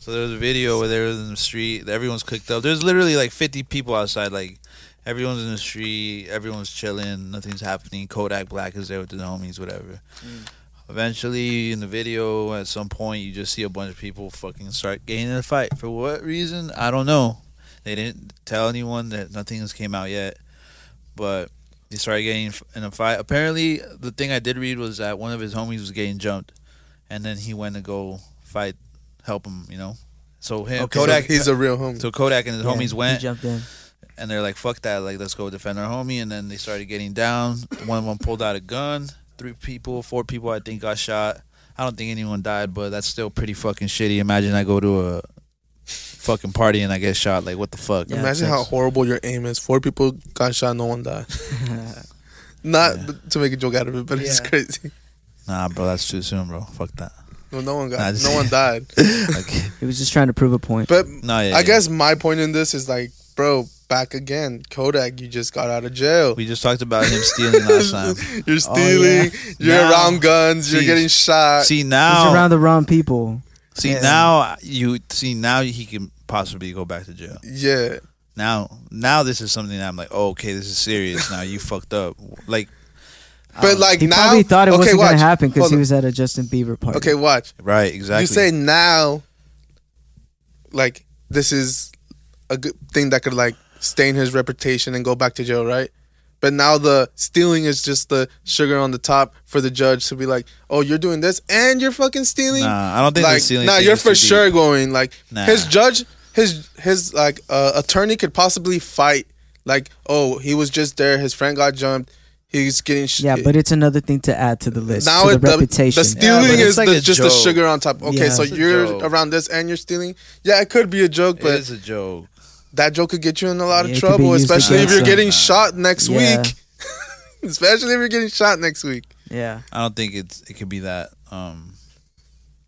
Speaker 1: So there was a video where they were in the street. Everyone's cooked up. There's literally like 50 people outside. Like everyone's in the street. Everyone's chilling. Nothing's happening. Kodak Black is there with the homies, whatever. Eventually, in the video, at some point, you just see a bunch of people fucking start getting in a fight. For what reason? I don't know. They didn't tell anyone that nothing has came out yet, but they started getting in a fight. Apparently, the thing I did read was that one of his homies was getting jumped, and then he went to go fight, help him. You know, so him
Speaker 2: So
Speaker 1: Kodak.
Speaker 2: he's a real homie.
Speaker 1: so Kodak and his
Speaker 3: yeah,
Speaker 1: homies
Speaker 3: He
Speaker 1: went,
Speaker 3: jumped in.
Speaker 1: and they're like, "Fuck that! Like, let's go defend our homie." And then they started getting down. One of them pulled out a gun. Three people, four people, I think, got shot. I don't think anyone died, but that's still pretty fucking shitty. Imagine I go to a fucking party and I get shot. Like, what the fuck?
Speaker 3: Yeah,
Speaker 2: Imagine how
Speaker 3: thanks.
Speaker 2: horrible your aim is. Four people got shot, no one died. Not to make a joke out of it, but it's
Speaker 3: Yeah.
Speaker 2: crazy.
Speaker 1: Nah, bro, that's too soon, bro. Fuck that.
Speaker 2: No, no one got.
Speaker 1: Nah, just-
Speaker 2: no one died.
Speaker 1: Okay.
Speaker 3: He was just trying to prove a point.
Speaker 2: But
Speaker 1: No, yeah,
Speaker 2: I
Speaker 1: yeah.
Speaker 2: guess my point in this is like, bro, back again, Kodak. You just got out of jail.
Speaker 1: We just talked about him stealing last time.
Speaker 2: You're
Speaker 3: Oh, yeah.
Speaker 2: stealing. You're
Speaker 1: Now-
Speaker 2: around guns.
Speaker 1: See-
Speaker 2: you're getting shot.
Speaker 1: See
Speaker 3: he's
Speaker 1: now,
Speaker 3: around the wrong people.
Speaker 1: see
Speaker 3: Yeah.
Speaker 1: now you see now he can possibly go back to jail.
Speaker 2: yeah,
Speaker 1: Now, now this is something that I'm like, oh, okay, this is serious. Now you fucked up. Like,
Speaker 2: but like
Speaker 3: Oh. He
Speaker 2: now,
Speaker 3: probably thought it
Speaker 2: okay,
Speaker 3: wasn't going
Speaker 2: watch.
Speaker 3: to happen because
Speaker 2: Hold
Speaker 3: he
Speaker 2: on.
Speaker 3: was at a Justin Bieber party.
Speaker 2: Okay, watch.
Speaker 1: right? Exactly.
Speaker 2: You say now, like this is a good thing that could like stain his reputation and go back to jail, right? But now the stealing is just the sugar on the top for the judge to be like, "Oh, you're doing this and you're fucking stealing."
Speaker 1: Nah, I don't think the
Speaker 2: like,
Speaker 1: stealing
Speaker 2: nah,
Speaker 1: thing
Speaker 2: you're
Speaker 1: is
Speaker 2: for
Speaker 1: too deep.
Speaker 2: sure going. Like
Speaker 1: Nah.
Speaker 2: his judge, his his like uh, attorney could possibly fight. Like, oh, he was just there. His friend got jumped. He's getting sh-
Speaker 3: Yeah, but it's another thing to add to the list.
Speaker 2: now
Speaker 3: to the
Speaker 2: it- the, the
Speaker 3: reputation.
Speaker 1: Yeah,
Speaker 2: stealing
Speaker 1: but it's
Speaker 2: is
Speaker 1: like
Speaker 2: the,
Speaker 1: a
Speaker 2: just the
Speaker 1: joke.
Speaker 2: sugar on top. Okay,
Speaker 3: Yeah.
Speaker 2: so
Speaker 1: It's a
Speaker 2: you're
Speaker 1: joke.
Speaker 2: around this and you're stealing. Yeah, it could be a joke,
Speaker 1: it
Speaker 2: but
Speaker 1: is a joke.
Speaker 2: that joke could get you in a lot of
Speaker 3: Yeah, it could be
Speaker 2: trouble,
Speaker 3: used
Speaker 2: especially if
Speaker 1: against
Speaker 2: you're
Speaker 1: them.
Speaker 2: getting shot next
Speaker 3: Yeah.
Speaker 2: week. especially if you're getting shot next week.
Speaker 3: yeah.
Speaker 1: I don't think it's it could be that. Um,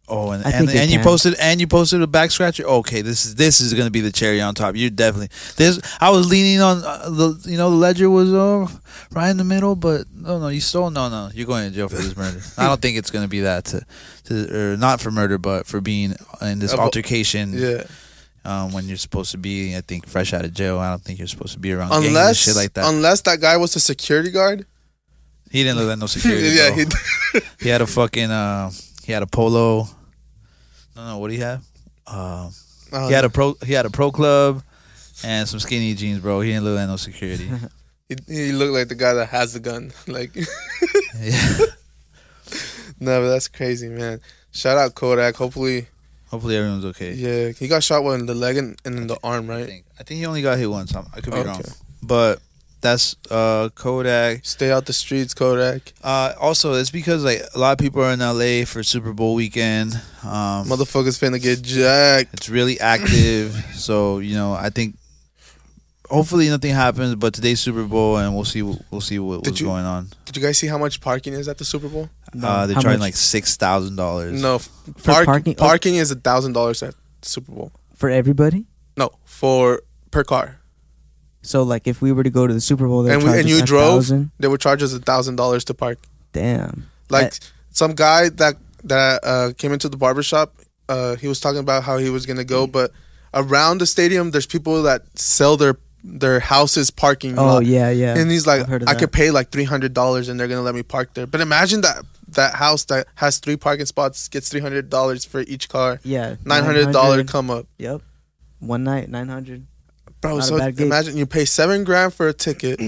Speaker 1: oh, and
Speaker 3: I
Speaker 1: and,
Speaker 3: think it
Speaker 1: and you
Speaker 3: can.
Speaker 1: posted and you posted a back scratcher. Okay, this is this is gonna be the cherry on top. You definitely this. I was leaning on uh, the you know the ledger was uh, right in the middle, but no no you stole no no you're going to jail for this murder. I don't think it's gonna be that to, to or not for murder, but for being in this
Speaker 2: Of-
Speaker 1: altercation.
Speaker 2: Yeah,
Speaker 1: um, when you're supposed to be, I think, fresh out of jail. I don't think you're supposed to be around gangs and
Speaker 2: unless
Speaker 1: shit like that.
Speaker 2: unless that guy was a security guard.
Speaker 1: he didn't look like no security.
Speaker 2: yeah,
Speaker 1: bro.
Speaker 2: he,
Speaker 1: He had a fucking uh, he had a polo. No, no, what do you have? Um,
Speaker 2: oh,
Speaker 1: he had a pro. He had a pro club and some skinny jeans, bro. He didn't look like no security.
Speaker 2: he, he looked like the guy that has the gun. Like,
Speaker 1: yeah.
Speaker 2: no, but that's crazy, man. Shout out Kodak. Hopefully,
Speaker 1: Hopefully everyone's okay.
Speaker 2: yeah, he got shot well in the leg and, and in the arm,
Speaker 1: I
Speaker 2: right?
Speaker 1: think. I think he only got hit once. I'm- I could be
Speaker 2: Okay.
Speaker 1: wrong, but that's uh, Kodak.
Speaker 2: Stay out the streets, Kodak.
Speaker 1: Uh, also, it's because like a lot of people are in LA for Super Bowl weekend. Um,
Speaker 2: Motherfuckers finna get jacked.
Speaker 1: It's really active. so you know, I think hopefully nothing happens. But today's Super Bowl, and we'll see. We'll see what
Speaker 2: Did
Speaker 1: was
Speaker 2: you-
Speaker 1: going on.
Speaker 2: Did you guys see how much parking is at the Super Bowl?
Speaker 3: No.
Speaker 1: Uh, they're
Speaker 3: How
Speaker 1: charging
Speaker 3: much?
Speaker 1: like six thousand dollars.
Speaker 2: No, f-
Speaker 3: For
Speaker 2: park,
Speaker 3: parking-
Speaker 2: parking.
Speaker 3: oh.
Speaker 2: is a thousand dollars at the Super Bowl.
Speaker 3: For everybody?
Speaker 2: No, for per car.
Speaker 3: So, like, if we were to go to the Super Bowl, they
Speaker 2: And
Speaker 3: would
Speaker 2: we-
Speaker 3: charge
Speaker 2: and
Speaker 3: us
Speaker 2: you
Speaker 3: a
Speaker 2: drove?
Speaker 3: thousand.
Speaker 2: They would charge us a thousand dollars to park.
Speaker 3: Damn.
Speaker 2: Like some guy that that uh, came into the barbershop, uh, he was talking about how he was gonna
Speaker 3: Mm.
Speaker 2: go, but around the stadium, there's people that sell their their houses parking.
Speaker 3: Oh,
Speaker 2: lot.
Speaker 3: yeah, yeah.
Speaker 2: And he's like,
Speaker 3: I've heard of
Speaker 2: I
Speaker 3: that.
Speaker 2: could pay like three hundred dollars, and they're gonna let me park there. But imagine that that house that has three parking spots gets three hundred dollars for each car.
Speaker 3: yeah.
Speaker 2: Nine hundred dollar
Speaker 3: 900.
Speaker 2: come up.
Speaker 3: Yep. One night, 900.
Speaker 2: Bro,
Speaker 3: Not a
Speaker 2: so
Speaker 3: bad gig.
Speaker 2: imagine you pay seven grand for a ticket,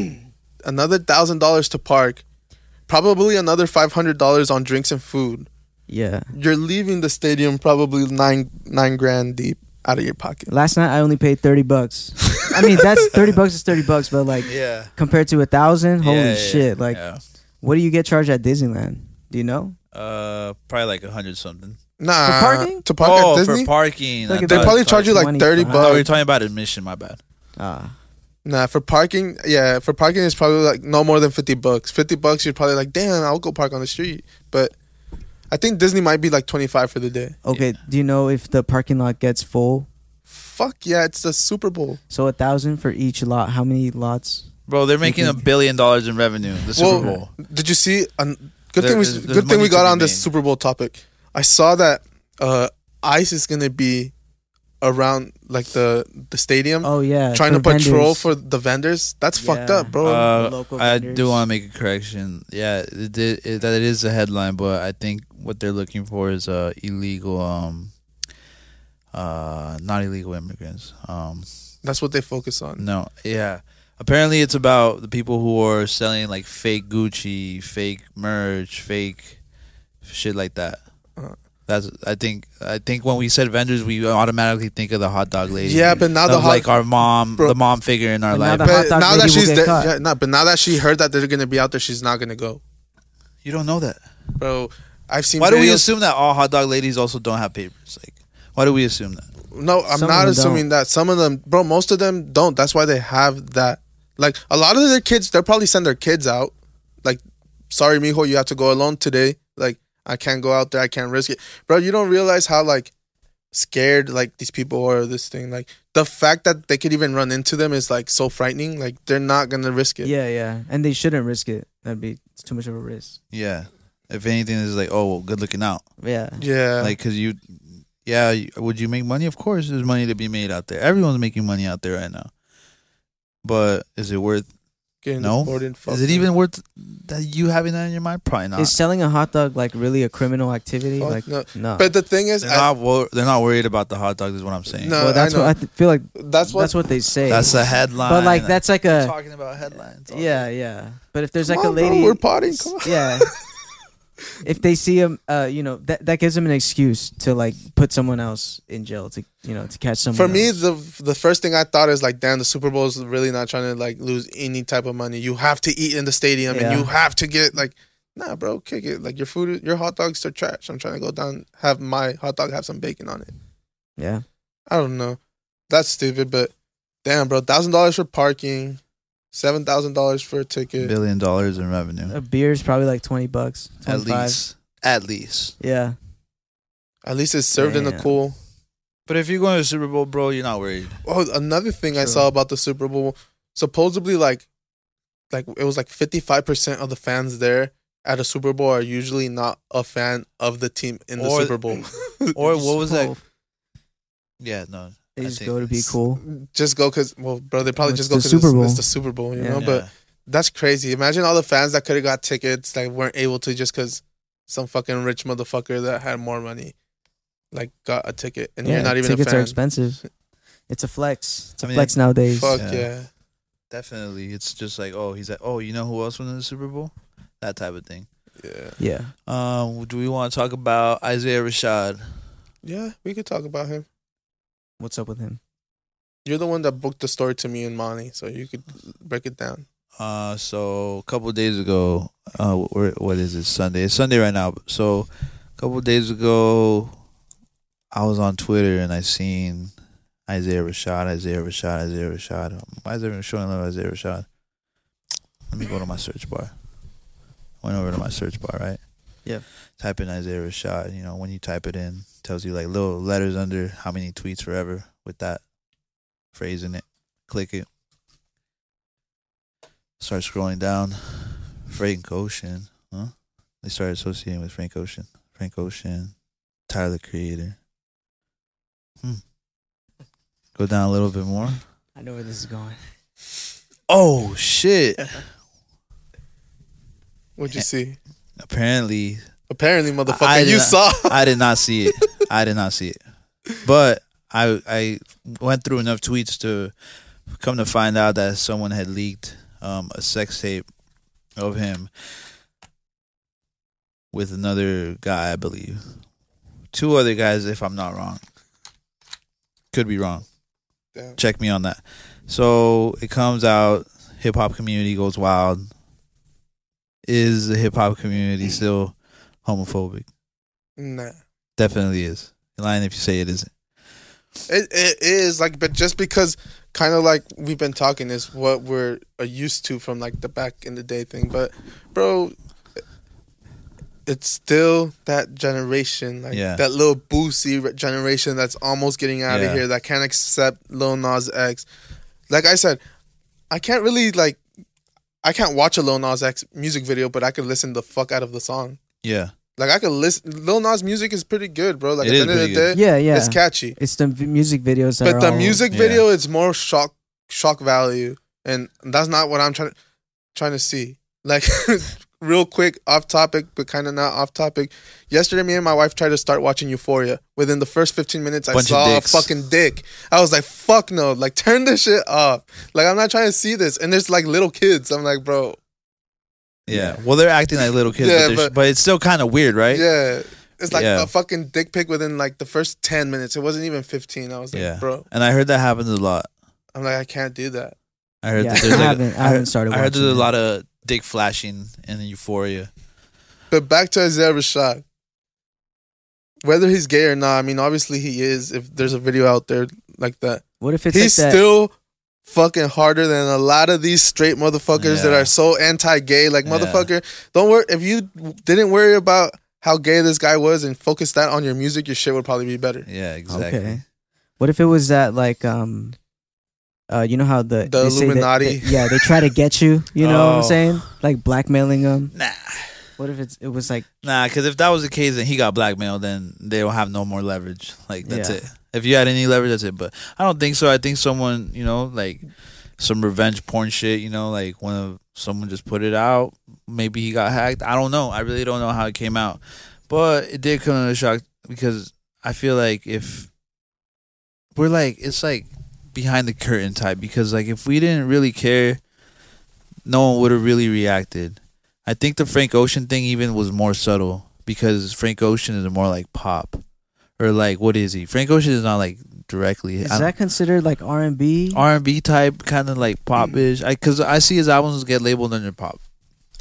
Speaker 2: another thousand dollars to park, probably another five hundred dollars on drinks and food.
Speaker 3: Yeah.
Speaker 2: You're leaving the stadium probably nine nine grand deep out of your pocket.
Speaker 3: Last night, I only paid 30 bucks. I mean, that's 30 bucks is 30 bucks, but like,
Speaker 1: Yeah.
Speaker 3: compared to a thousand, holy
Speaker 1: Yeah, yeah,
Speaker 3: shit. Like,
Speaker 1: yeah.
Speaker 3: what do you get charged at Disneyland? Do you know?
Speaker 1: Uh, probably like a hundred something.
Speaker 2: Nah,
Speaker 3: parking?
Speaker 2: to park
Speaker 1: oh,
Speaker 2: at Disney.
Speaker 1: for parking.
Speaker 3: Look
Speaker 1: I
Speaker 3: at
Speaker 2: they
Speaker 1: thought-
Speaker 3: that.
Speaker 2: probably
Speaker 1: I
Speaker 2: charge you like
Speaker 3: 20
Speaker 2: thirty
Speaker 1: thought- I thought we were
Speaker 2: bucks.
Speaker 1: talking about admission. My bad.
Speaker 3: Ah.
Speaker 2: Nah, for parking, yeah, for parking it's probably like no more than fifty bucks. Fifty bucks, you're probably like, damn, I'll go park on the street. But I think Disney might be like twenty five for the day.
Speaker 3: okay. Do you know if the parking lot gets full?
Speaker 2: Fuck yeah, it's the Super Bowl.
Speaker 3: So a thousand for each lot. How many lots?
Speaker 1: Bro, they're making a
Speaker 3: Mm-hmm.
Speaker 1: billion dollars in revenue. The Super
Speaker 2: Well,
Speaker 1: Bowl.
Speaker 2: Did you see? Um,
Speaker 1: There-
Speaker 2: good thing we
Speaker 1: there's- there's
Speaker 2: good thing
Speaker 1: money
Speaker 2: we
Speaker 1: to
Speaker 2: got
Speaker 1: be
Speaker 2: on this
Speaker 1: made.
Speaker 2: Super Bowl topic. I saw that uh, ICE is gonna be around like the the stadium
Speaker 3: Oh yeah.
Speaker 2: trying
Speaker 3: for
Speaker 2: to patrol
Speaker 3: vendors.
Speaker 2: for the vendors. That's fucked
Speaker 3: Yeah.
Speaker 2: up, bro.
Speaker 1: Uh,
Speaker 3: local
Speaker 1: I
Speaker 3: vendors.
Speaker 1: do want to make a correction. Yeah, it, did- it, that it is a headline, but I think what they're looking for is uh, illegal, um, uh, not illegal immigrants. Um,
Speaker 2: That's what they focus on.
Speaker 1: no, yeah. Apparently, it's about the people who are selling like fake Gucci, fake merch, fake shit like that.
Speaker 2: Uh.
Speaker 1: That's I think I think when we said vendors, we automatically think of the hot dog lady.
Speaker 2: Yeah, but now
Speaker 1: That
Speaker 2: the
Speaker 1: was,
Speaker 2: hot-
Speaker 1: like our mom,
Speaker 2: Bro.
Speaker 1: the mom figure in our
Speaker 3: But now
Speaker 1: life.
Speaker 3: the hot
Speaker 2: But
Speaker 3: dog
Speaker 2: now that
Speaker 3: lady will
Speaker 2: she's
Speaker 3: get
Speaker 2: dead,
Speaker 3: caught.
Speaker 2: yeah, no, but now that she heard that they're gonna be out there, she's not gonna go,
Speaker 1: you don't know that.
Speaker 2: bro. I've seen.
Speaker 1: Why do we
Speaker 2: videos-
Speaker 1: assume that all hot dog ladies also don't have papers? Like, why do we assume that?
Speaker 2: No, I'm
Speaker 3: Some of
Speaker 2: not
Speaker 3: them
Speaker 2: assuming
Speaker 3: don't.
Speaker 2: that. Some of them, bro, most of them don't. That's why they have that. Like a lot of their kids, they'll probably send their kids out. Like, sorry, mijo, you have to go alone today. Like, I can't go out there. I can't risk it, bro. You don't realize how like scared like these people are of this thing. Like the fact that they could even run into them is like so frightening. Like they're not gonna risk it.
Speaker 3: Yeah, yeah, and they shouldn't risk it. That'd be it's too much of a risk.
Speaker 1: Yeah. If anything, it's like, oh, well, good looking out.
Speaker 3: Yeah.
Speaker 2: Yeah.
Speaker 1: Like, cause you, yeah, you- would you make money? Of course, there's money to be made out there. Everyone's making money out there right now. But is it worth?
Speaker 2: getting
Speaker 1: no.
Speaker 2: deported, fuck
Speaker 1: Is it
Speaker 2: no.
Speaker 1: even worth that you having that in your mind? Probably not.
Speaker 3: Is selling a hot dog like really a criminal activity?
Speaker 2: Fuck
Speaker 3: like
Speaker 2: no.
Speaker 3: no.
Speaker 2: But the thing is,
Speaker 1: they're
Speaker 2: I,
Speaker 1: not. Wor- they're not worried about the hot dog. Is what I'm saying.
Speaker 2: No.
Speaker 3: well, that's
Speaker 2: uh, I know.
Speaker 3: what I th- feel like.
Speaker 2: that's what
Speaker 3: that's what they say.
Speaker 1: That's a headline.
Speaker 3: but like that's like
Speaker 1: We're
Speaker 3: a
Speaker 1: talking about headlines. all
Speaker 3: yeah, yeah. But if there's
Speaker 2: Come
Speaker 3: like a
Speaker 2: on, bro,
Speaker 3: lady,
Speaker 2: we're potting. Come on.
Speaker 3: yeah. if they see him, uh, you know that that gives them an excuse to like put someone else in jail to you know to catch someone.
Speaker 2: For me,
Speaker 3: else.
Speaker 2: the the first thing I thought is like, damn, the Super Bowl is really not trying to like lose any type of money. You have to eat in the stadium, and
Speaker 3: Yeah.
Speaker 2: you have to get like, nah, bro, kick it. Like your food, your hot dogs are trash. I'm trying to go down, have my hot dog have some bacon on it.
Speaker 3: yeah,
Speaker 2: I don't know, that's stupid, but damn, bro, thousand dollars for parking, seven thousand dollars for a
Speaker 1: that.
Speaker 2: ticket.
Speaker 1: Billion dollars in revenue.
Speaker 3: a beer is probably like twenty bucks,
Speaker 1: At
Speaker 3: 25.
Speaker 1: least. At least.
Speaker 3: Yeah,
Speaker 2: At least it's served in a
Speaker 3: Damn.
Speaker 2: cool.
Speaker 1: But if you're going to the Super Bowl, bro, you're not worried.
Speaker 2: Oh, another thing I
Speaker 3: True.
Speaker 2: saw about the Super Bowl, supposedly like, like it was like fifty five percent of the fans there at a Super Bowl are usually not a fan of the team in the
Speaker 1: Or-
Speaker 2: Super Bowl.
Speaker 1: Or
Speaker 3: Just
Speaker 1: what was
Speaker 3: go-
Speaker 1: that? Yeah, no.
Speaker 3: They
Speaker 1: I
Speaker 3: just
Speaker 1: think
Speaker 3: go to be
Speaker 1: it's-
Speaker 3: cool.
Speaker 2: just go because, well, bro, they probably
Speaker 3: It's
Speaker 2: just go
Speaker 3: the
Speaker 2: because
Speaker 3: Super
Speaker 2: it's, it's
Speaker 3: Bowl.
Speaker 2: the Super Bowl, you
Speaker 3: Yeah.
Speaker 2: know. But that's crazy. Imagine all the fans that could have got tickets that weren't able to just because some fucking rich motherfucker that had more money, like got a ticket, and
Speaker 3: yeah,
Speaker 2: you're not even
Speaker 3: tickets
Speaker 2: a fan.
Speaker 3: are expensive. It's a flex. It's a
Speaker 1: I mean,
Speaker 3: flex nowadays.
Speaker 2: Fuck
Speaker 1: Yeah.
Speaker 2: yeah.
Speaker 1: definitely. It's just like, oh, he's like, oh, you know who else went to the Super Bowl? That type of thing.
Speaker 2: yeah,
Speaker 3: Yeah.
Speaker 1: Um, do we want to talk about Isaiah Rashad?
Speaker 2: yeah. We could talk about him.
Speaker 3: What's up with him?
Speaker 2: You're the one that booked the story to me and Monty, so you could break it down.
Speaker 1: Uh, so a couple days ago, uh, where, what is it? Sunday. It's Sunday right now. So a couple days ago, I was on Twitter and I seen Isaiah Rashad, Isaiah Rashad, Isaiah Rashad. Um, Why is everyone showing love Isaiah Rashad? Let me go to my search bar. Went over to my search bar, right?
Speaker 3: Yeah.
Speaker 1: Type in Isaiah Rashad. You know, when you type it in, it tells you like little letters under how many tweets forever with that phrase in it. Click it. Start scrolling down. Frank Ocean, huh? They started associating with Frank Ocean. Frank Ocean, Tyler the Creator. Hmm. Go down a little bit more.
Speaker 3: I know where this is going.
Speaker 1: Oh shit!
Speaker 2: What'd you see?
Speaker 1: Apparently,
Speaker 2: Apparently, motherfucker,
Speaker 1: Eh. I did
Speaker 2: you
Speaker 1: not-
Speaker 2: saw.
Speaker 1: I did not see it. I did not see it. But I I went through enough tweets to come to find out that someone had leaked um, a sex tape of him with another guy, I believe. Two other guys, if I'm not wrong. Could be wrong.
Speaker 2: Damn.
Speaker 1: Check me on that. So it comes out, hip hop community goes wild. Is the hip hop community still homophobic.
Speaker 2: Nah.
Speaker 1: Definitely is. You're lying if you say it isn't.
Speaker 2: It, it is like, but just because kind of like we've been talking is what we're uh, used to from like the back in the day thing. But bro, it's still that generation, like
Speaker 1: Yeah.
Speaker 2: that little boozy re- generation that's almost getting out
Speaker 1: Yeah.
Speaker 2: of here that can't accept Lil Nas X. Like I said, I can't really like. I can't watch a Lil Nas X music video, but I can listen the fuck out of the song.
Speaker 1: Yeah.
Speaker 2: Like I could listen. Lil Nas music is pretty good, bro. Like
Speaker 1: It
Speaker 2: at the
Speaker 1: is
Speaker 2: end of the
Speaker 1: pretty good.
Speaker 2: day,
Speaker 3: Yeah, yeah.
Speaker 2: it's catchy
Speaker 3: It's the v- music videos that
Speaker 2: but
Speaker 3: are
Speaker 2: the
Speaker 3: all-
Speaker 2: music
Speaker 1: Yeah.
Speaker 2: video is more shock shock value and that's not what i'm trying trying to see like real quick off topic but kind of not off topic yesterday me and my wife tried to start watching euphoria within the first 15 minutes
Speaker 1: Bunch of
Speaker 2: i saw a
Speaker 1: dicks.
Speaker 2: fucking dick i was like fuck no like turn this shit off like i'm not trying to see this and there's like little kids i'm like bro
Speaker 1: Yeah. Well, they're acting like little kids, but,
Speaker 2: Yeah,
Speaker 1: they're-
Speaker 2: but-
Speaker 1: but it's still kind of weird, right?
Speaker 2: yeah it's like
Speaker 1: Yeah.
Speaker 2: a fucking dick pic within like the first 10 minutes it wasn't even 15 i was like
Speaker 1: Yeah.
Speaker 2: bro
Speaker 1: And I heard that happens a lot.
Speaker 2: i'm like i can't do that
Speaker 1: I heard
Speaker 3: Yeah,
Speaker 1: that there's
Speaker 3: I
Speaker 1: like-
Speaker 3: haven't- I
Speaker 1: heard-
Speaker 3: haven't started
Speaker 1: I heard there's a
Speaker 3: watching it.
Speaker 1: lot of dick flashing in Euphoria.
Speaker 2: But back to Isaiah Rashad. Whether he's gay or not, I mean, obviously he is. If there's a video out there like that,
Speaker 3: What if it's
Speaker 2: he's
Speaker 3: like that?
Speaker 2: still fucking harder than a lot of these straight motherfuckers that
Speaker 1: Yeah.
Speaker 2: are so anti-gay. Like
Speaker 1: Yeah.
Speaker 2: motherfucker, don't worry. If you didn't worry about how gay this guy was and focus that on your music, your shit would probably be better.
Speaker 1: Yeah, exactly.
Speaker 3: Okay. What if it was that like um, uh, you know how the
Speaker 2: The
Speaker 3: they say that-
Speaker 2: Illuminati.
Speaker 3: that- yeah, they try to get you. You know what I'm
Speaker 1: Oh.
Speaker 3: saying? Like blackmailing them.
Speaker 1: Nah,
Speaker 3: What if it's it was like
Speaker 1: nah. Because if that was the case and he got blackmailed, then they don't have no more leverage. Like that's
Speaker 3: Yeah.
Speaker 1: it. If you had any leverage, that's it. But I don't think so. I think someone, you know, like some revenge porn shit. You know, like one of someone just put it out. Maybe he got hacked. I don't know. I really don't know how it came out, but it did come as a shock because I feel like if we're like it's like behind the curtain type because like if we didn't really care, no one would have really reacted. I think the Frank Ocean thing even was more subtle because Frank Ocean is more like pop or like what is he? Frank Ocean is not like directly
Speaker 3: is
Speaker 1: I don't-
Speaker 3: that considered like R and B?
Speaker 1: R and B type, kind of like pop ish. I because I see his albums get labeled under pop,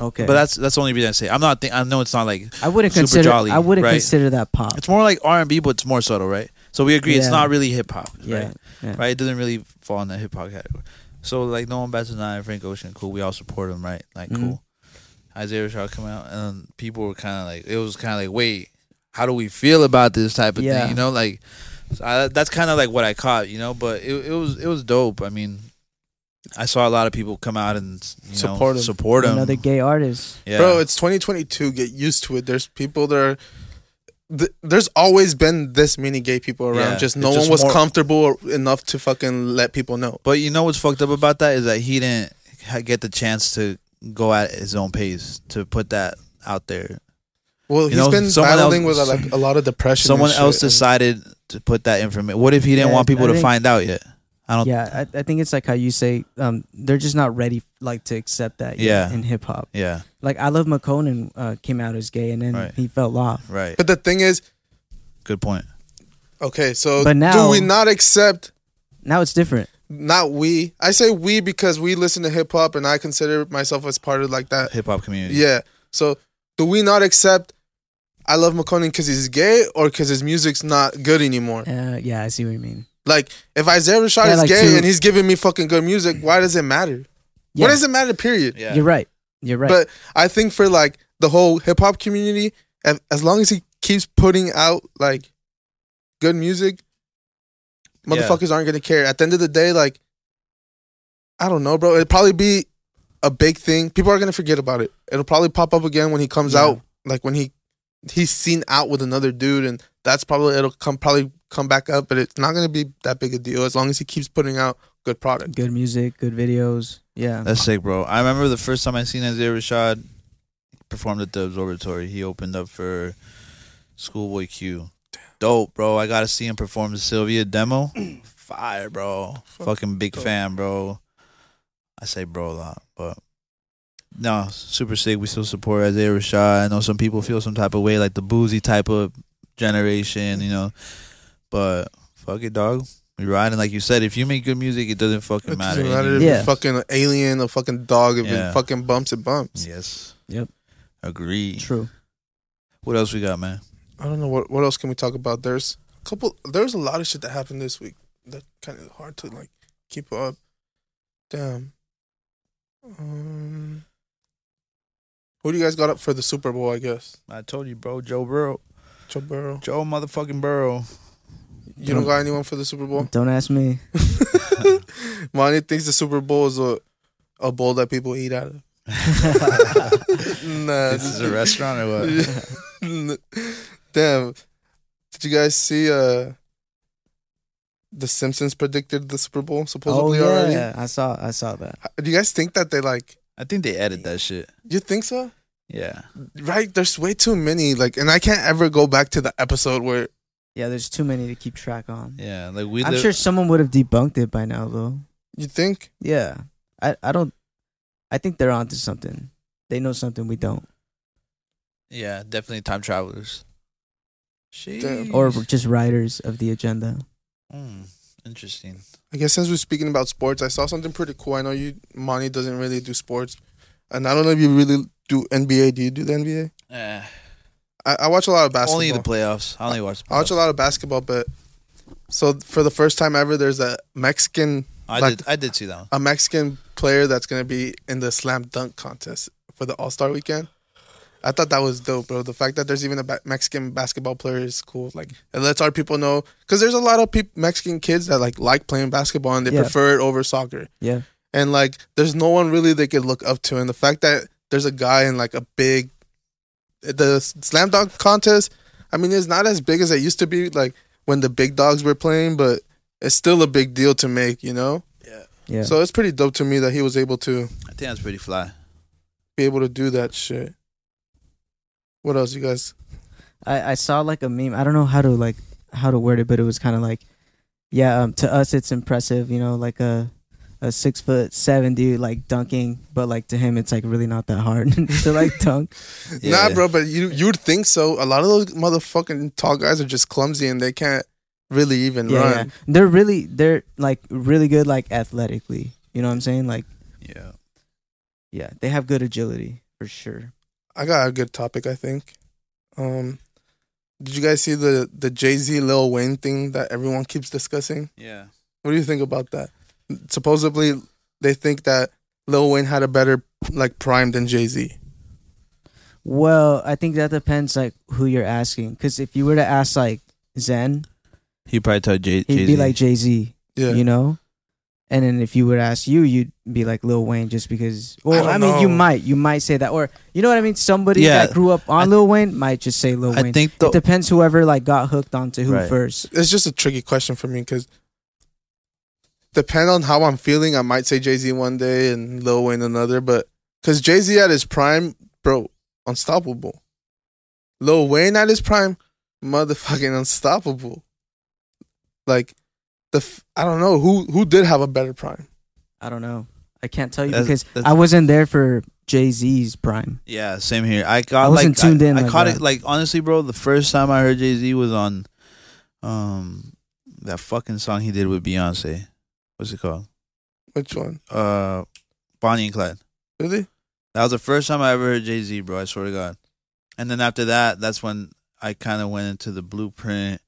Speaker 3: Okay,
Speaker 1: but that's that's the only reason I say it. I'm not. Think, I know it's not like
Speaker 3: I wouldn't
Speaker 1: super
Speaker 3: consider
Speaker 1: jolly,
Speaker 3: I wouldn't
Speaker 1: right?
Speaker 3: consider that pop.
Speaker 1: it's more like R and B, but it's more subtle, right? So we agree it's
Speaker 3: Yeah.
Speaker 1: not really hip hop,
Speaker 3: yeah,
Speaker 1: right?
Speaker 3: yeah.
Speaker 1: Right? It doesn't really fall in that hip hop category. So like no one bats an eye. at Frank Ocean, cool. We all support him, right? Like
Speaker 2: Mm-hmm.
Speaker 3: Mhm.
Speaker 1: cool. Isaiah Rashad come out, and people were kind of like, it was kind of like, wait, how do we feel about this type of
Speaker 3: Yeah.
Speaker 1: thing? You know, like so I, that's kind of like what I caught, you know. But it, it was it was dope. I mean, I saw a lot of people come out and you
Speaker 2: Support
Speaker 1: know,
Speaker 2: him.
Speaker 1: support him.
Speaker 3: Another gay artist.
Speaker 1: yeah.
Speaker 2: Bro, it's 2022. Get used to it. There's people that are. Th- there's always been this many gay people around.
Speaker 1: Yeah,
Speaker 2: just
Speaker 1: it's
Speaker 2: no
Speaker 1: just
Speaker 2: one was
Speaker 1: more-
Speaker 2: comfortable enough to fucking let people know.
Speaker 1: But you know what's fucked up about that is that he didn't ha- get the chance to go at his own pace to put that out there.
Speaker 2: Well, he's
Speaker 1: know,
Speaker 2: been
Speaker 1: someone
Speaker 2: battling
Speaker 1: else-
Speaker 2: with uh, like a lot of depression.
Speaker 1: Someone
Speaker 2: and
Speaker 1: else
Speaker 2: shit, and-
Speaker 1: decided to put that information. What if he didn't
Speaker 3: Yeah,
Speaker 1: want people
Speaker 3: I
Speaker 1: to
Speaker 3: think-
Speaker 1: find out yet? I don't. Yeah.
Speaker 3: Yeah, I, I think it's like how you say um, they're just not ready like to accept that. yet
Speaker 1: Yeah.
Speaker 3: in hip hop, like I love McConan uh, came out as gay and then
Speaker 1: Right.
Speaker 3: he fell off.
Speaker 1: Right.
Speaker 2: But the thing is,
Speaker 1: Good point.
Speaker 2: okay, so
Speaker 3: But now-
Speaker 2: do we not accept?
Speaker 3: Now it's different.
Speaker 2: Not we. I say we because we listen to hip hop, and I consider myself as part of like that.
Speaker 1: Hip hop community.
Speaker 2: Yeah. So do we not accept? I love McConan because he's gay, or because his music's not good anymore.
Speaker 3: Uh, yeah, I see what you mean.
Speaker 2: Like, if Isaiah Rashad
Speaker 3: Yeah,
Speaker 2: is
Speaker 3: like
Speaker 2: gay
Speaker 3: two-
Speaker 2: and he's giving me fucking good music, why does it matter?
Speaker 3: Yeah,
Speaker 2: What does it matter? Period.
Speaker 1: Yeah.
Speaker 3: you're right. You're right.
Speaker 2: But I think for like the whole hip hop community, a- as long as he keeps putting out like good music,
Speaker 1: Yeah.
Speaker 2: motherfuckers aren't gonna care. At the end of the day, like I don't know, bro. It'll probably be a big thing. People are gonna forget about it. It'll probably pop up again when he comes
Speaker 3: Yeah.
Speaker 2: out, like when he he's seen out with another dude, and that's probably it'll come probably come back up. But it's not gonna be that big a deal as long as he keeps putting out good product.
Speaker 3: good music, good videos. Yeah.
Speaker 1: That's sick, bro. I remember the first time I seen Isaiah Rashad performed at the Observatory. He opened up for Schoolboy Q. Dope, bro. I gotta see him perform the Sylvia demo. Fire, bro. Fucking big
Speaker 2: dope.
Speaker 1: fan, bro. I say bro a lot, but no, super sick. We still support Isaiah Rashad. I know some people feel some type of way, like the boozy type of generation, you know. But fuck it, dog. We riding like you said. If you make good music, it doesn't fucking
Speaker 2: It
Speaker 1: matter.
Speaker 2: doesn't matter if
Speaker 3: Yeah.
Speaker 2: you're fucking an alien, a fucking dog, if
Speaker 1: Yeah.
Speaker 2: it fucking bumps, it bumps.
Speaker 1: Yes.
Speaker 3: Yep.
Speaker 1: Agree.
Speaker 3: True.
Speaker 1: What else we got, man?
Speaker 2: I don't know what what else can we talk about. There's a couple. There's a lot of shit that happened this week that kind of hard to like keep up. Damn. Um, who do you guys got up for the Super Bowl? I guess
Speaker 1: I told you, bro. Joe Burrow.
Speaker 2: Joe Burrow.
Speaker 1: Joe motherfucking Burrow.
Speaker 2: You don't got anyone for the Super Bowl?
Speaker 3: Don't ask me.
Speaker 2: Monty thinks the Super Bowl is a a bowl that people eat out of. nah,
Speaker 1: This is a restaurant or what?
Speaker 2: Damn. Did you guys see uh The Simpsons predicted the Super Bowl supposedly
Speaker 3: oh yeah,
Speaker 2: already?
Speaker 3: I saw I saw that.
Speaker 2: H- Do you guys think that they like
Speaker 1: I think they edit that shit.
Speaker 2: you think so?
Speaker 1: Yeah.
Speaker 2: Right? There's way too many like and I can't ever go back to the episode where
Speaker 3: Yeah, there's too many to keep track on.
Speaker 1: Yeah. Like we
Speaker 3: I'm
Speaker 1: live-
Speaker 3: sure someone would have debunked it by now though.
Speaker 2: you think
Speaker 3: Yeah. I, I don't I think they're onto something. They know something we don't.
Speaker 1: Yeah, definitely time travelers. Sheesh.
Speaker 2: Damn.
Speaker 3: Or we're just writers of the agenda.
Speaker 1: Mm, interesting.
Speaker 2: I guess since we're speaking about sports, I saw something pretty cool. I know you Monty doesn't really do sports. And I don't know if you really do NBA. Do you do the NBA?
Speaker 1: Eh,
Speaker 2: I, I watch a lot of basketball.
Speaker 1: only the playoffs. I only watch.
Speaker 2: I watch a lot of basketball, but so for the first time ever, there's a Mexican
Speaker 1: I
Speaker 2: like-
Speaker 1: did. I did see that one.
Speaker 2: a Mexican player that's gonna be in the slam dunk contest for the All Star weekend. I thought that was dope, bro. The fact that there's even a ba- Mexican basketball player is cool. Like, it lets our people know because there's a lot of peop Mexican kids that like like playing basketball and they
Speaker 3: Yeah.
Speaker 2: prefer it over soccer.
Speaker 3: Yeah.
Speaker 2: And like, there's no one really they could look up to. And the fact that there's a guy in like a big the slam dunk contest. I mean, it's not as big as it used to be, like when the big dogs were playing, but it's still a big deal to make, you know.
Speaker 3: Yeah.
Speaker 2: So it's pretty dope to me that he was able to
Speaker 1: I think that's pretty fly.
Speaker 2: be able to do that shit. What else, you guys?
Speaker 3: I, I saw like a meme. I don't know how to like how to word it, but it was kind of like, yeah, um, to us it's impressive, you know, like a a six foot seven dude like dunking, but like to him it's like really not that hard to like dunk.
Speaker 1: Yeah.
Speaker 2: Nah, bro, but you you'd think so. A lot of those motherfucking tall guys are just clumsy and they can't really even
Speaker 3: Yeah, yeah,
Speaker 2: run.
Speaker 3: they're really they're like really good like athletically. You know what I'm saying? Like,
Speaker 1: Yeah.
Speaker 3: yeah, they have good agility for sure.
Speaker 2: I got a good topic, I think. Um, did you guys see the the Jay Z Lil Wayne thing that everyone keeps discussing?
Speaker 1: Yeah.
Speaker 2: What do you think about that? Supposedly, they think that Lil Wayne had a better like prime than Jay Z.
Speaker 3: Well, I think that depends like who you're asking, because if you were to ask like Zen,
Speaker 1: He probably told Jay.
Speaker 3: he'd be like Jay Z.
Speaker 2: Yeah,
Speaker 3: you know and then if you would ask you you'd be like lil wayne just because well
Speaker 2: don't
Speaker 3: i, mean you
Speaker 2: know.
Speaker 3: might you might say that or you know what i mean somebody
Speaker 1: Yeah.
Speaker 3: that grew up
Speaker 1: I-
Speaker 3: on lil wayne might just say lil
Speaker 1: I
Speaker 3: wayne
Speaker 1: think the
Speaker 3: it depends whoever like got hooked onto who
Speaker 1: Right.
Speaker 3: first
Speaker 2: it's just a tricky question for me because depend on how I'm feeling, I might say Jay Z one day and Lil Wayne another, but because Jay Z at his prime, bro, unstoppable. Lil Wayne at his prime, motherfucking unstoppable. Like the f- I don't know who who did have a better prime.
Speaker 3: i don't know i can't tell you
Speaker 1: That's-
Speaker 3: because
Speaker 1: that's-
Speaker 3: i wasn't there for jay-z's prime
Speaker 1: yeah, same here. I got
Speaker 3: I wasn't
Speaker 1: like
Speaker 3: tuned
Speaker 1: I,
Speaker 3: in
Speaker 1: I
Speaker 3: like
Speaker 1: caught
Speaker 3: that.
Speaker 1: it like honestly, bro. The first time I heard Jay Z was on, um, that fucking song he did with Beyonce. What's it called?
Speaker 2: Which one?
Speaker 1: Uh, Bonnie and Clyde.
Speaker 2: Really?
Speaker 1: That was the first time I ever heard Jay Z, bro. I swear to God. And then after that, that's when I kind of went into the Blueprint,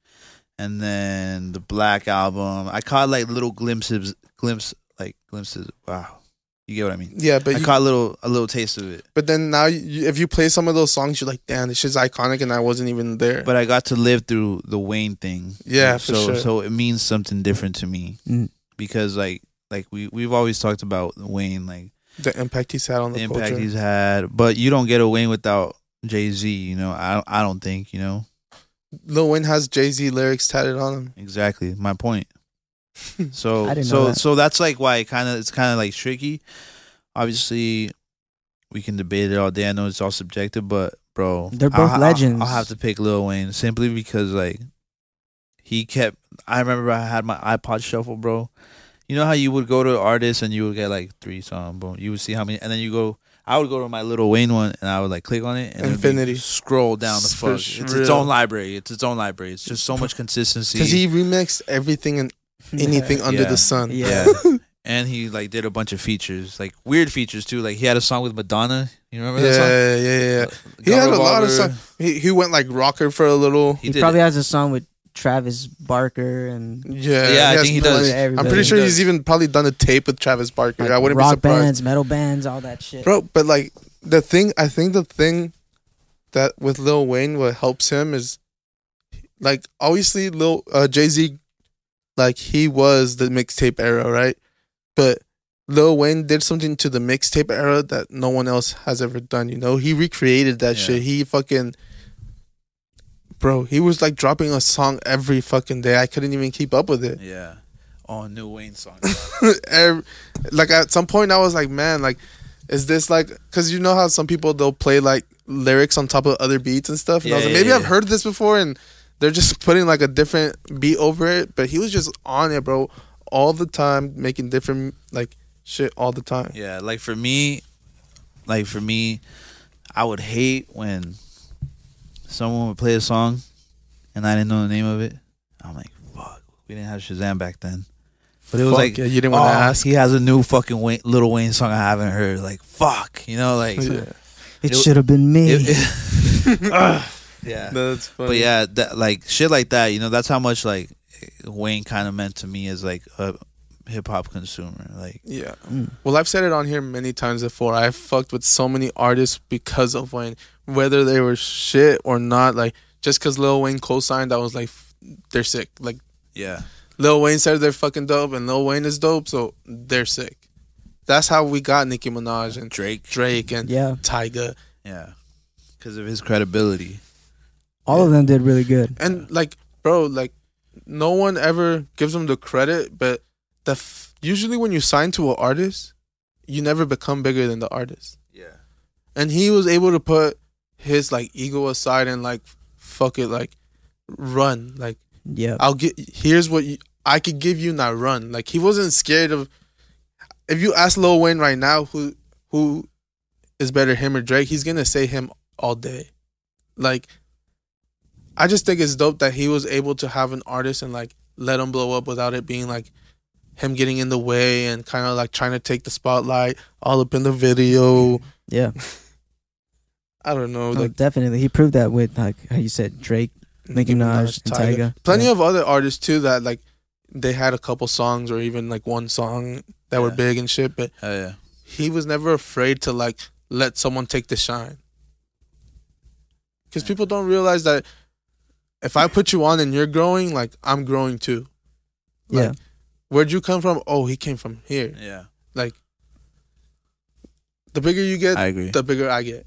Speaker 1: and then the Black album. I caught like little glimpses, glimpse, like glimpses. Wow, you get what I mean?
Speaker 2: Yeah, but
Speaker 1: I
Speaker 2: you,
Speaker 1: caught a little, a little taste of it.
Speaker 2: but then now you, if you play some of those songs, you're like, damn, this shit's iconic, and I wasn't even there.
Speaker 1: But I got to live through the Wayne thing.
Speaker 2: Yeah, for
Speaker 1: so
Speaker 2: sure.
Speaker 1: so it means something different to me
Speaker 3: Mm.
Speaker 1: because like like we we've always talked about Wayne, like
Speaker 2: the impact he's had on the,
Speaker 1: the impact
Speaker 2: culture.
Speaker 1: he's had. But you don't get a Wayne without Jay Z. You know, I don't- I don't think you know.
Speaker 2: Lil Wayne has Jay Z lyrics tatted on him.
Speaker 1: Exactly, my point.
Speaker 3: I
Speaker 1: So
Speaker 3: didn't
Speaker 1: so
Speaker 3: know that.
Speaker 1: so that's like why it kind of it's kind of like tricky. Obviously, we can debate it all day. I know it's all subjective, but bro,
Speaker 3: They're
Speaker 1: I'll-
Speaker 3: both
Speaker 1: I'll-
Speaker 3: legends.
Speaker 1: I'll have to pick Lil Wayne simply because like he kept. I remember I had my iPod shuffle, bro. You know how you would go to artists and you would get like three songs, boom. You would see how many, and then you go. I would go to my Lil Wayne one, and I would like click on it, and it would be-
Speaker 2: Infinity.
Speaker 1: scroll down the
Speaker 2: For
Speaker 1: fuck. It's its
Speaker 2: real.
Speaker 1: own library. It's its own library. It's just so much consistency.
Speaker 2: Because he remixed everything and anything under
Speaker 1: Yeah.
Speaker 2: the sun.
Speaker 3: Yeah.
Speaker 1: Yeah. and he like did a bunch of features, like weird features too. Like he had a song with Madonna. You remember that song?
Speaker 2: Yeah, yeah, yeah. He
Speaker 1: Gun
Speaker 2: had a lot of
Speaker 1: Revolver.
Speaker 2: stuff. He, he went like rocker for a little.
Speaker 1: He,
Speaker 3: He,
Speaker 1: did
Speaker 3: probably
Speaker 1: it.
Speaker 3: has a song with Travis Barker and
Speaker 2: Yeah,
Speaker 1: Yeah, I
Speaker 2: has
Speaker 1: think he
Speaker 2: melodies.
Speaker 1: does.
Speaker 3: Everybody.
Speaker 2: I'm pretty sure
Speaker 1: He
Speaker 2: he's
Speaker 1: does.
Speaker 2: even probably done a tape with Travis Barker.
Speaker 3: like,
Speaker 2: I wouldn't be
Speaker 3: rock
Speaker 2: surprised,
Speaker 3: bands, metal bands, all that shit.
Speaker 2: bro. But like the thing, I think the thing that with Lil Wayne what helps him is like obviously Lil uh, Jay Z, like he was the mixtape era, right? But Lil Wayne did something to the mixtape era that no one else has ever done. You know, he recreated that
Speaker 1: Yeah.
Speaker 2: shit. He fucking. Bro, he was like dropping a song every fucking day. I couldn't even keep up with it.
Speaker 1: Yeah. Oh, new Wayne song.
Speaker 2: Every- like at some point I was like, man, like, is this like? Because you know how some people they'll play like lyrics on top of other beats and stuff. And I was
Speaker 1: Yeah,
Speaker 2: like,
Speaker 1: yeah,
Speaker 2: maybe
Speaker 1: yeah,
Speaker 2: I've
Speaker 1: yeah.
Speaker 2: heard this before, and they're just putting like a different beat over it. But he was just on it, bro, all the time, making different like shit all the time.
Speaker 1: yeah, like for me, like for me, I would hate when someone would play a song and I didn't know the name of it. I'm like, fuck, we didn't have Shazam back then. But it was
Speaker 2: Fuck,
Speaker 1: like
Speaker 2: yeah, you didn't wanna
Speaker 1: "Oh,
Speaker 2: ask."
Speaker 1: He has a new fucking Wayne, Little Wayne song I haven't heard. Like fuck, you know, like
Speaker 2: Yeah.
Speaker 3: It,
Speaker 1: It-
Speaker 3: should have been me.
Speaker 1: it- it- Ugh, yeah.
Speaker 2: That's funny.
Speaker 1: But yeah, that like shit like that, you know, that's how much like Wayne kind of meant to me as like a hip hop consumer. Like,
Speaker 2: Yeah.
Speaker 3: Mm.
Speaker 2: Well, I've said it on here many times before. I fucked with so many artists because of Wayne, whether they were shit or not. Like just because Lil Wayne co-signed, I was like, f- they're sick. Like
Speaker 1: yeah,
Speaker 2: Lil Wayne said they're fucking dope, and Lil Wayne is dope, so they're sick. That's how we got Nicki Minaj and
Speaker 1: Drake,
Speaker 2: Drake and
Speaker 3: yeah,
Speaker 2: Tyga,
Speaker 1: yeah, because of his credibility.
Speaker 3: all of them did really good.
Speaker 2: and like, bro, like, no one ever gives them the credit. But the f- usually when you sign to an artist, you never become bigger than the artist.
Speaker 1: Yeah,
Speaker 2: and he was able to put his like ego aside and like fuck it like run like
Speaker 3: Yeah,
Speaker 2: i'll get here's what you, i could give you now run like he wasn't scared of if you ask lil wayne right now who who is better him or drake he's gonna say him all day like i just think it's dope that he was able to have an artist and like let him blow up without it being like him getting in the way and kind of like trying to take the spotlight all up in the video
Speaker 3: yeah,
Speaker 2: i don't know
Speaker 3: Oh,
Speaker 2: like
Speaker 3: definitely. He proved that with like how you said Drake, Nicki Minaj, and
Speaker 2: Tyga.
Speaker 3: Tyga.
Speaker 2: Plenty
Speaker 3: Yeah.
Speaker 2: of other artists too that like they had a couple songs or even like one song that were
Speaker 1: Yeah.
Speaker 2: big and shit, but
Speaker 1: oh yeah,
Speaker 2: he was never afraid to like let someone take the shine. Cuz people don't realize that if I put you on and you're growing, like I'm growing too. Like,
Speaker 3: yeah.
Speaker 2: Where'd you come from? Oh, he came from here.
Speaker 1: yeah.
Speaker 2: The bigger you get,
Speaker 1: I agree.
Speaker 2: the bigger I get.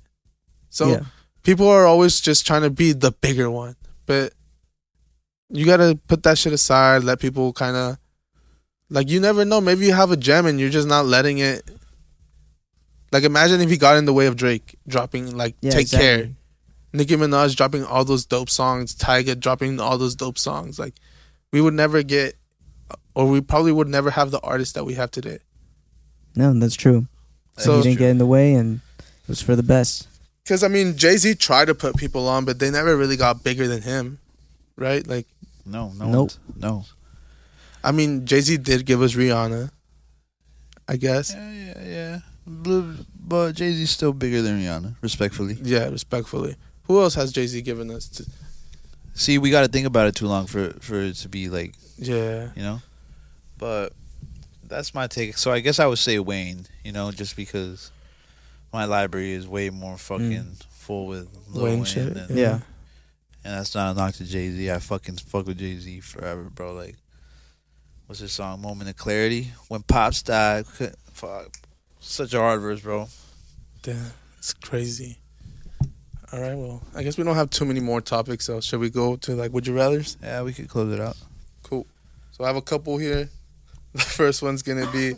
Speaker 2: So
Speaker 3: yeah.
Speaker 2: people are always just trying to be the bigger one, but you gotta put that shit aside. Let people kind of like you never know. Maybe you have a gem and you're just not letting it. Like imagine if he got in the way of Drake dropping like
Speaker 3: Yeah,
Speaker 2: Take
Speaker 3: exactly.
Speaker 2: Care, Nicki Minaj dropping all those dope songs, Tyga dropping all those dope songs. Like we would never get, or we probably would never have the artists that we have today.
Speaker 3: No, that's true.
Speaker 2: So-
Speaker 3: So he didn't get in the way, and it was for the best.
Speaker 2: Because I mean, Jay Z tried to put people on, but they never really got bigger than him, right? Like.
Speaker 1: No, no,
Speaker 3: Nope.
Speaker 1: no.
Speaker 2: I mean, Jay Z did give us Rihanna, I guess.
Speaker 1: Yeah, yeah, yeah. Blue, but Jay Z's still bigger than Rihanna, respectfully.
Speaker 2: Yeah, respectfully. Who else has Jay Z given us? To,
Speaker 1: See, we got to think about it too long for for it to be like
Speaker 2: yeah,
Speaker 1: you know. But that's my take. So I guess I would say Wayne, you know, just because my library is way more fucking full with Lil Wayne,
Speaker 2: Wayne shit.
Speaker 1: than-
Speaker 3: Mm. Yeah.
Speaker 1: And that's not a knock to Jay Z. I fucking fuck with Jay Z forever, bro. Like, what's his song? Moment of Clarity. When Pops died. c- Fuck. Such a hard verse, bro.
Speaker 2: Damn, it's crazy. All right, well, I guess we don't have too many more topics, so should we go to like would you rather's?
Speaker 1: Yeah, we could close it out.
Speaker 2: Cool. So I have a couple here. The first one's gonna be: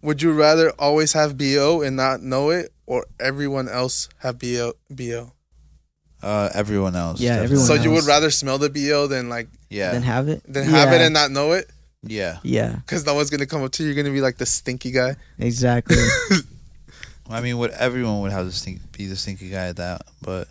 Speaker 2: Would you rather always have bo and not know it, or everyone else have bo? bo?
Speaker 1: Uh, everyone else.
Speaker 3: Yeah,
Speaker 1: definitely.
Speaker 3: everyone
Speaker 2: So you would
Speaker 3: else.
Speaker 2: rather smell the bo than like
Speaker 1: Yeah.
Speaker 3: Then have it.
Speaker 2: than have it
Speaker 3: Yeah.
Speaker 2: and not know it?
Speaker 1: yeah.
Speaker 3: Yeah,
Speaker 2: Because no one's gonna come up to you. You're gonna be like the stinky guy.
Speaker 3: exactly.
Speaker 1: I mean, what everyone would have to stink, be the stinky guy at that, but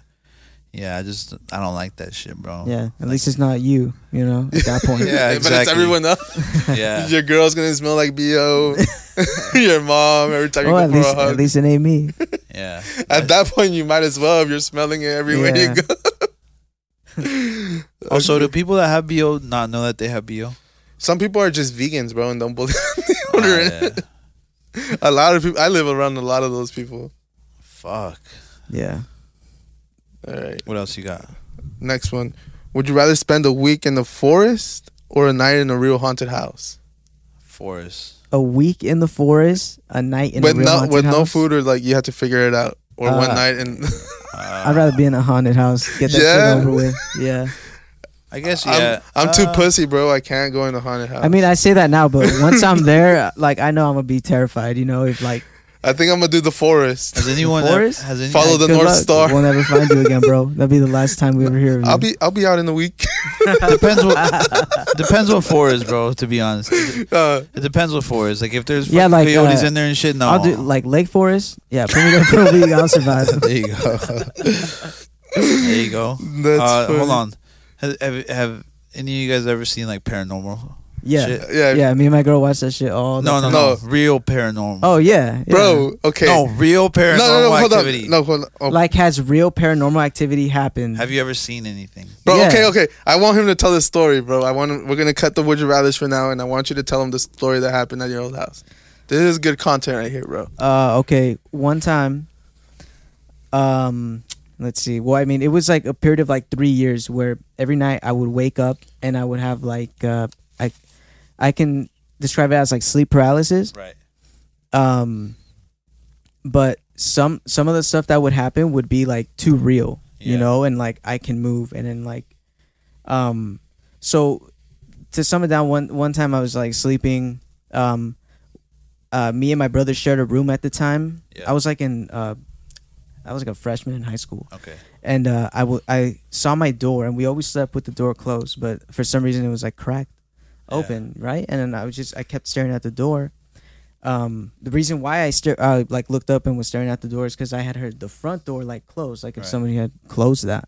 Speaker 1: Yeah, I just I don't like that shit, bro.
Speaker 3: Yeah, at least it's not you. You know, at that point.
Speaker 1: Yeah,
Speaker 2: But it's
Speaker 1: exactly.
Speaker 2: everyone else.
Speaker 1: yeah.
Speaker 2: Your girl's gonna smell like bo. your mom every time you
Speaker 3: Well, Oh,
Speaker 2: go for a
Speaker 3: at least
Speaker 2: hug.
Speaker 3: at least it ain't me.
Speaker 1: Yeah.
Speaker 2: At that point, you might as well if you're smelling it everywhere
Speaker 3: Yeah.
Speaker 2: you go.
Speaker 1: Also, do people that have BO not know that they have BO?
Speaker 2: Some people are just vegans, bro, and don't believe they order
Speaker 1: Ah,
Speaker 2: it.
Speaker 1: yeah.
Speaker 2: A lot of people. I live around a lot of those people.
Speaker 1: Fuck.
Speaker 3: Yeah.
Speaker 2: All right,
Speaker 1: What else you got?
Speaker 2: next one. Would you rather spend a week in the forest or a night in a real haunted house
Speaker 1: Forest.
Speaker 3: A week in the forest, a night in
Speaker 2: with
Speaker 3: a real
Speaker 2: no
Speaker 3: haunted
Speaker 2: with no
Speaker 3: house?
Speaker 2: food or like you have to figure it out or one
Speaker 3: Uh,
Speaker 2: night and
Speaker 1: Uh,
Speaker 3: I'd rather be in a haunted house. Get that
Speaker 2: Yeah.
Speaker 3: shit over with. Yeah.
Speaker 1: I guess
Speaker 2: I'm,
Speaker 1: yeah.
Speaker 2: I'm too
Speaker 3: Ah.
Speaker 1: Uh,
Speaker 2: pussy, bro. I can't go in a haunted house.
Speaker 3: I mean, I say that now, but once I'm there, like I know I'm gonna be terrified. You know, if like
Speaker 2: I think I'm gonna do the forest.
Speaker 1: Has anyone
Speaker 3: Forest?
Speaker 1: ever, has any
Speaker 2: Follow Oh, the
Speaker 3: good
Speaker 2: North
Speaker 3: luck.
Speaker 2: Star.
Speaker 3: we'll never find you again, bro. That'll be the last time we ever hear of you.
Speaker 2: I'll be I'll be out in a week.
Speaker 1: depends what depends what forest, bro. To be honest, it
Speaker 2: uh,
Speaker 1: depends what forest. Like if there's
Speaker 3: Yeah,
Speaker 1: yeah,
Speaker 3: like,
Speaker 1: coyotes
Speaker 3: uh,
Speaker 1: in there and shit, no.
Speaker 3: I'll do like Lake Forest. Yeah, put me there for a week. I'll survive.
Speaker 1: there you go. there you go.
Speaker 2: that's
Speaker 1: Uh,
Speaker 2: funny.
Speaker 1: hold on. Have, have have any of you guys ever seen like paranormal?
Speaker 3: Yeah,
Speaker 1: Shit.
Speaker 2: Yeah,
Speaker 3: yeah. Me and my girl watch that shit all the
Speaker 1: No, no,
Speaker 3: time.
Speaker 1: no,
Speaker 2: No.
Speaker 1: Real paranormal.
Speaker 3: Oh yeah, yeah.
Speaker 2: bro. Okay.
Speaker 1: No, real paranormal
Speaker 2: no, no, no, hold
Speaker 1: activity.
Speaker 2: on. No, hold on. Oh,
Speaker 3: Like has real paranormal activity happened?
Speaker 1: Have you ever seen anything?
Speaker 2: bro,
Speaker 3: yeah.
Speaker 2: okay, okay. I want him to tell the story, bro. I want him, we're gonna cut the would you rather's for now, and I want you to tell him the story that happened at your old house. This is good content right here, bro.
Speaker 3: Uh, okay. One time, um, let's see. Well, I mean, it was like a period of like three years where every night I would wake up and I would have like uh, I, I can describe it as like sleep paralysis.
Speaker 1: Right.
Speaker 3: Um, but some some of the stuff that would happen would be like too real, you
Speaker 1: Yeah.
Speaker 3: know, and like I can move and then like, um, so to sum it down, one one time I was like sleeping, um, uh, me and my brother shared a room at the time.
Speaker 1: Yeah.
Speaker 3: I was like in, uh, I was like a freshman in high school,
Speaker 1: Okay.
Speaker 3: and uh, I w- I saw my door, and we always slept with the door closed, but for some reason it was like cracked
Speaker 1: Yeah.
Speaker 3: open, right? And then I was just I kept staring at the door. Um, the reason why I stare, uh, like looked up and was staring at the door is because I had heard the front door like close, like if
Speaker 1: Right.
Speaker 3: somebody had closed that.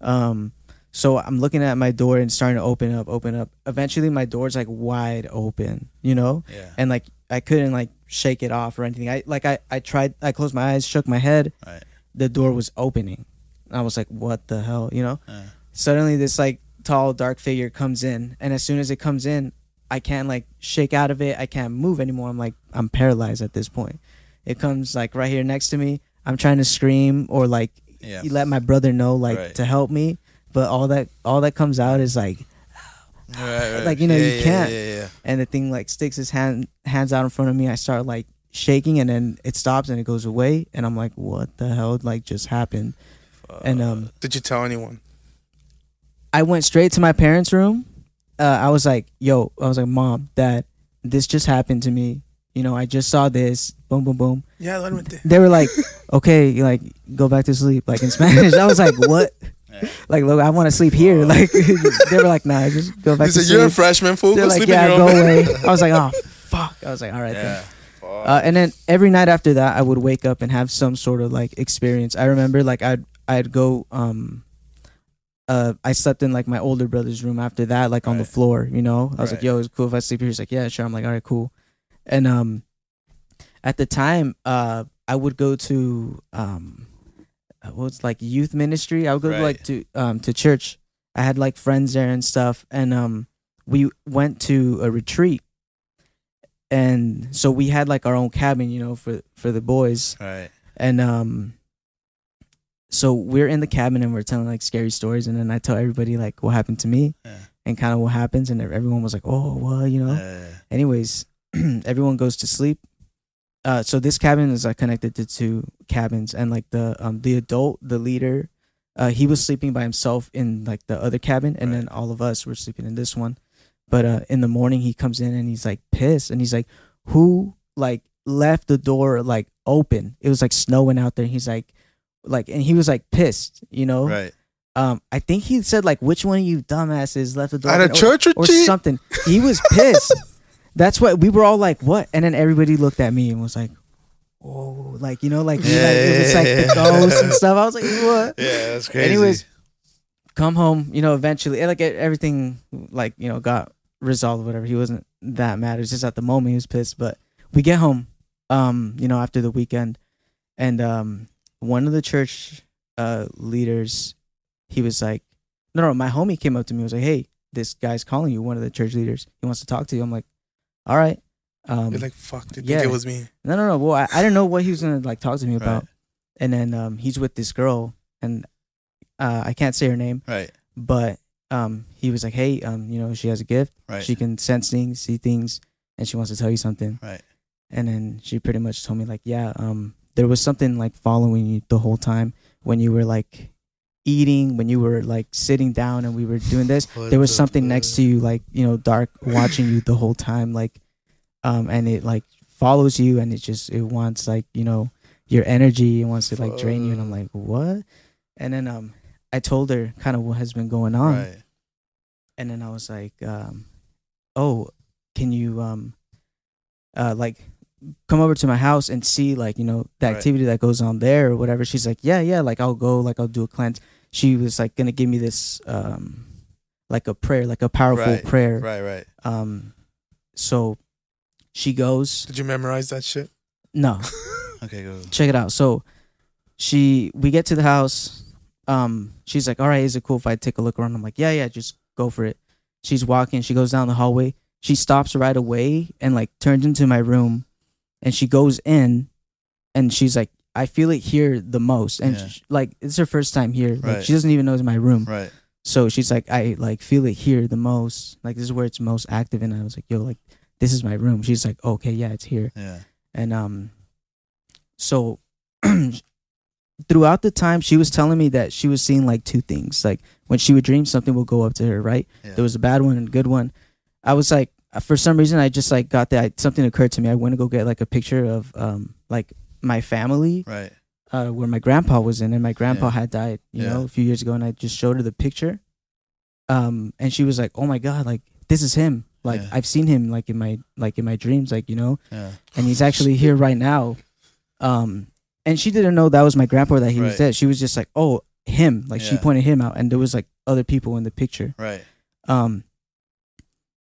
Speaker 3: Um, so I'm looking at my door and starting to open up, open up. Eventually, my door's like wide open, you know,
Speaker 1: Yeah.
Speaker 3: and like I couldn't like shake it off or anything. I like I I tried. I closed my eyes, shook my head.
Speaker 1: Right.
Speaker 3: The door was opening. And I was like, "What the hell?" You know.
Speaker 1: Yeah.
Speaker 3: Suddenly, this like tall, dark figure comes in, and as soon as it comes in, I can't like shake out of it. I can't move anymore. I'm like I'm paralyzed at this point. It comes like right here next to me. I'm trying to scream or like
Speaker 1: Yeah.
Speaker 3: let my brother know like
Speaker 1: Right.
Speaker 3: to help me, but all that all that comes out is like
Speaker 1: Right, right.
Speaker 3: Like, you know,
Speaker 1: Yeah,
Speaker 3: you
Speaker 1: yeah,
Speaker 3: can't.
Speaker 1: Yeah, yeah.
Speaker 3: and the thing like sticks his hand hands out in front of me. I start like shaking, and then it stops and it goes away, and I'm like, what the hell? Like just happened, and um,
Speaker 2: Did you tell anyone?
Speaker 3: I went straight to my parents' room. Uh, I was like, yo, I was like, mom, dad, this just happened to me. You know, I just saw this. Boom, boom, boom.
Speaker 2: Yeah, I went there.
Speaker 3: They were like, okay, like go back to sleep, like in Spanish. I was like, what? Like, look, I want to sleep here. Like, they were like, nah, just go back
Speaker 2: He
Speaker 3: to
Speaker 2: Oh. said,
Speaker 3: sleep.
Speaker 2: "You're a freshman fool.
Speaker 3: They're
Speaker 2: Go
Speaker 3: like,
Speaker 2: sleep in
Speaker 3: yeah,
Speaker 2: your
Speaker 3: go
Speaker 2: own bed."
Speaker 3: away. I was like, oh fuck. I was like, all right.
Speaker 1: Yeah.
Speaker 3: Then. Uh, and then every night after that, I would wake up and have some sort of like experience. I remember like I'd I'd go um, uh, I slept in like my older brother's room after that, like on the
Speaker 1: Right.
Speaker 3: floor. You know, I was like,
Speaker 1: Right.
Speaker 3: yo, it's cool if I sleep here. He's like, yeah, sure. I'm like, all right, cool. And um, at the time, uh, I would go to um, what was like youth ministry. I would go to,
Speaker 1: Right.
Speaker 3: like to um to church. I had like friends there and stuff, and um, we went to a retreat, and so we had like our own cabin, you know, for for the boys,
Speaker 1: Right.
Speaker 3: and um, so we're in the cabin and we're telling like scary stories, and then I tell everybody like what happened to me,
Speaker 1: Yeah.
Speaker 3: and kind of what happens, and everyone was like, oh, well, you know,
Speaker 1: Uh,
Speaker 3: anyways, everyone goes to sleep. Uh, so this cabin is like connected to two cabins, and like the um the adult, the leader, uh, he was sleeping by himself in like the other cabin, and then all of us were sleeping in this one. But uh, in the morning, he comes in and he's like pissed, and he's like, "Who like left the door like open? It was like snowing out there." And he's like, like, and he was like pissed, you know.
Speaker 1: right.
Speaker 3: Um, I think he said like, "Which one of you dumbasses left the door
Speaker 2: At a
Speaker 3: open?" Or-
Speaker 2: church
Speaker 3: or
Speaker 2: retreat.
Speaker 3: something. He was pissed. That's what we were all like, what? And then everybody looked at me and was like, oh, like you know, like,
Speaker 1: Yeah,
Speaker 3: like, it was
Speaker 1: yeah,
Speaker 3: like
Speaker 1: yeah,
Speaker 3: the
Speaker 1: yeah.
Speaker 3: ghosts and stuff. I was like, what?
Speaker 1: Yeah, that's crazy.
Speaker 3: Anyways, come home. You know, eventually, and, like e- everything, like you know, got resolved. Whatever. He wasn't that mad. It was just at the moment he was pissed. But we get home. Um, you know, after the weekend, and um, one of the church uh leaders, he was like, no, no, my homie came up to me. and Was like, hey, this guy's calling you. One of the church leaders. He wants to talk to you. I'm like, all right. Um,
Speaker 2: You're like, fuck, they
Speaker 3: yeah.
Speaker 2: think it was me.
Speaker 3: no, no, no. Well, I, I didn't know what he was gonna like talk to me
Speaker 1: Right.
Speaker 3: about, and then um, he's with this girl, and uh, I can't say her name,
Speaker 1: right,
Speaker 3: but um, he was like, "Hey, um, you know, she has a gift.
Speaker 1: right,
Speaker 3: She can sense things, see things, and she wants to tell you something."
Speaker 1: right.
Speaker 3: And then she pretty much told me like, "Yeah, um, there was something like following you the whole time when you were like eating, when you were like sitting down, and we were doing this.
Speaker 1: What
Speaker 3: there was
Speaker 1: the
Speaker 3: something
Speaker 1: fuck?
Speaker 3: next to you, like you know, dark, watching you the whole time, like, um, and it like follows you, and it just it wants like you know your energy, it wants to like drain you, and I'm like, what? And then um, I told her kind of what has been going on,
Speaker 1: Right.
Speaker 3: and then I was like, um, "Oh, can you um, uh, like come over to my house and see like you know the
Speaker 1: Right.
Speaker 3: activity that goes on there or whatever?" She's like, "Yeah, yeah, like I'll go, like I'll do a cleanse." She was like gonna give me this um, like a prayer, like a powerful
Speaker 1: Right,
Speaker 3: prayer.
Speaker 1: Right, right.
Speaker 3: Um, so she goes,
Speaker 2: Did you memorize that shit?
Speaker 3: "No,
Speaker 1: Okay, go.
Speaker 3: check it out. So she we get to the house. Um, she's like, All right, is it cool if I take a look around? I'm like, Yeah, yeah, just go for it. She's walking, she goes down the hallway, she stops right away and like turns into my room and she goes in and she's like, I feel it here the most. And
Speaker 1: Yeah.
Speaker 3: sh like it's her first time here. Like
Speaker 1: Right.
Speaker 3: she doesn't even know it's my room.
Speaker 1: Right,
Speaker 3: So she's like, I like feel it here the most. Like this is where it's most active and I was like, Yo, like this is my room. She's like, Okay, yeah, it's here
Speaker 1: yeah.
Speaker 3: and um so throughout the time she was telling me that she was seeing like two things like when she would dream something would go up to her right
Speaker 1: Yeah.
Speaker 3: there was a bad one and a good one i was like uh, for some reason i just like got that something occurred to me i went to go get like a picture of um like my family
Speaker 1: Right,
Speaker 3: uh, where my grandpa was in, and my grandpa
Speaker 1: Yeah.
Speaker 3: had died, you
Speaker 1: Yeah.
Speaker 3: know, a few years ago, and I just showed her the picture, um, and she was like, "Oh my god, like this is him, like
Speaker 1: Yeah.
Speaker 3: I've seen him, like in my like in my dreams, like you know,
Speaker 1: yeah.
Speaker 3: and he's actually here right now." Um, and she didn't know that was my grandpa or that he was
Speaker 1: Right.
Speaker 3: dead. She was just like, "Oh, him," like she
Speaker 1: Yeah.
Speaker 3: pointed him out, and there was like other people in the picture,
Speaker 1: Right,
Speaker 3: um,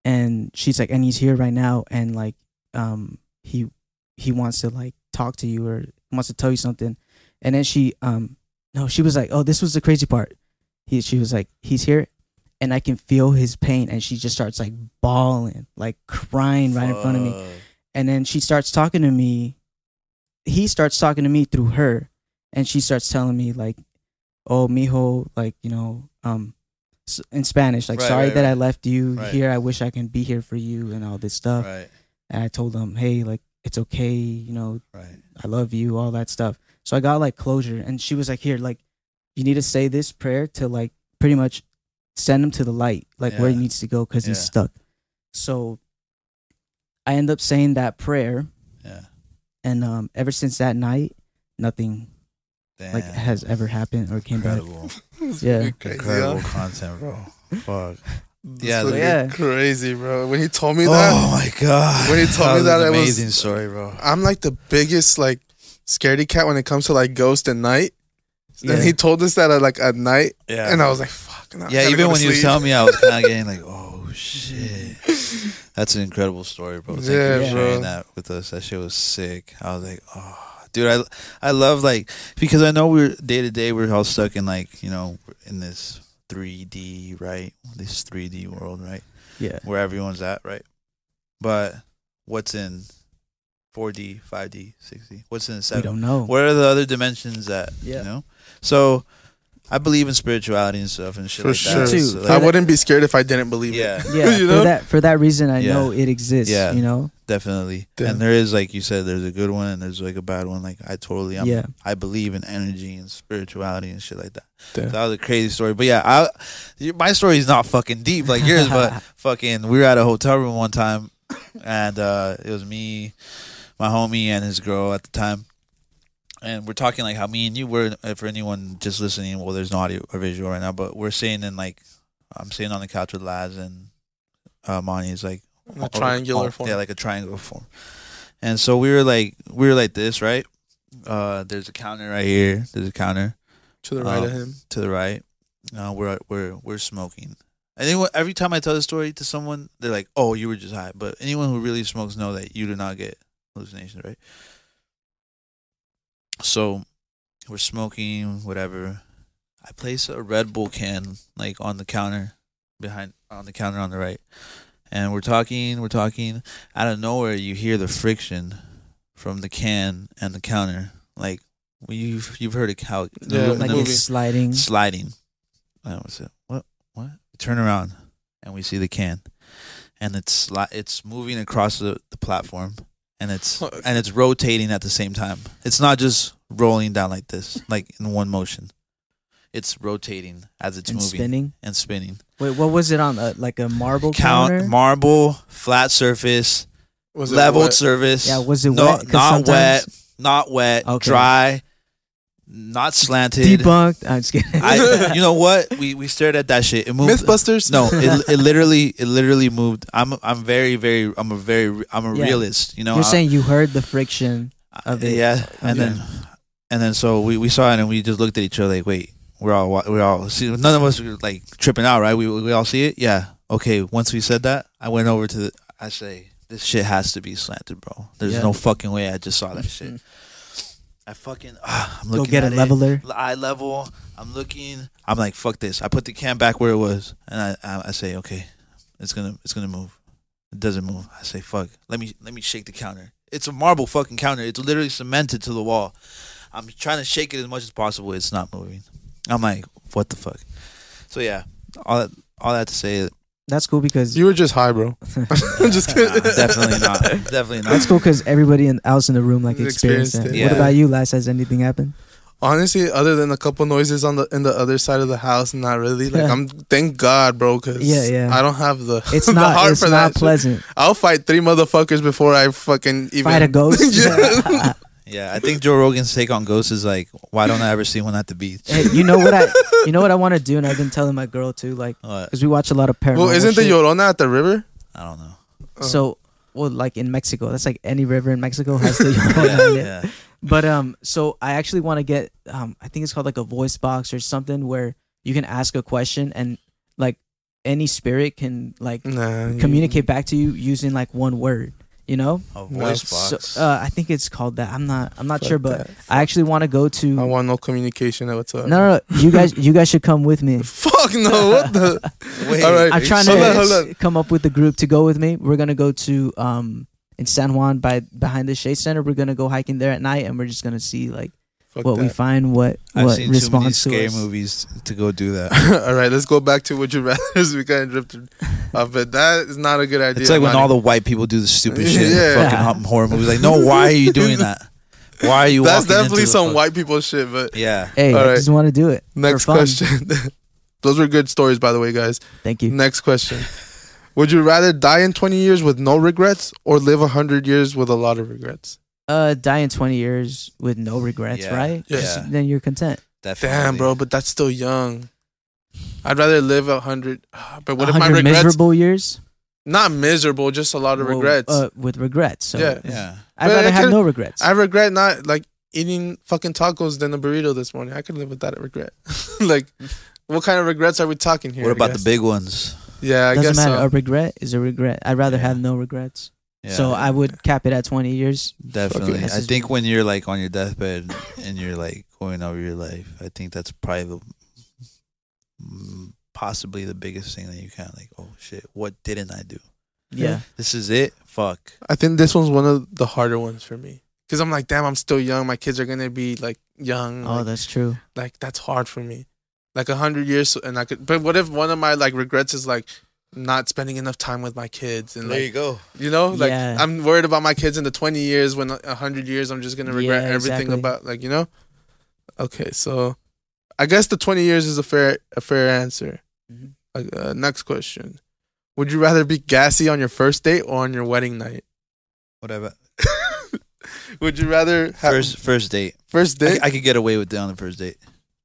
Speaker 3: and she's like, "And he's here right now, and like, um, he he wants to like talk to you or wants to tell you something. And then she, um, no, she was like, oh, this was the crazy part. He, she was like, he's here, and I can feel his pain. And she just starts like bawling, like crying right in front of me.
Speaker 1: Fuck.
Speaker 3: And then she starts talking to me. He starts talking to me through her, and she starts telling me like, oh, mijo, like you know, um, s- in Spanish, like,
Speaker 1: Right,
Speaker 3: sorry
Speaker 1: right,
Speaker 3: that I
Speaker 1: right.
Speaker 3: left you
Speaker 1: Right.
Speaker 3: here. I wish I can be here for you and all this stuff.
Speaker 1: Right,
Speaker 3: And I told him, hey, like, it's okay, you know,
Speaker 1: right.
Speaker 3: I love you, all that stuff. So I got like closure, and she was like, "Here, like, you need to say this prayer to like pretty much send him to the light, like where he
Speaker 1: Yeah.
Speaker 3: needs to go because he's
Speaker 1: Yeah.
Speaker 3: stuck." So I end up saying that prayer,
Speaker 1: Yeah.
Speaker 3: and um, ever since that night, nothing
Speaker 1: Damn.
Speaker 3: like has ever happened or came back.
Speaker 1: incredible,
Speaker 3: Yeah,
Speaker 2: Crazy,
Speaker 1: incredible
Speaker 2: huh?
Speaker 1: content, bro. Fuck.
Speaker 2: This
Speaker 1: Yeah,
Speaker 2: fucking
Speaker 3: yeah.
Speaker 2: crazy, bro. When he told me that,
Speaker 1: Oh my god.
Speaker 2: When he told me that,
Speaker 1: was
Speaker 2: I
Speaker 1: an
Speaker 2: was-
Speaker 1: amazing story, bro.
Speaker 2: I'm like the biggest like scaredy cat when it comes to like ghost and night.
Speaker 3: Yeah.
Speaker 2: And he told us that at like at night,
Speaker 1: Yeah.
Speaker 2: and I was like, "Fuck." Nah, I
Speaker 1: yeah,
Speaker 2: gotta
Speaker 1: even
Speaker 2: go to
Speaker 1: when you
Speaker 2: sleep.
Speaker 1: tell me, I was kind of getting like, oh shit. That's an incredible story, bro. Thank
Speaker 2: Yeah,
Speaker 1: you
Speaker 3: Yeah.
Speaker 1: for sharing
Speaker 2: bro.
Speaker 1: that with us. That shit was sick. I was like, oh, dude, I I love like because I know we're day to day we're all stuck in like you know in this 3D right, this 3D world right,
Speaker 3: yeah,
Speaker 1: where everyone's at right, but what's in 4D, 5D, 6D? What's in
Speaker 3: we
Speaker 1: 7D?
Speaker 3: don't know.
Speaker 1: Where are the other dimensions at?
Speaker 3: Yeah.
Speaker 1: You know? So I believe in spirituality and stuff and shit
Speaker 2: For
Speaker 1: like
Speaker 2: sure.
Speaker 1: that.
Speaker 3: Too.
Speaker 1: So,
Speaker 2: I
Speaker 1: like,
Speaker 2: wouldn't be scared if I didn't believe
Speaker 1: yeah,
Speaker 2: it.
Speaker 3: yeah,
Speaker 2: you
Speaker 3: for
Speaker 2: know?
Speaker 3: that for that reason, I
Speaker 1: Yeah.
Speaker 3: know it exists.
Speaker 1: Yeah.
Speaker 3: You know,
Speaker 1: definitely.
Speaker 2: Damn.
Speaker 1: And there is like you said, there's a good one and there's like a bad one. Like I totally I'm,
Speaker 3: Yeah.
Speaker 1: I believe in energy and spirituality and shit like that.
Speaker 2: Damn.
Speaker 1: That was a crazy story. But yeah, I y- my story is not fucking deep like yours, but fucking we were at a hotel room one time and uh it was me, my homie and his girl at the time. and we're talking like how me and you were uh, for anyone just listening well there's no audio or visual right now but we're sitting in like i'm sitting on the couch with laz and uh, Monty is like
Speaker 2: In a triangular form.
Speaker 1: yeah like a triangle form And so we were like we were like this, right? Uh there's a counter right here. There's a counter
Speaker 2: to the right
Speaker 1: Um,
Speaker 2: of him.
Speaker 1: to the right. Uh, we're we're we're smoking. I think what- every time I tell this story to someone, they're like, "Oh, you were just high." But anyone who really smokes know that you do not get hallucinations, right? So, we're smoking, whatever. I place a Red Bull can like on the counter behind on the counter on the right, and we're talking, we're talking. Out of nowhere, you hear the friction from the can and the counter, like. You've you've heard of how
Speaker 2: Yeah,
Speaker 1: aluminum
Speaker 3: like
Speaker 2: movie.
Speaker 3: it's sliding.
Speaker 1: sliding. And I said, "What? What?" We turn around, and we see the can, and it's sli- it's moving across the, the platform, and it's
Speaker 2: Fuck.
Speaker 1: and it's rotating at the same time. It's not just rolling down like this, like in one motion. It's rotating as it's
Speaker 3: and
Speaker 1: moving
Speaker 3: spinning.
Speaker 1: and spinning.
Speaker 3: Wait, what was it on? Uh, like a marble counter?
Speaker 1: Count marble, flat surface,
Speaker 2: Was it
Speaker 1: leveled
Speaker 2: wet?
Speaker 1: surface.
Speaker 3: yeah, was it
Speaker 1: no,
Speaker 3: wet? 'Cause
Speaker 1: not wet,
Speaker 3: sometimes-
Speaker 1: not wet,
Speaker 3: Okay.
Speaker 1: dry, not slanted.
Speaker 3: Debunked. I'm just kidding.
Speaker 1: I, you know what? We we stared at that shit. It moved.
Speaker 2: Mythbusters?
Speaker 1: No, it, it literally it literally moved. I'm I'm very very I'm a very I'm a
Speaker 3: Yeah.
Speaker 1: realist. You know,
Speaker 3: You're
Speaker 1: I-
Speaker 3: saying you heard the friction.
Speaker 1: I-
Speaker 3: of it.
Speaker 1: Yeah, and
Speaker 3: Okay.
Speaker 1: then and then so we, we saw it and we just looked at each other like, wait, we're all wa- we're all see, none of us were like tripping out, right? We we all see it. Yeah. Okay. Once we said that, I went over to the. I say this shit has to be slanted, bro. There's
Speaker 3: Yeah. Mm-hmm.
Speaker 1: no fucking way. I just saw that shit. I fucking. ah, I'm
Speaker 3: Go
Speaker 1: looking
Speaker 3: get a
Speaker 1: at it
Speaker 3: leveler.
Speaker 1: eye level. I'm looking. I'm like, fuck this. I put the can back where it was, and I, I, I say, okay, it's gonna, it's gonna move. It doesn't move. I say, fuck. Let me, let me shake the counter. It's a marble fucking counter. It's literally cemented to the wall. I'm trying to shake it as much as possible. It's not moving. I'm like, what the fuck? So yeah, all that, all that to say,
Speaker 3: That's cool because
Speaker 2: You were just high, bro. I'm just
Speaker 1: nah,
Speaker 2: kidding.
Speaker 1: definitely not, definitely not.
Speaker 3: that's cool because everybody in, else in the room like
Speaker 2: They
Speaker 3: experienced
Speaker 2: experienced
Speaker 3: it.
Speaker 1: it.
Speaker 3: What
Speaker 1: Yeah.
Speaker 3: about you, Last? Has anything happened?
Speaker 2: Honestly, other than a couple noises on the in the other side of the house, not really. Like
Speaker 3: Yeah.
Speaker 2: I'm, thank God, bro, because
Speaker 3: Yeah, yeah.
Speaker 2: I don't have the
Speaker 3: It's
Speaker 2: the
Speaker 3: not.
Speaker 2: heart
Speaker 3: It's
Speaker 2: for
Speaker 3: not
Speaker 2: that. shit.
Speaker 3: pleasant.
Speaker 2: I'll fight three motherfuckers before I fucking even
Speaker 3: Fight a ghost.
Speaker 2: Yeah.
Speaker 1: Yeah, I think Joe Rogan's take on ghosts is like, why don't I ever see one at the beach?
Speaker 3: Hey, you know what I? You know what I want to do, and I've been telling my girl too, like,
Speaker 1: What?
Speaker 3: because we watch a lot of paranormal.
Speaker 2: well, isn't the uh.
Speaker 3: shit.
Speaker 2: Llorona at the river?
Speaker 1: I don't know.
Speaker 3: so well like in Mexico? That's like any river in Mexico has the Llorona in it.
Speaker 1: Yeah.
Speaker 3: But um, so I actually want to get um, I think it's called like a voice box or something where you can ask a question and like any spirit can like
Speaker 2: Nah. you-
Speaker 3: communicate back to you using like one word. You know,
Speaker 1: A
Speaker 2: No.
Speaker 1: voice
Speaker 3: so,
Speaker 1: box.
Speaker 3: uh, I think it's called that. I'm not. I'm not
Speaker 2: Fuck
Speaker 3: sure, but
Speaker 2: that.
Speaker 3: I actually want to go to.
Speaker 2: I want no communication
Speaker 3: no,
Speaker 2: whatsoever.
Speaker 3: no, no, you guys, you guys should come with me.
Speaker 2: Fuck no. What the?
Speaker 1: Wait,
Speaker 2: All right.
Speaker 3: I'm
Speaker 1: are you
Speaker 3: trying
Speaker 2: Hold
Speaker 3: to
Speaker 2: on, hold on.
Speaker 3: come up with the group to go with me. We're gonna go to um in San Juan by behind the Shade Center. We're gonna go hiking there at night, and we're just gonna see like
Speaker 2: Fuck
Speaker 3: what we
Speaker 2: that.
Speaker 3: find, what
Speaker 1: I've
Speaker 3: what
Speaker 1: seen too many
Speaker 3: responds
Speaker 1: scary
Speaker 3: to us.
Speaker 1: movies to go do that.
Speaker 2: all right, let's go back to would you rather's. We kind of drifted off, but that is not a good idea.
Speaker 1: It's like when
Speaker 2: Monty.
Speaker 1: all the white people do the stupid shit in
Speaker 2: Yeah.
Speaker 1: fucking hom- horror movies. Like, no, why are you doing that? Why are you?
Speaker 2: That's
Speaker 1: walking into
Speaker 2: definitely
Speaker 1: the
Speaker 2: some
Speaker 1: fuck-
Speaker 2: white people shit, but
Speaker 1: Yeah.
Speaker 3: Hey,
Speaker 2: All
Speaker 3: I
Speaker 2: right.
Speaker 3: just want to do it. for
Speaker 2: Next
Speaker 3: fun.
Speaker 2: question. Mm. Those were good stories, by the way, guys.
Speaker 3: Thank you.
Speaker 2: Next question. Would you rather die in 20 years with no regrets or live 100 years with a lot of regrets?
Speaker 3: Uh, die in 20 years with no regrets,
Speaker 1: Yeah.
Speaker 3: right?
Speaker 2: Yeah.
Speaker 3: Just- Then you're content.
Speaker 1: Definitely.
Speaker 2: Damn, bro, but that's still young. I'd rather live 100. But what if my
Speaker 3: 100
Speaker 2: regrets?
Speaker 3: miserable years?
Speaker 2: Not miserable, just a lot of
Speaker 3: Well,
Speaker 2: regrets.
Speaker 3: Uh, with regrets. So
Speaker 2: Yeah.
Speaker 1: Yeah.
Speaker 3: I'd
Speaker 2: But
Speaker 3: rather
Speaker 2: I
Speaker 3: have
Speaker 2: could-
Speaker 3: no regrets.
Speaker 2: I regret not like eating fucking tacos than a burrito this morning. I could live without a regret. like, what kind of regrets are we talking here?
Speaker 1: What
Speaker 2: I
Speaker 1: about the
Speaker 2: guess?
Speaker 1: big ones?
Speaker 2: Yeah, I
Speaker 3: Doesn't
Speaker 2: guess
Speaker 3: matter.
Speaker 2: so.
Speaker 3: A regret is a regret. I'd rather
Speaker 1: Yeah.
Speaker 3: have no regrets.
Speaker 1: Yeah,
Speaker 3: So I would cap it at 20 years.
Speaker 1: definitely.
Speaker 3: Fucking-
Speaker 1: I think when you're like on your deathbed and you're like going over your life, I think that's probably the mm, possibly the biggest thing that you can like. Oh shit, what didn't I do?
Speaker 3: Yeah.
Speaker 1: This is it. Fuck.
Speaker 2: I think this one's one of the harder ones for me because I'm like, damn, I'm still young. My kids are gonna be like young.
Speaker 3: Oh,
Speaker 2: like,
Speaker 3: that's true.
Speaker 2: like, that's hard for me. Like a hundred years, so- and I could. But what if one of my like regrets is like not spending enough time with my kids, and like
Speaker 1: go.
Speaker 2: you know, like
Speaker 3: Yeah.
Speaker 2: I'm worried about my kids in the twenty years. When a hundred years, I'm just gonna regret
Speaker 3: Yeah,
Speaker 2: everything
Speaker 3: exactly.
Speaker 2: about like you know. Okay, so I guess the twenty years is a fair a fair answer.
Speaker 3: Mhm.
Speaker 2: Like, uh, next question: Would you rather be gassy on your first date or on your wedding night?
Speaker 1: Whatever.
Speaker 2: Would you rather have
Speaker 1: First, first date.
Speaker 2: first
Speaker 1: I,
Speaker 2: date?
Speaker 1: I could get away with it on the first date.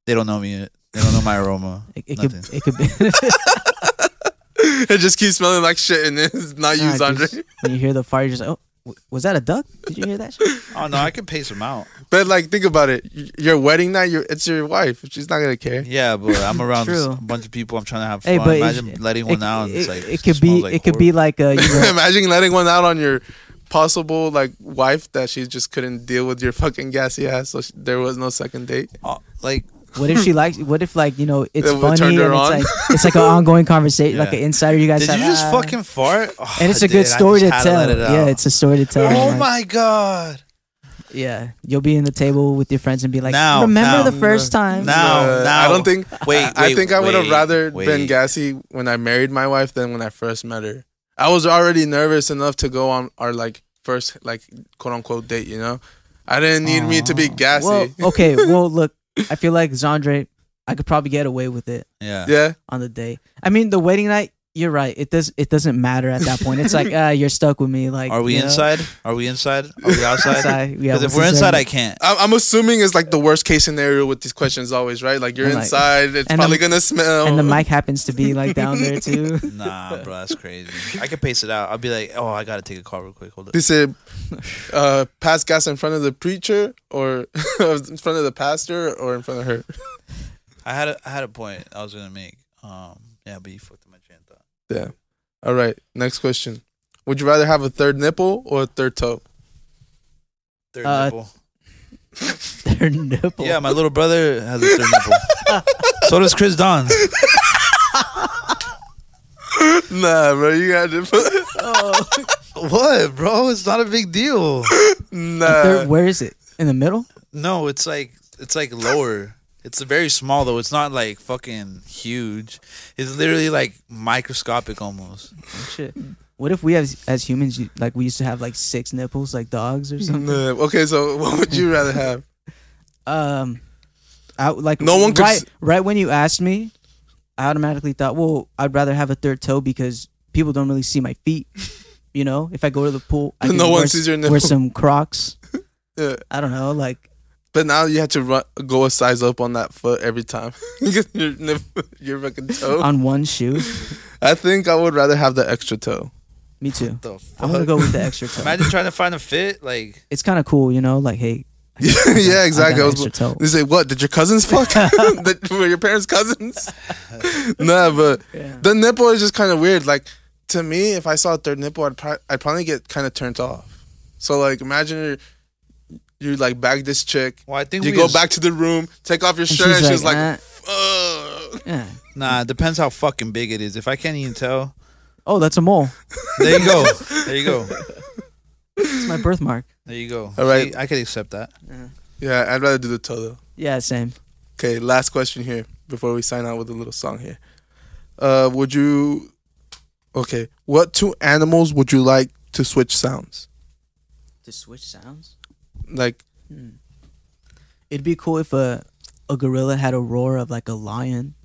Speaker 1: They don't know me yet. They don't know my aroma.
Speaker 3: It, it could
Speaker 1: Nothing.
Speaker 3: it could be
Speaker 2: it just keeps smelling like shit, and it's not used,
Speaker 3: Nah, 'cause
Speaker 2: Andre.
Speaker 3: when you hear the fire, you're just like, oh, Was that a duck? Did you hear that shit?
Speaker 1: Oh no, I can pace him out.
Speaker 2: But like, think about it. Y- Your wedding night, your it's your wife. She's not gonna care.
Speaker 1: Yeah, but I'm around
Speaker 3: True.
Speaker 1: a bunch of people. I'm trying to have fun.
Speaker 3: Hey, but it-
Speaker 1: Imagine letting one
Speaker 3: it,
Speaker 1: out. And
Speaker 3: it,
Speaker 1: it's like
Speaker 3: it could be
Speaker 1: smells like
Speaker 3: it could be like a you know,
Speaker 2: Imagine letting one out on your possible like wife that she just couldn't deal with your fucking gassy ass, so she, there was no second date.
Speaker 1: Oh, like
Speaker 3: what if she likes what if like you know it's
Speaker 2: It would
Speaker 3: funny
Speaker 2: turn
Speaker 3: and
Speaker 2: her
Speaker 3: it's
Speaker 2: on.
Speaker 3: like it's like an ongoing conversation like an
Speaker 1: Yeah.
Speaker 3: insider you guys
Speaker 1: did you
Speaker 3: have
Speaker 1: just
Speaker 3: ah.
Speaker 1: fucking fart? Oh,
Speaker 3: and it's
Speaker 1: I
Speaker 3: a good
Speaker 1: did. I
Speaker 3: story to
Speaker 1: just had
Speaker 3: tell
Speaker 1: let it
Speaker 3: yeah
Speaker 1: out.
Speaker 3: it's a story to tell
Speaker 1: Oh
Speaker 3: Like,
Speaker 1: my god!
Speaker 3: yeah you'll be in the table with your friends and be like
Speaker 1: Now, now.
Speaker 3: remember the first time
Speaker 1: Now,
Speaker 2: Uh,
Speaker 1: now
Speaker 2: I don't think.
Speaker 1: Wait,
Speaker 2: I- I
Speaker 1: wait,
Speaker 2: think I would have
Speaker 1: wait,
Speaker 2: rather been
Speaker 1: wait.
Speaker 2: gassy when I married my wife than when I first met her. I was already nervous enough to go on our like first like quote unquote date. You know, I didn't need me to be gassy.
Speaker 3: Oh. well okay well look I feel like Zandre I could probably get away with it
Speaker 1: Yeah.
Speaker 2: yeah,
Speaker 3: on the day I mean the wedding night you're right it does it doesn't matter at that point it's like ah you're stuck with me like
Speaker 1: Are we
Speaker 3: you know,
Speaker 1: inside? Are we inside? Are we outside?
Speaker 3: outside. yeah
Speaker 1: Because if
Speaker 3: what's
Speaker 1: we're
Speaker 3: his
Speaker 1: inside,
Speaker 3: name?
Speaker 1: I can't.
Speaker 2: I'm, I'm assuming it's like the worst case scenario with these questions always, right? Like you're
Speaker 3: And, like-
Speaker 2: inside, it's
Speaker 3: and the-
Speaker 2: probably gonna smell.
Speaker 3: and the mic happens to be like down there too.
Speaker 1: Nah, bro, that's crazy. I could pace it out. I'll be like, oh, I gotta take a call real quick. Hold up.
Speaker 2: They said, uh, pass gas in front of the preacher or in front of the pastor or in front of her.
Speaker 1: I had a I had a point I was gonna make. Um, yeah, but you fucked up my train of thought.
Speaker 2: Yeah. All right. Next question. Would you rather have a third nipple or a third toe?
Speaker 1: Third
Speaker 3: Uh,
Speaker 1: nipple.
Speaker 3: Their nipple.
Speaker 1: Yeah, my little brother has a third nipple. so does Chris Don.
Speaker 2: Nah, bro. You got to.
Speaker 1: What, bro? It's not a big deal.
Speaker 3: They're-
Speaker 1: uh,
Speaker 2: nah.
Speaker 3: where is it? In the middle?
Speaker 1: No, it's like it's like lower. It's very small though. It's not like fucking huge. It's literally like microscopic almost.
Speaker 3: Shit. What if we as as humans you- like we used to have like six nipples like dogs or something?
Speaker 2: Nah. Okay, so what would you rather have?
Speaker 3: Um, I like
Speaker 2: No one could
Speaker 3: right
Speaker 2: s-
Speaker 3: right when you asked me, I automatically thought, well, I'd rather have a third toe because people don't really see my feet. You know, if I go to the pool, I
Speaker 2: No
Speaker 3: can
Speaker 2: one
Speaker 3: wear, s-
Speaker 2: sees your
Speaker 3: Wear
Speaker 2: nipple.
Speaker 3: some Crocs.
Speaker 2: Yeah.
Speaker 3: I don't know, like
Speaker 2: But now you have to run, go a size up on that foot every time. your nipple, your fucking toe.
Speaker 3: on one shoe.
Speaker 2: I think I would rather have the extra toe.
Speaker 3: Me too.
Speaker 1: The
Speaker 3: I'm gonna
Speaker 1: fuck?
Speaker 3: go with the extra toe.
Speaker 1: Imagine trying to find a fit. Like
Speaker 3: it's kind of cool, you know. Like, hey,
Speaker 2: yeah, exactly.
Speaker 3: I
Speaker 2: I
Speaker 3: got an
Speaker 2: was,
Speaker 3: extra toe.
Speaker 2: they say, "What did your cousins fuck? That- Were your parents cousins?" nah, but the nipple is just kind of weird. Like to me, if I saw a third nipple, I'd, pro- I'd probably get kind of turned off. So like, imagine you're, you like bag this chick,
Speaker 1: Well, I think
Speaker 2: you
Speaker 1: we
Speaker 2: go
Speaker 1: as-
Speaker 2: back to the room, take off your shirt, and she's like,
Speaker 3: "Nah."
Speaker 2: "Fuck."
Speaker 3: Yeah.
Speaker 1: nah, it depends how fucking big it is. If I can't even tell,
Speaker 3: Oh, that's a mole.
Speaker 1: there you go. There you go.
Speaker 3: It's my birthmark.
Speaker 1: There you go.
Speaker 2: All right.
Speaker 1: See, I could accept that.
Speaker 2: Yeah, I'd rather do the toe though.
Speaker 3: Yeah, same.
Speaker 2: Okay, last question here before we sign out with a little song here. Uh, would you? Okay, what two animals would you like to switch sounds?
Speaker 3: To switch sounds?
Speaker 2: Like,
Speaker 3: It'd be cool if a a gorilla had a roar of like a lion.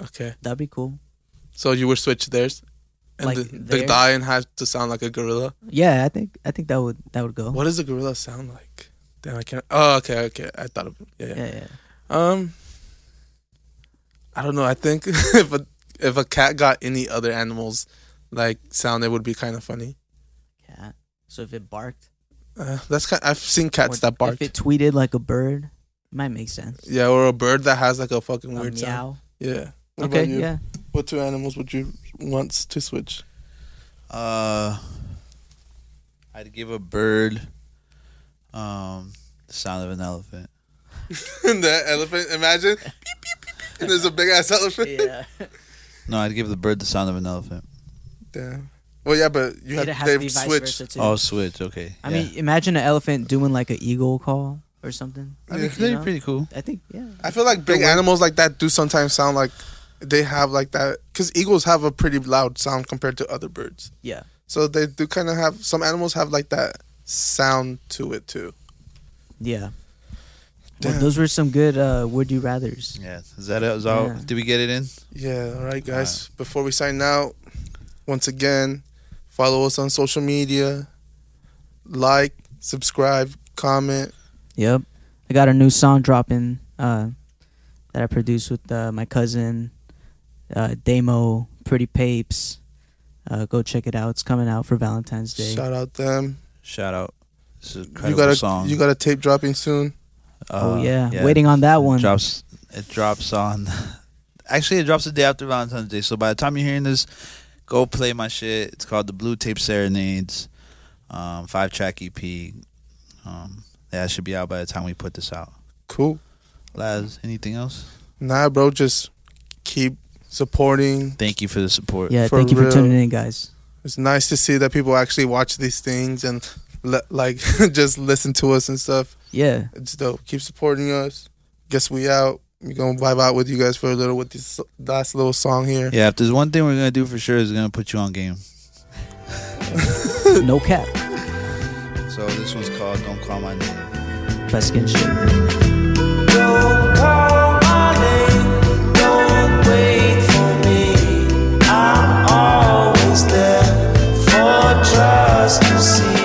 Speaker 2: okay,
Speaker 3: That'd be cool.
Speaker 2: so you would switch theirs, and
Speaker 3: Like
Speaker 2: the, the
Speaker 3: theirs?
Speaker 2: lion has to sound like a gorilla.
Speaker 3: Yeah, I think I think that would that would go.
Speaker 2: What does a gorilla sound like? Damn, I can't. Oh, okay, okay. I thought of yeah, yeah.
Speaker 3: Yeah, yeah.
Speaker 2: Um, I don't know. I think if a if a cat got any other animals like sound, it would be kind of funny.
Speaker 3: Cat. So if it barked,
Speaker 2: Uh, that's kind. I've seen cats
Speaker 3: or
Speaker 2: that bark.
Speaker 3: If it tweeted like a bird, might make sense.
Speaker 2: Yeah, or a bird that has like a fucking
Speaker 3: A
Speaker 2: weird sound.
Speaker 3: meow.
Speaker 2: Yeah. What
Speaker 3: Okay,
Speaker 2: about you?
Speaker 3: yeah.
Speaker 2: What two animals would you want to switch?
Speaker 1: Uh, I'd give a bird um the sound of an elephant.
Speaker 2: the elephant. Imagine. and there's a big ass elephant.
Speaker 3: Yeah.
Speaker 1: No, I'd give the bird the sound of an elephant.
Speaker 2: Damn. Well, yeah, but you
Speaker 3: It'd
Speaker 2: have,
Speaker 3: have to be
Speaker 2: they've
Speaker 3: vice
Speaker 2: switched.
Speaker 3: versa too.
Speaker 1: Oh, switch. Okay.
Speaker 3: I
Speaker 1: yeah.
Speaker 3: mean, imagine an elephant doing like an eagle call or something.
Speaker 1: I mean,
Speaker 3: you
Speaker 1: that'd
Speaker 3: know?
Speaker 1: be pretty cool.
Speaker 3: I think yeah.
Speaker 2: I feel like big animals like that do sometimes sound like they have like that because eagles have a pretty loud sound compared to other birds.
Speaker 3: Yeah.
Speaker 2: So they do kind of have some animals have like that sound to it too.
Speaker 3: Yeah. Well,
Speaker 2: Damn.
Speaker 3: those were some good uh, would you rather's.
Speaker 1: Yeah. Is that it? Is all,
Speaker 3: Yeah.
Speaker 1: Did we get it in?
Speaker 2: Yeah, all right, guys. Before we sign out, once again, follow us on social media, like, subscribe, comment.
Speaker 3: Yep. I got a new song dropping uh, that I produced with uh, my cousin, uh, Damo, Pretty Papes. Uh, go check it out. It's coming out for Valentine's Day.
Speaker 2: Shout out them.
Speaker 1: Shout out. This is an
Speaker 2: You
Speaker 1: incredible
Speaker 2: got a
Speaker 1: song.
Speaker 2: you got a tape dropping soon.
Speaker 3: oh
Speaker 1: Uh,
Speaker 3: yeah. waiting on that one.
Speaker 1: Drops. It drops on. Actually, it drops the day after Valentine's Day. So by the time you're hearing this, go play my shit. It's called the Blue Tape Serenades, um, five track EP. Um, that should be out by the time we put this out.
Speaker 2: Cool.
Speaker 1: Laz, anything else?
Speaker 2: Nah, bro, just keep supporting.
Speaker 1: Thank you for the support.
Speaker 3: yeah,
Speaker 2: for
Speaker 3: thank you for
Speaker 2: real.
Speaker 3: tuning in, guys.
Speaker 2: It's nice to see that people actually watch these things and le- like just listen to us and stuff.
Speaker 3: Yeah.
Speaker 2: It's dope. Keep supporting us. Guess we out. We gonna vibe out with you guys for a little with this last little song here.
Speaker 1: Yeah, if there's one thing we're gonna do for sure is gonna put you on game.
Speaker 3: no cap.
Speaker 1: So this one's called "Don't Call My Name."
Speaker 3: Best skin shit.
Speaker 4: Don't call my name. Don't wait for me. I'm always there for trust to see.